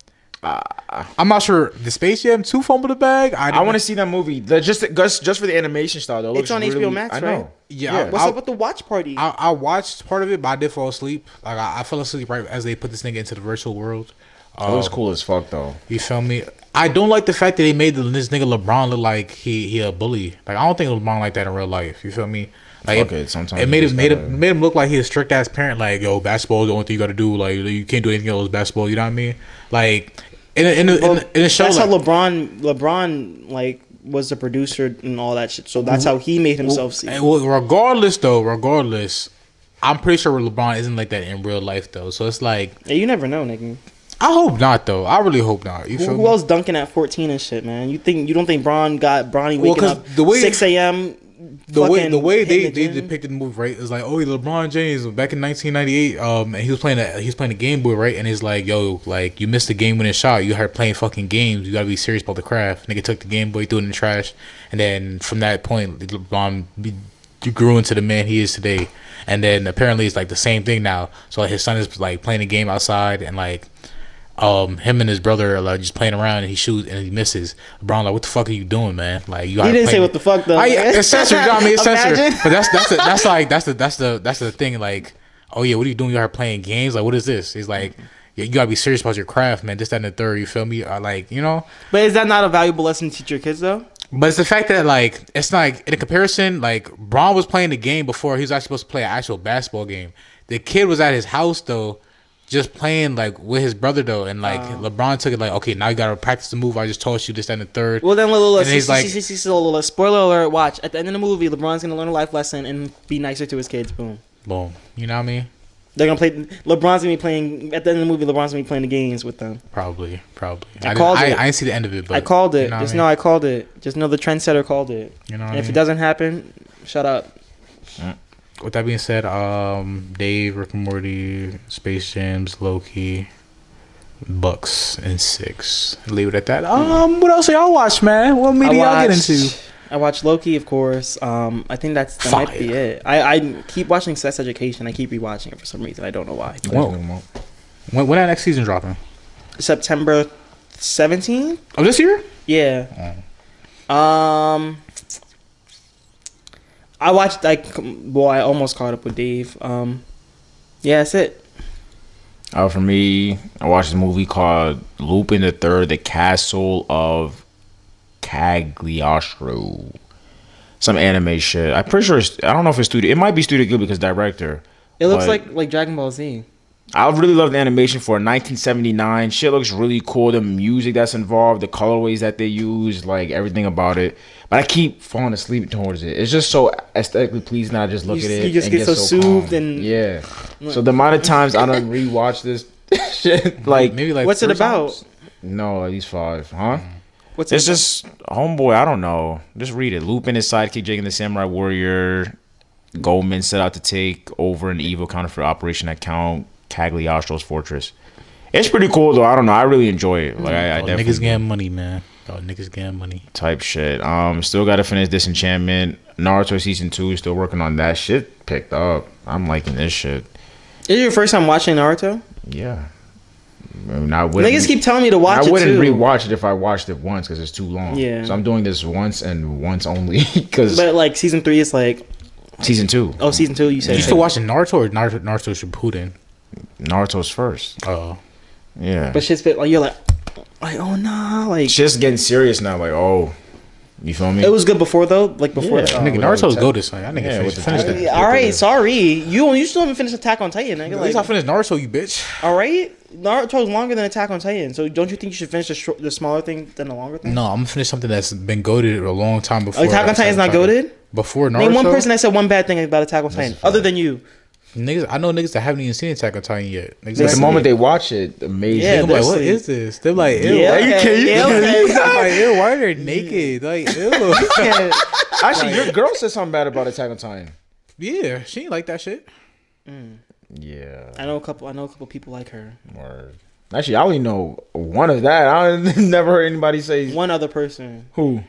Speaker 2: I'm not sure. The Space Jam 2 fumbled the bag.
Speaker 3: I want to see that movie The- just just just for the animation style though. It
Speaker 1: It's
Speaker 3: looks
Speaker 1: on HBO
Speaker 3: really-
Speaker 1: Max,
Speaker 3: I know.
Speaker 1: right?
Speaker 2: Yeah, I-
Speaker 1: What's
Speaker 2: I'll-
Speaker 1: up with the watch party?
Speaker 2: I, I watched part of it, but I did fall asleep. Like I, I fell asleep right as they put this nigga into the virtual world.
Speaker 3: It
Speaker 2: Um,
Speaker 3: was Oh, cool as fuck though.
Speaker 2: You feel me? I don't like the fact that they made the, this nigga LeBron look like he he a bully. Like I don't think LeBron like that in real life. You feel me? Like
Speaker 3: Fuck it, sometimes
Speaker 2: it made
Speaker 3: you
Speaker 2: him
Speaker 3: just
Speaker 2: made
Speaker 3: gotta-
Speaker 2: him made him look like he a strict ass parent. Like yo, basketball is the only thing you got to do. Like you can't do anything else. Basketball. You know what I mean? Like in a, in a, in, a, in a show
Speaker 1: that's
Speaker 2: like,
Speaker 1: how LeBron LeBron like was the producer and all that shit. So that's how he made himself see.
Speaker 2: Hey, Mm-hmm. well, regardless though, regardless, I'm pretty sure LeBron isn't like that in real life though. So it's like
Speaker 1: Yeah, you never know, nigga.
Speaker 2: I hope not though. I really hope not. You
Speaker 1: Who,
Speaker 2: feel
Speaker 1: who
Speaker 2: me?
Speaker 1: else dunking at fourteen and shit, man? You think you don't think Bron got Bronny
Speaker 2: Well,
Speaker 1: waking
Speaker 2: 'cause
Speaker 1: up
Speaker 2: the way-
Speaker 1: six a.m.
Speaker 2: the way
Speaker 1: fucking
Speaker 2: the way they,
Speaker 1: hitting the
Speaker 2: they
Speaker 1: gym?
Speaker 2: depicted the move right is like oh LeBron James back in 1998 um and he was playing a, he was playing a Game Boy right and it's like yo like you missed the game winning shot you had playing fucking games you gotta be serious about the craft nigga took the Game Boy threw it in the trash and then from that point LeBron be, grew into the man he is today and then apparently it's like the same thing now so like, his son is like playing a game outside and like um him and his brother are like just playing around and he shoots and he misses LeBron like what the fuck are you doing man like you
Speaker 1: He
Speaker 2: gotta
Speaker 1: didn't
Speaker 2: play-
Speaker 1: say what the fuck though.
Speaker 2: I, it's censored. you know what I mean, it's censored.
Speaker 1: Imagine.
Speaker 2: But that's that's the, that's like that's the that's the that's the thing. Like, oh yeah, what are you doing? You are playing games. Like, what is this? It's like yeah, you gotta be serious about your craft, man. This, that, and the third. You feel me? Uh, like, you know.
Speaker 1: But is that not a valuable lesson to teach your kids though?
Speaker 2: But it's the fact that like it's not, like in a comparison, like Braun was playing the game before he was actually supposed to play an actual basketball game. The kid was at his house though, just playing like with his brother though, and like LeBron took it like, okay, now you gotta practice the move I just taught you. This, that, and the third.
Speaker 1: Well then, Lola,
Speaker 2: And he's like-
Speaker 1: spoiler alert. Watch at the end of the movie, LeBron's gonna learn a life lesson and be nicer to his kids. Boom.
Speaker 2: Boom. You know what I mean?
Speaker 1: They're gonna play. LeBron's gonna be playing at the end of the movie. LeBron's gonna be playing the games with them.
Speaker 2: Probably, probably.
Speaker 1: I
Speaker 2: I, didn't-
Speaker 1: called
Speaker 2: I,
Speaker 1: it.
Speaker 2: I didn't see the end of it, but
Speaker 1: I called it.
Speaker 2: you know what
Speaker 1: Just
Speaker 2: I mean? Mm-hmm.
Speaker 1: know I called it. Just know the trendsetter called it.
Speaker 2: You know what
Speaker 1: And
Speaker 2: I
Speaker 1: if it
Speaker 2: mean?
Speaker 1: doesn't happen, shut up.
Speaker 2: With that being said, um, Dave, Rick and Morty, Space Jams, Loki, Bucks, and Six. Leave it at that. Um, what else y'all watch, man? What media y'all get into?
Speaker 1: I watched Loki, of course. Um, I think that's that might be
Speaker 2: Fire.
Speaker 1: it. I, I keep watching Sex Education. I keep rewatching it for some reason. I don't know why.
Speaker 2: Whoa. When, when that next season dropping?
Speaker 1: September seventeenth.
Speaker 2: Oh, this year?
Speaker 1: Yeah. Um, I watched like boy, I almost caught up with Dave. Um, yeah, that's it.
Speaker 3: Uh, for me, I watched a movie called Lupin the Third: The Castle of Cagliostro. Some anime shit. I'm pretty sure. It's, I don't know if it's studio. It might be Studio Ghibli because director.
Speaker 1: It looks
Speaker 3: But-
Speaker 1: like like Dragon Ball Z.
Speaker 3: I really love the animation for 1979. Shit looks really cool. The music that's involved, the colorways that they use, like everything about it. But I keep falling asleep towards it. It's just so aesthetically pleasing. I just look
Speaker 1: You-
Speaker 3: at it.
Speaker 1: you just
Speaker 3: and
Speaker 1: get so soothed
Speaker 3: calm.
Speaker 1: and-
Speaker 3: yeah. So the amount of times I done rewatch this shit, like
Speaker 2: Maybe like
Speaker 1: What's it
Speaker 2: three
Speaker 1: about?
Speaker 2: times?
Speaker 3: no, at least five, huh?
Speaker 1: What's it
Speaker 3: It's
Speaker 1: about?
Speaker 3: just homeboy. I don't know. Just read it. Lupin, his sidekick, Jake, and the Samurai Warrior. Goldman set out to take over an evil counterfeit operation at Count Cagliostro's fortress. It's pretty cool though. I don't know. I really enjoy it. Like I, I
Speaker 2: Y'all
Speaker 3: definitely
Speaker 2: Oh, niggas getting money, man. Y'all niggas getting money.
Speaker 3: type shit. Um, still got to finish Disenchantment. Naruto season two. Still working on that shit. Picked up. I'm liking this shit.
Speaker 1: Is it your first time watching Naruto?
Speaker 3: Yeah. I mean, I wouldn't-
Speaker 1: Niggas keep telling me to watch
Speaker 3: I
Speaker 1: it
Speaker 3: wouldn't
Speaker 1: too.
Speaker 3: rewatch it if I watched it once because it's too long.
Speaker 1: Yeah.
Speaker 3: So I'm doing this once and once only because
Speaker 1: but like season three is like
Speaker 3: season two,
Speaker 1: oh season two you said
Speaker 2: You still watching Naruto or Naruto, Naruto Shippuden?
Speaker 3: Naruto's first.
Speaker 2: Oh,
Speaker 3: Yeah.
Speaker 1: but shit's been like you're like like oh nah like
Speaker 3: it's just getting serious now. Like, oh, you feel me?
Speaker 1: it was good before though like before
Speaker 3: Yeah.
Speaker 1: that.
Speaker 2: nigga,
Speaker 3: without
Speaker 2: Naruto's
Speaker 3: the-
Speaker 2: go this I nigga
Speaker 3: Yeah,
Speaker 2: finished,
Speaker 3: with the
Speaker 2: finished
Speaker 3: title.
Speaker 1: Oh,
Speaker 2: it.
Speaker 1: Yeah, all right, sorry. You you still haven't finished Attack on Titan. Nigga.
Speaker 2: At least I
Speaker 1: Like,
Speaker 2: finished Naruto, you bitch.
Speaker 1: all right, Naruto's longer than Attack on Titan. So don't you think you should finish the, short, the smaller thing than the longer thing?
Speaker 2: No, I'm gonna finish something that's been goaded a long time before.
Speaker 1: Attack on Titan's not goaded.
Speaker 2: Before Naruto,
Speaker 1: Name one person that said one bad thing about Attack on Titan other than you.
Speaker 2: niggas, I know niggas that haven't even seen Attack on Titan yet. Niggas
Speaker 3: But
Speaker 2: like-
Speaker 3: the moment they watch it, amazing.
Speaker 1: Yeah,
Speaker 2: I'm like, what
Speaker 1: They're
Speaker 2: is this? They're like, ew.
Speaker 1: Yeah,
Speaker 2: Yeah,
Speaker 1: okay, yeah, okay.
Speaker 2: like, ew, why are they naked? Like, ew.
Speaker 3: Actually, your girl said something bad about Attack on Titan.
Speaker 2: yeah, she ain't like that shit.
Speaker 3: Yeah.
Speaker 1: I know a couple. I know a couple people like her.
Speaker 3: Word. Actually, I only know one of that. I never heard anybody say
Speaker 1: One other person.
Speaker 3: who.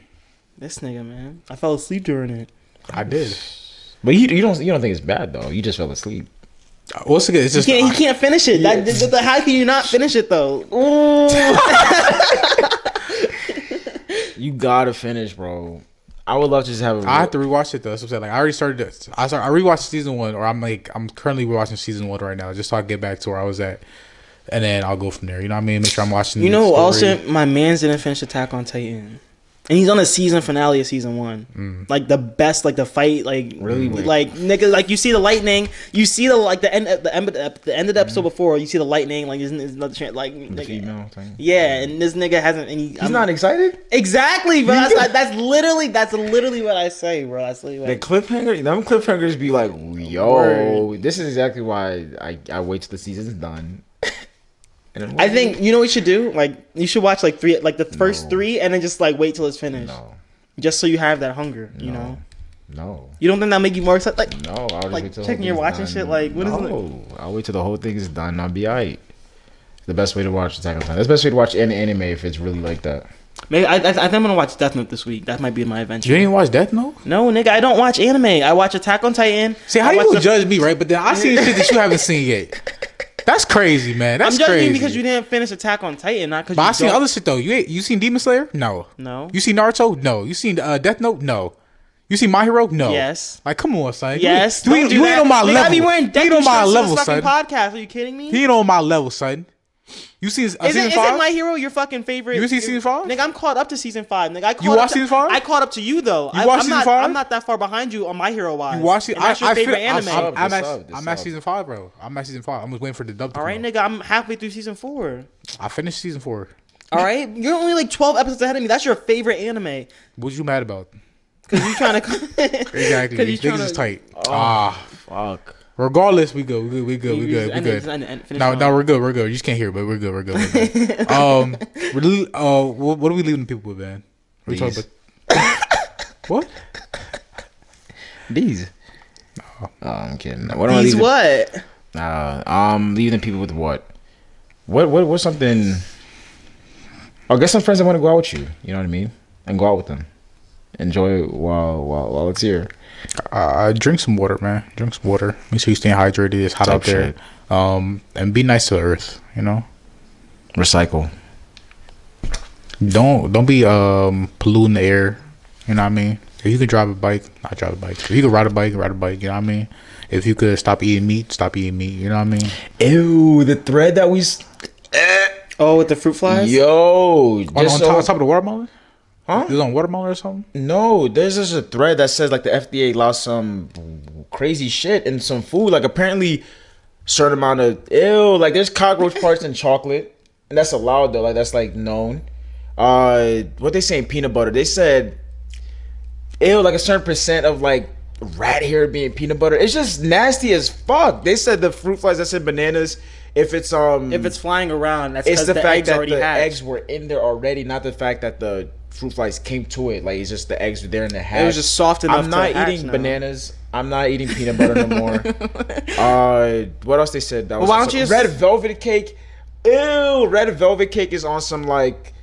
Speaker 1: This nigga, man. I fell asleep during it.
Speaker 2: I did.
Speaker 3: But you, you don't you don't think it's bad though. You just fell asleep.
Speaker 2: What's good? It's
Speaker 1: He
Speaker 2: just
Speaker 1: can't, he can't finish it. That- th- th- how can you not finish it though?
Speaker 3: You gotta finish, bro. I would love to just have. a
Speaker 2: I have to rewatch it though. That's what I'm saying. Like I already started. This. I start, I rewatched season one, or I'm like I'm currently rewatching season one right now, just so I get back to where I was at, and then I'll go from there. You know what I mean? Make sure I'm watching.
Speaker 1: You
Speaker 2: the
Speaker 1: know, who
Speaker 2: story.
Speaker 1: also my man's didn't finish Attack on Titan, and he's on the season finale of season one. Like the best, like the fight, like
Speaker 3: Mm. Really?
Speaker 1: like nigga, like you see the lightning, you see the like the end, uh, the end, the end of the
Speaker 3: Mm.
Speaker 1: episode before, you see the lightning, like isn't another chance, like
Speaker 3: the
Speaker 1: nigga-
Speaker 3: female thing.
Speaker 1: Yeah, and this nigga hasn't. And he,
Speaker 3: He's not excited.
Speaker 1: exactly, bro. That's, like, that's literally that's literally what I say, bro. That's literally what
Speaker 3: The cliffhanger, them cliffhangers be like, yo,
Speaker 1: Word.
Speaker 3: this is exactly why I, I wait till the season's done. and then-
Speaker 1: I think you know what you should do. Like you should watch like three, like the first
Speaker 3: No.
Speaker 1: three, and then just like wait till it's finished,
Speaker 3: no,
Speaker 1: just so you have that hunger. You
Speaker 3: No.
Speaker 1: know,
Speaker 3: no,
Speaker 1: you don't think that make you more excited? Like
Speaker 3: no. I'll just
Speaker 1: Like,
Speaker 3: wait till
Speaker 1: checking your watch and shit, like, what
Speaker 3: what
Speaker 1: is
Speaker 3: is
Speaker 1: it?
Speaker 3: I'll wait till the whole thing is done. I'll be alright. The best way to watch Attack on Titan. That's the best way to watch any anime if it's really like that.
Speaker 1: Maybe I, I, I think I'm gonna watch Death Note this week. That might be my adventure.
Speaker 2: You didn't watch Death Note?
Speaker 1: No, nigga, I don't watch anime. I watch Attack on Titan.
Speaker 2: See, how
Speaker 1: I
Speaker 2: you
Speaker 1: watch
Speaker 2: gonna
Speaker 1: the-
Speaker 2: judge me, right? But then I see shit that you haven't seen yet. That's crazy, man. That's
Speaker 1: I'm judging
Speaker 2: crazy.
Speaker 1: you because you didn't finish Attack on Titan, not because.
Speaker 2: But
Speaker 1: you
Speaker 2: I seen
Speaker 1: don't-
Speaker 2: other shit though. You ain't, you seen Demon Slayer? No.
Speaker 1: No.
Speaker 2: You seen Naruto? No. You seen uh, Death Note? No. You seen My Hero? No.
Speaker 1: Yes.
Speaker 2: Like, come on, son. You
Speaker 1: Yes.
Speaker 2: ain't- You,
Speaker 1: don't
Speaker 2: ain't-
Speaker 1: do
Speaker 2: you
Speaker 1: that.
Speaker 2: ain't on my
Speaker 1: Nigga,
Speaker 2: level.
Speaker 1: I be wearing
Speaker 2: you
Speaker 1: deck
Speaker 2: ain't on my
Speaker 1: shirts to this
Speaker 2: level,
Speaker 1: fucking
Speaker 2: son.
Speaker 1: podcast. Are you kidding me?
Speaker 2: He ain't on my level, son. You seen uh,
Speaker 1: Isn't,
Speaker 2: season
Speaker 1: isn't
Speaker 2: five?
Speaker 1: my hero your fucking favorite?
Speaker 2: You see season five?
Speaker 1: Nigga, I'm caught up to season five. Nigga, I caught
Speaker 2: You
Speaker 1: up to,
Speaker 2: watched season five?
Speaker 1: I caught up to you though. I,
Speaker 2: watched
Speaker 1: I'm
Speaker 2: season
Speaker 1: not,
Speaker 2: five?
Speaker 1: I'm not that far behind you on my hero wise.
Speaker 2: you watched it?
Speaker 1: And That's
Speaker 2: I,
Speaker 1: your
Speaker 2: I feel-
Speaker 1: favorite
Speaker 2: I-
Speaker 1: anime.
Speaker 2: I'm, I'm
Speaker 3: This
Speaker 2: at,
Speaker 3: sub, this
Speaker 2: I'm at
Speaker 3: sub.
Speaker 2: season five, bro. I'm at season five. I'm just waiting for the dub to
Speaker 1: All right,
Speaker 2: come
Speaker 1: nigga, I'm halfway through season four.
Speaker 2: out. I finished season four.
Speaker 1: All right, you're only like 12 episodes ahead of me. That's your favorite anime.
Speaker 2: What you mad about?
Speaker 1: Cause you trying to
Speaker 2: Exactly.
Speaker 1: he's
Speaker 2: These
Speaker 1: tryna-
Speaker 2: niggas is tight.
Speaker 3: Oh.
Speaker 2: Ah.
Speaker 3: Fuck.
Speaker 2: Regardless, we good. We good. We good. We
Speaker 1: You just
Speaker 2: good. We
Speaker 1: end it, just end it, end-
Speaker 2: good.
Speaker 1: finish
Speaker 2: No,
Speaker 1: it
Speaker 2: no,
Speaker 1: off.
Speaker 2: we're good. We're good. You just can't hear, but we're good. We're good. We're good. um, we're li- uh, what, what are we leaving people with, man? We talking
Speaker 3: Please.
Speaker 2: about- what?
Speaker 3: These. Oh, I'm kidding. What am I
Speaker 1: He's
Speaker 3: leaving?
Speaker 1: what?
Speaker 3: Uh, um, leaving people with what? What? What? What's something? I guess some friends that want to go out with you. You know what I mean? And go out with them. Enjoy it while while while it's here.
Speaker 2: Uh, drink some water, man. Drink some water. Make sure you stay hydrated. It's hot
Speaker 3: Type
Speaker 2: out there. Um, and be nice to the earth. You know,
Speaker 3: Recycle.
Speaker 2: don't don't be um polluting the air. You know what I mean? If you could drive a bike, not drive a bike. If you could ride a bike, ride a bike. You know what I mean? If you could stop eating meat, stop eating meat. You know what I mean?
Speaker 3: Ew, the thread that we. s- eh,
Speaker 1: Oh, with the fruit flies?
Speaker 3: Yo,
Speaker 2: On, on
Speaker 3: just
Speaker 2: top,
Speaker 3: so-
Speaker 2: on top of the watermelon?
Speaker 3: Huh?
Speaker 2: It was on watermelon or something?
Speaker 3: no. There's just a thread that says like the FDA allowed some crazy shit in some food. Like apparently, certain amount of ew. Like there's cockroach parts in chocolate, and that's allowed though. Like that's like known. Uh, what they saying? Peanut butter. They said ew, like a certain percent of like rat hair being peanut butter. It's just nasty as fuck. They said the fruit flies that said bananas. If it's um,
Speaker 1: If it's flying around, that's
Speaker 3: it's
Speaker 1: because
Speaker 3: the,
Speaker 1: the,
Speaker 3: fact
Speaker 1: eggs
Speaker 3: that
Speaker 1: already
Speaker 3: the
Speaker 1: hatched.
Speaker 3: eggs were in there already, not the fact that the fruit flies came to it. Like it's just the eggs were there in the hatch.
Speaker 1: just soft enough
Speaker 3: I'm
Speaker 1: to
Speaker 3: not
Speaker 1: hatch
Speaker 3: eating
Speaker 1: now.
Speaker 3: bananas. I'm not eating peanut butter no more. uh, what else they said? That was
Speaker 1: why
Speaker 3: also-
Speaker 1: don't you just-
Speaker 3: red velvet cake? Ew, red velvet cake is on some like,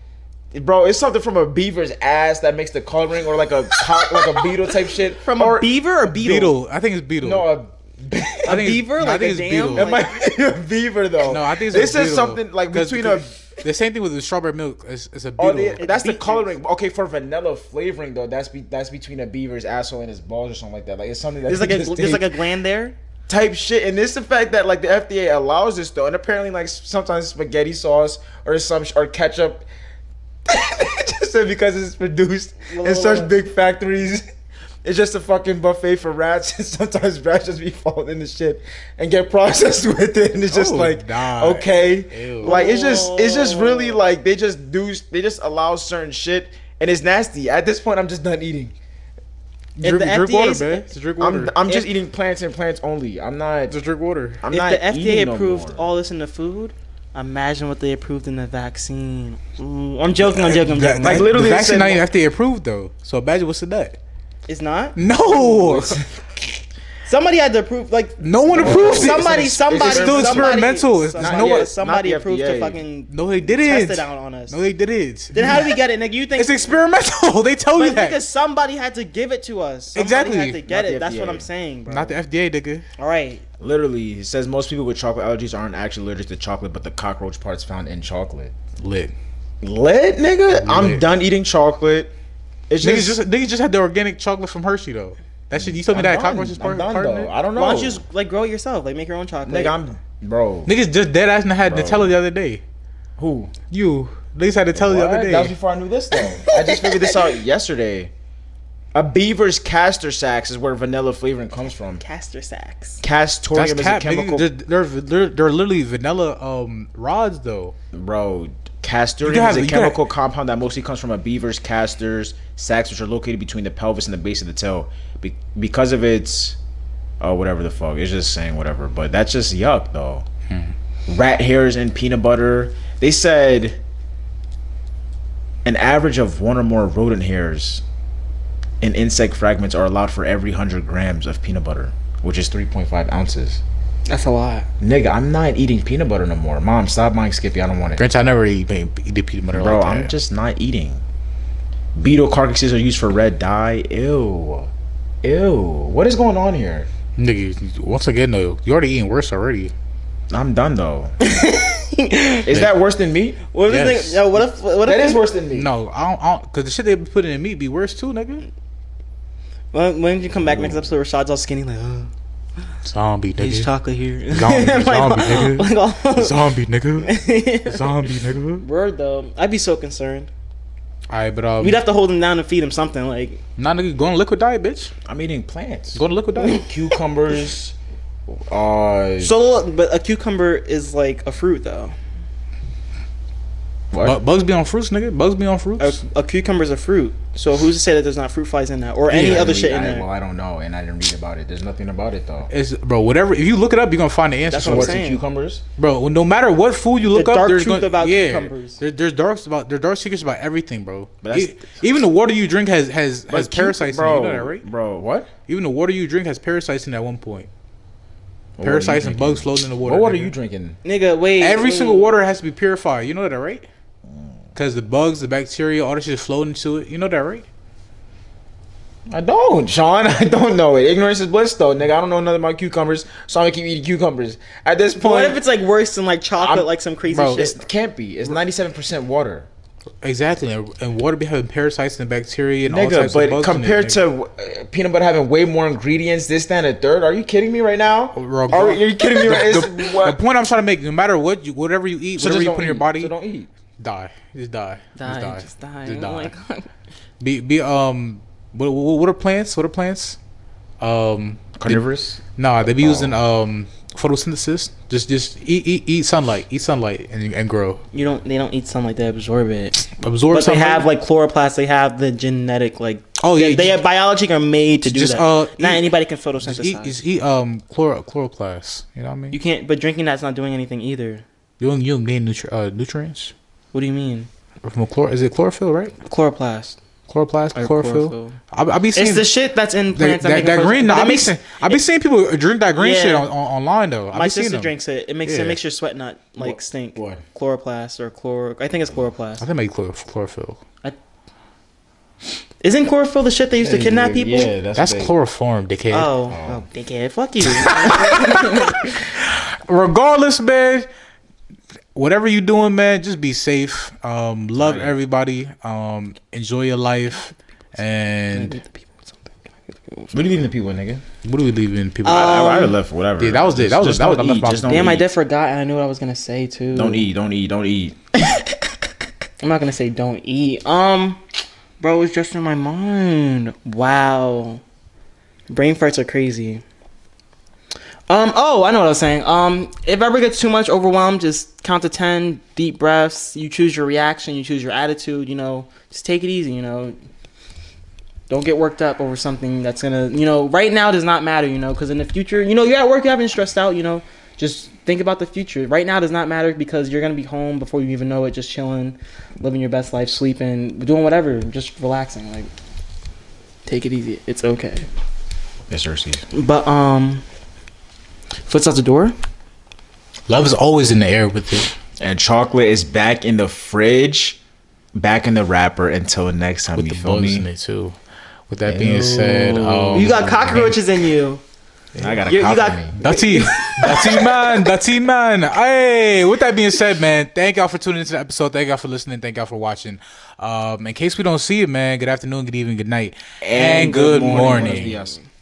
Speaker 3: bro. It's something from a beaver's ass that makes the coloring, or like a co- like a beetle type shit.
Speaker 1: From
Speaker 3: or,
Speaker 1: a beaver or beetle?
Speaker 2: Beetle. I think it's Beetle.
Speaker 3: No, a,
Speaker 1: A
Speaker 2: I think it's-
Speaker 1: beaver?
Speaker 2: I
Speaker 1: Like
Speaker 2: think
Speaker 1: a
Speaker 2: it's
Speaker 1: dam? Like-
Speaker 2: Beetle.
Speaker 3: it might be a beaver though.
Speaker 2: no, I think it's
Speaker 3: this
Speaker 2: a
Speaker 3: is
Speaker 2: Beetle.
Speaker 3: something like
Speaker 2: 'Cause-
Speaker 3: between a.
Speaker 2: 'cause the same thing with the strawberry milk. It's, it's a
Speaker 3: Oh,
Speaker 2: Beetle.
Speaker 3: the, that's the
Speaker 1: beet juice.
Speaker 3: coloring. Okay, for vanilla flavoring though, that's be, that's between a beaver's asshole and his balls or something like that. Like it's something that's
Speaker 1: There's like a
Speaker 3: interesting.
Speaker 1: there's like a gland there.
Speaker 3: type shit. And it's the fact that like the FDA allows this though, and apparently like s- sometimes spaghetti sauce or some sh- or ketchup, just said because it's produced in such big factories. It's just a fucking buffet for rats, and sometimes rats just be falling in the shit and get processed with it, and it's just
Speaker 2: Oh,
Speaker 3: like
Speaker 2: nah.
Speaker 3: okay,
Speaker 2: Ew.
Speaker 3: like it's just it's just really like they just do they just allow certain shit, and it's nasty. At this point, I'm just done eating.
Speaker 1: If
Speaker 2: drink,
Speaker 1: the
Speaker 2: drink
Speaker 1: FDA
Speaker 2: water,
Speaker 1: 's-
Speaker 2: man. Just drink water.
Speaker 3: I'm I'm just
Speaker 1: If-
Speaker 3: eating plants and plants only. I'm not.
Speaker 2: just drink water.
Speaker 3: I'm
Speaker 1: if
Speaker 3: not
Speaker 1: the FDA
Speaker 3: eating no
Speaker 1: approved
Speaker 3: more.
Speaker 1: all this in the food, imagine what they approved in the vaccine. Ooh, I'm joking. I'm joking. I'm joking.
Speaker 3: Like, literally
Speaker 2: the
Speaker 3: they
Speaker 2: vaccine
Speaker 3: said
Speaker 2: not even
Speaker 3: more-
Speaker 2: FDA approved though. So imagine what's in that.
Speaker 1: it's not.
Speaker 2: No,
Speaker 1: Somebody had to approve. Like
Speaker 2: no one approves it.
Speaker 1: somebody,
Speaker 3: It's- it's
Speaker 1: somebody,
Speaker 3: still
Speaker 1: somebody-
Speaker 2: experimental. It's-
Speaker 1: Somebody,
Speaker 3: it's no-
Speaker 1: yeah, somebody
Speaker 3: not the
Speaker 1: approved to
Speaker 3: FDA.
Speaker 1: fucking
Speaker 2: No, they
Speaker 1: test it
Speaker 2: didn't.
Speaker 1: out on us.
Speaker 2: No, they didn't.
Speaker 1: then how do we get it, nigga? You think
Speaker 2: It's experimental. They tell you
Speaker 1: But
Speaker 2: that.
Speaker 1: because somebody had to give it to us. Somebody
Speaker 2: Exactly.
Speaker 1: Had to get
Speaker 3: Not the
Speaker 1: it. That's what
Speaker 3: FDA.
Speaker 1: I'm saying, bro.
Speaker 2: Not the FDA, nigga.
Speaker 1: All right.
Speaker 3: Literally, it says most people with chocolate allergies aren't actually allergic to chocolate, but the cockroach parts found in chocolate.
Speaker 2: Lit.
Speaker 3: Lit, nigga. I'm
Speaker 2: Lit.
Speaker 3: done eating chocolate. It's
Speaker 2: Niggas
Speaker 3: just,
Speaker 2: just niggas just had the organic chocolate from Hershey though. That shit. You told me
Speaker 3: I'm
Speaker 2: that
Speaker 3: done.
Speaker 2: cockroaches
Speaker 3: I'm
Speaker 2: part.
Speaker 3: done,
Speaker 2: part in
Speaker 3: though.
Speaker 2: it?
Speaker 3: I don't know.
Speaker 1: Why don't you just like grow it yourself? Like make your own chocolate.
Speaker 3: nigga, I'm bro.
Speaker 2: Niggas just dead ass and had
Speaker 3: Bro.
Speaker 2: Nutella the other day.
Speaker 3: Who?
Speaker 2: You niggas had Nutella the
Speaker 3: What?
Speaker 2: other
Speaker 3: That was
Speaker 2: day.
Speaker 3: before I knew this though. I just figured this out yesterday. A beaver's castor sacs is where vanilla flavoring comes from.
Speaker 1: Castor sacks.
Speaker 3: Castorium
Speaker 2: That's
Speaker 3: is
Speaker 2: cap,
Speaker 3: a chemical,
Speaker 2: nigga. They're, they're, they're, they're literally vanilla um rods though.
Speaker 3: bro.
Speaker 2: You
Speaker 3: Castorium
Speaker 2: can have-
Speaker 3: is a
Speaker 2: you can-
Speaker 3: chemical compound that mostly comes from a beaver's castors sacs, which are located between the pelvis and the base of the tail. Be- because of its, oh whatever the fuck, it's just saying whatever. But that's just yuck though.
Speaker 2: Hmm.
Speaker 3: Rat hairs in peanut butter. They said an average of one or more rodent hairs and insect fragments are allowed for every hundred grams of peanut butter, which is three point five ounces.
Speaker 1: That's a lot.
Speaker 3: Nigga, I'm not eating peanut butter no more. Mom, stop buying Skippy. I don't want it.
Speaker 2: Granted, I never eat, eat the peanut butter
Speaker 3: Bro,
Speaker 2: like that.
Speaker 3: I'm just not eating. Beetle carcasses are used for red dye. Ew. Ew. What is going on here?
Speaker 2: Nigga, once again though, you already eating worse already.
Speaker 3: I'm done though. is that worse than meat?
Speaker 1: What if
Speaker 2: Yes.
Speaker 1: this nigga? Yo, what if? What if?
Speaker 3: That is worse than meat.
Speaker 2: No, I don't, I don't cause the shit they put in the meat be worse too, nigga.
Speaker 1: When, when you come back next episode, Rashad's all skinny, like, oh,
Speaker 2: Zombie
Speaker 1: there's
Speaker 2: nigga.
Speaker 1: chocolate here.
Speaker 2: Zombie, zombie, nigga.
Speaker 1: like, oh. all-
Speaker 2: Zombie nigga. Zombie nigga.
Speaker 1: Word though, I'd be so concerned.
Speaker 2: Alright, but um
Speaker 1: We'd have to hold him down and feed him something. Like,
Speaker 2: nah nigga, go on liquid diet, bitch.
Speaker 3: I'm eating plants.
Speaker 2: Go to liquid diet.
Speaker 3: Cucumbers. Uh,
Speaker 1: so, look, but a cucumber is like a fruit though.
Speaker 2: Bu-
Speaker 3: what?
Speaker 2: bugs be on fruits, nigga. Bugs be on
Speaker 1: A,
Speaker 2: fruits.
Speaker 1: a cucumber is a fruit. So who's to say that there's not fruit flies in that or any
Speaker 3: Yeah, I
Speaker 1: other
Speaker 3: read-
Speaker 1: shit in
Speaker 3: I-
Speaker 1: there?
Speaker 3: Well, I don't know, and I didn't read about it. There's nothing about it though.
Speaker 2: It's bro, whatever. If you look it up, you're gonna find the answer.
Speaker 1: That's
Speaker 2: to
Speaker 1: what I'm
Speaker 2: it.
Speaker 3: What's
Speaker 1: saying.
Speaker 3: in cucumbers?
Speaker 2: Bro, no matter what food you look up,
Speaker 1: dark
Speaker 2: there's
Speaker 1: truth
Speaker 2: gonna,
Speaker 1: about
Speaker 2: yeah,
Speaker 1: cucumbers.
Speaker 2: There, there's dark about there's dark secrets about everything, bro.
Speaker 3: But that's-
Speaker 2: E- even the water you drink has has has
Speaker 3: But cuc-
Speaker 2: parasites.
Speaker 3: bro,
Speaker 2: in it, you know that, right?
Speaker 3: Bro, what?
Speaker 2: Even the water you drink has parasites in it at one point.
Speaker 3: What
Speaker 2: parasites
Speaker 3: are you
Speaker 2: and
Speaker 3: drinking?
Speaker 2: bugs floating in the water.
Speaker 3: What water are
Speaker 2: nigga.
Speaker 3: you drinking?
Speaker 1: Nigga, wait.
Speaker 2: Every
Speaker 1: wait.
Speaker 2: single water has to be purified. You know that, right? Because the bugs, the bacteria, all that shit is floating to it. You know that, right?
Speaker 3: I don't, Sean. I don't know it. Ignorance is bliss, though, nigga. I don't know nothing about cucumbers, so I'm gonna keep eating cucumbers. At this
Speaker 1: But
Speaker 3: point,
Speaker 1: what if it's like worse than like chocolate,
Speaker 3: I'm-
Speaker 1: like some crazy
Speaker 2: bro,
Speaker 1: shit?
Speaker 3: It's- it can't be. It's 97% water,
Speaker 2: Exactly. And, and water be having parasites and bacteria and all
Speaker 3: nigga.
Speaker 2: types of
Speaker 3: But
Speaker 2: bugs.
Speaker 3: compared
Speaker 2: in it,
Speaker 3: to uh, peanut butter having way more ingredients, this, that, and a third, are you kidding me right now?
Speaker 2: Bro,
Speaker 3: Are, are you kidding me? Right?
Speaker 2: nigga.
Speaker 3: It's,
Speaker 2: the,
Speaker 3: what?
Speaker 2: the point I'm trying to make, no matter what, you, whatever you eat,
Speaker 3: So
Speaker 2: whatever
Speaker 3: just
Speaker 2: you
Speaker 3: don't
Speaker 2: put in your
Speaker 3: eat.
Speaker 2: body,
Speaker 3: So don't eat.
Speaker 2: die. Just die.
Speaker 1: die,
Speaker 2: Just die.
Speaker 1: just die.
Speaker 2: Just
Speaker 1: oh my
Speaker 2: die.
Speaker 1: god.
Speaker 2: Be be um. What, what what are plants? What are plants? Um.
Speaker 3: Carnivorous.
Speaker 2: Nah, they be
Speaker 1: Oh.
Speaker 2: using um photosynthesis. Just just eat eat, eat sunlight. Eat sunlight and and grow.
Speaker 1: You don't. They don't eat sunlight. They absorb it.
Speaker 2: Absorb.
Speaker 1: But they
Speaker 2: sunlight.
Speaker 1: have like chloroplasts. They have the genetic like.
Speaker 2: Oh, yeah,
Speaker 1: They, they
Speaker 2: ju-
Speaker 1: are biology are made to do
Speaker 2: just,
Speaker 1: that.
Speaker 2: uh,
Speaker 1: Not
Speaker 2: eat-
Speaker 1: anybody can
Speaker 2: Just eat,
Speaker 1: photosynthesize.
Speaker 2: just eat um chloro chloroplasts. You know what I mean?
Speaker 1: you
Speaker 2: You
Speaker 1: can't. But drinking that's not doing anything either.
Speaker 2: don't you don't gain nutri- uh, nutrients
Speaker 1: What do you mean?
Speaker 2: from a chlor. Is it chlorophyll, right?
Speaker 1: Chloroplast.
Speaker 2: Chloroplast,
Speaker 1: Or
Speaker 2: chlorophyll.
Speaker 1: chlorophyll.
Speaker 2: I, I be seeing
Speaker 1: It's the shit that's in
Speaker 2: that,
Speaker 1: plants
Speaker 2: that,
Speaker 1: make
Speaker 2: that
Speaker 1: a person-
Speaker 2: green. No,
Speaker 1: that
Speaker 2: I be
Speaker 1: makes-
Speaker 2: seeing. I be seeing people drink that green
Speaker 1: Yeah.
Speaker 2: shit on, on, online though. I
Speaker 1: My
Speaker 2: be seeing
Speaker 1: sister
Speaker 2: them.
Speaker 1: drinks it. It makes
Speaker 2: Yeah.
Speaker 1: it makes your sweat not like stink.
Speaker 3: what?
Speaker 1: Chloroplast or chlor. I think it's chloroplast.
Speaker 2: I think they make chlor- chlorophyll.
Speaker 1: Isn't chlorophyll the shit they used to kidnap people?
Speaker 3: Yeah, that's,
Speaker 2: That's
Speaker 3: what they-
Speaker 2: chloroform, dickhead.
Speaker 1: Oh, oh, dickhead! Fuck you.
Speaker 2: regardless, man, whatever you doing, man, just be safe. Um, love everybody. Um, enjoy your life. And
Speaker 3: What do you leaving the people, nigga?
Speaker 2: what are we leaving people?
Speaker 3: I, I, I would've left whatever.
Speaker 2: Yeah, that was it. That was- that was-
Speaker 3: don't
Speaker 2: I left
Speaker 3: eat.
Speaker 2: my-
Speaker 3: Just don't
Speaker 1: Damn,
Speaker 3: eat.
Speaker 1: I did forgot. and I knew what I was gonna say too.
Speaker 3: Don't eat. Don't eat. Don't eat.
Speaker 1: I'm not gonna say don't eat. Um, bro, it's just in my mind. Wow, brain farts are crazy. Um, oh, I know what I was saying. Um, if ever gets too much overwhelmed, just count to ten, deep breaths. You choose your reaction. You choose your attitude. You know, just take it easy. You know, don't get worked up over something that's gonna. You know, right now does not matter. You know, because in the future, you know, you're at work, you haven't stressed out. You know, just think about the future. Right now does not matter because you're gonna be home before you even know it. Just chilling, living your best life, sleeping, doing whatever, just relaxing. Like, take it easy. It's okay.
Speaker 3: Yes, sir. Steve.
Speaker 1: But um, foot's out the door.
Speaker 2: Love is always in the air with it.
Speaker 3: And chocolate is back in the fridge, back in the wrapper until next time.
Speaker 2: With
Speaker 3: you
Speaker 2: the
Speaker 3: feel
Speaker 2: bugs in
Speaker 3: me?
Speaker 2: it too. With that being said, um,
Speaker 1: You got cockroaches in you.
Speaker 3: I got a
Speaker 1: You- you
Speaker 3: cop
Speaker 1: got-
Speaker 3: in me.
Speaker 2: Dati, Dati man, Dati man. Hey, with that being said, man, thank y'all for tuning into the episode. Thank y'all for listening. Thank y'all for watching. Um, in case we don't see you, man, good afternoon, good evening, good night, and, good, morning.
Speaker 3: Buenos días.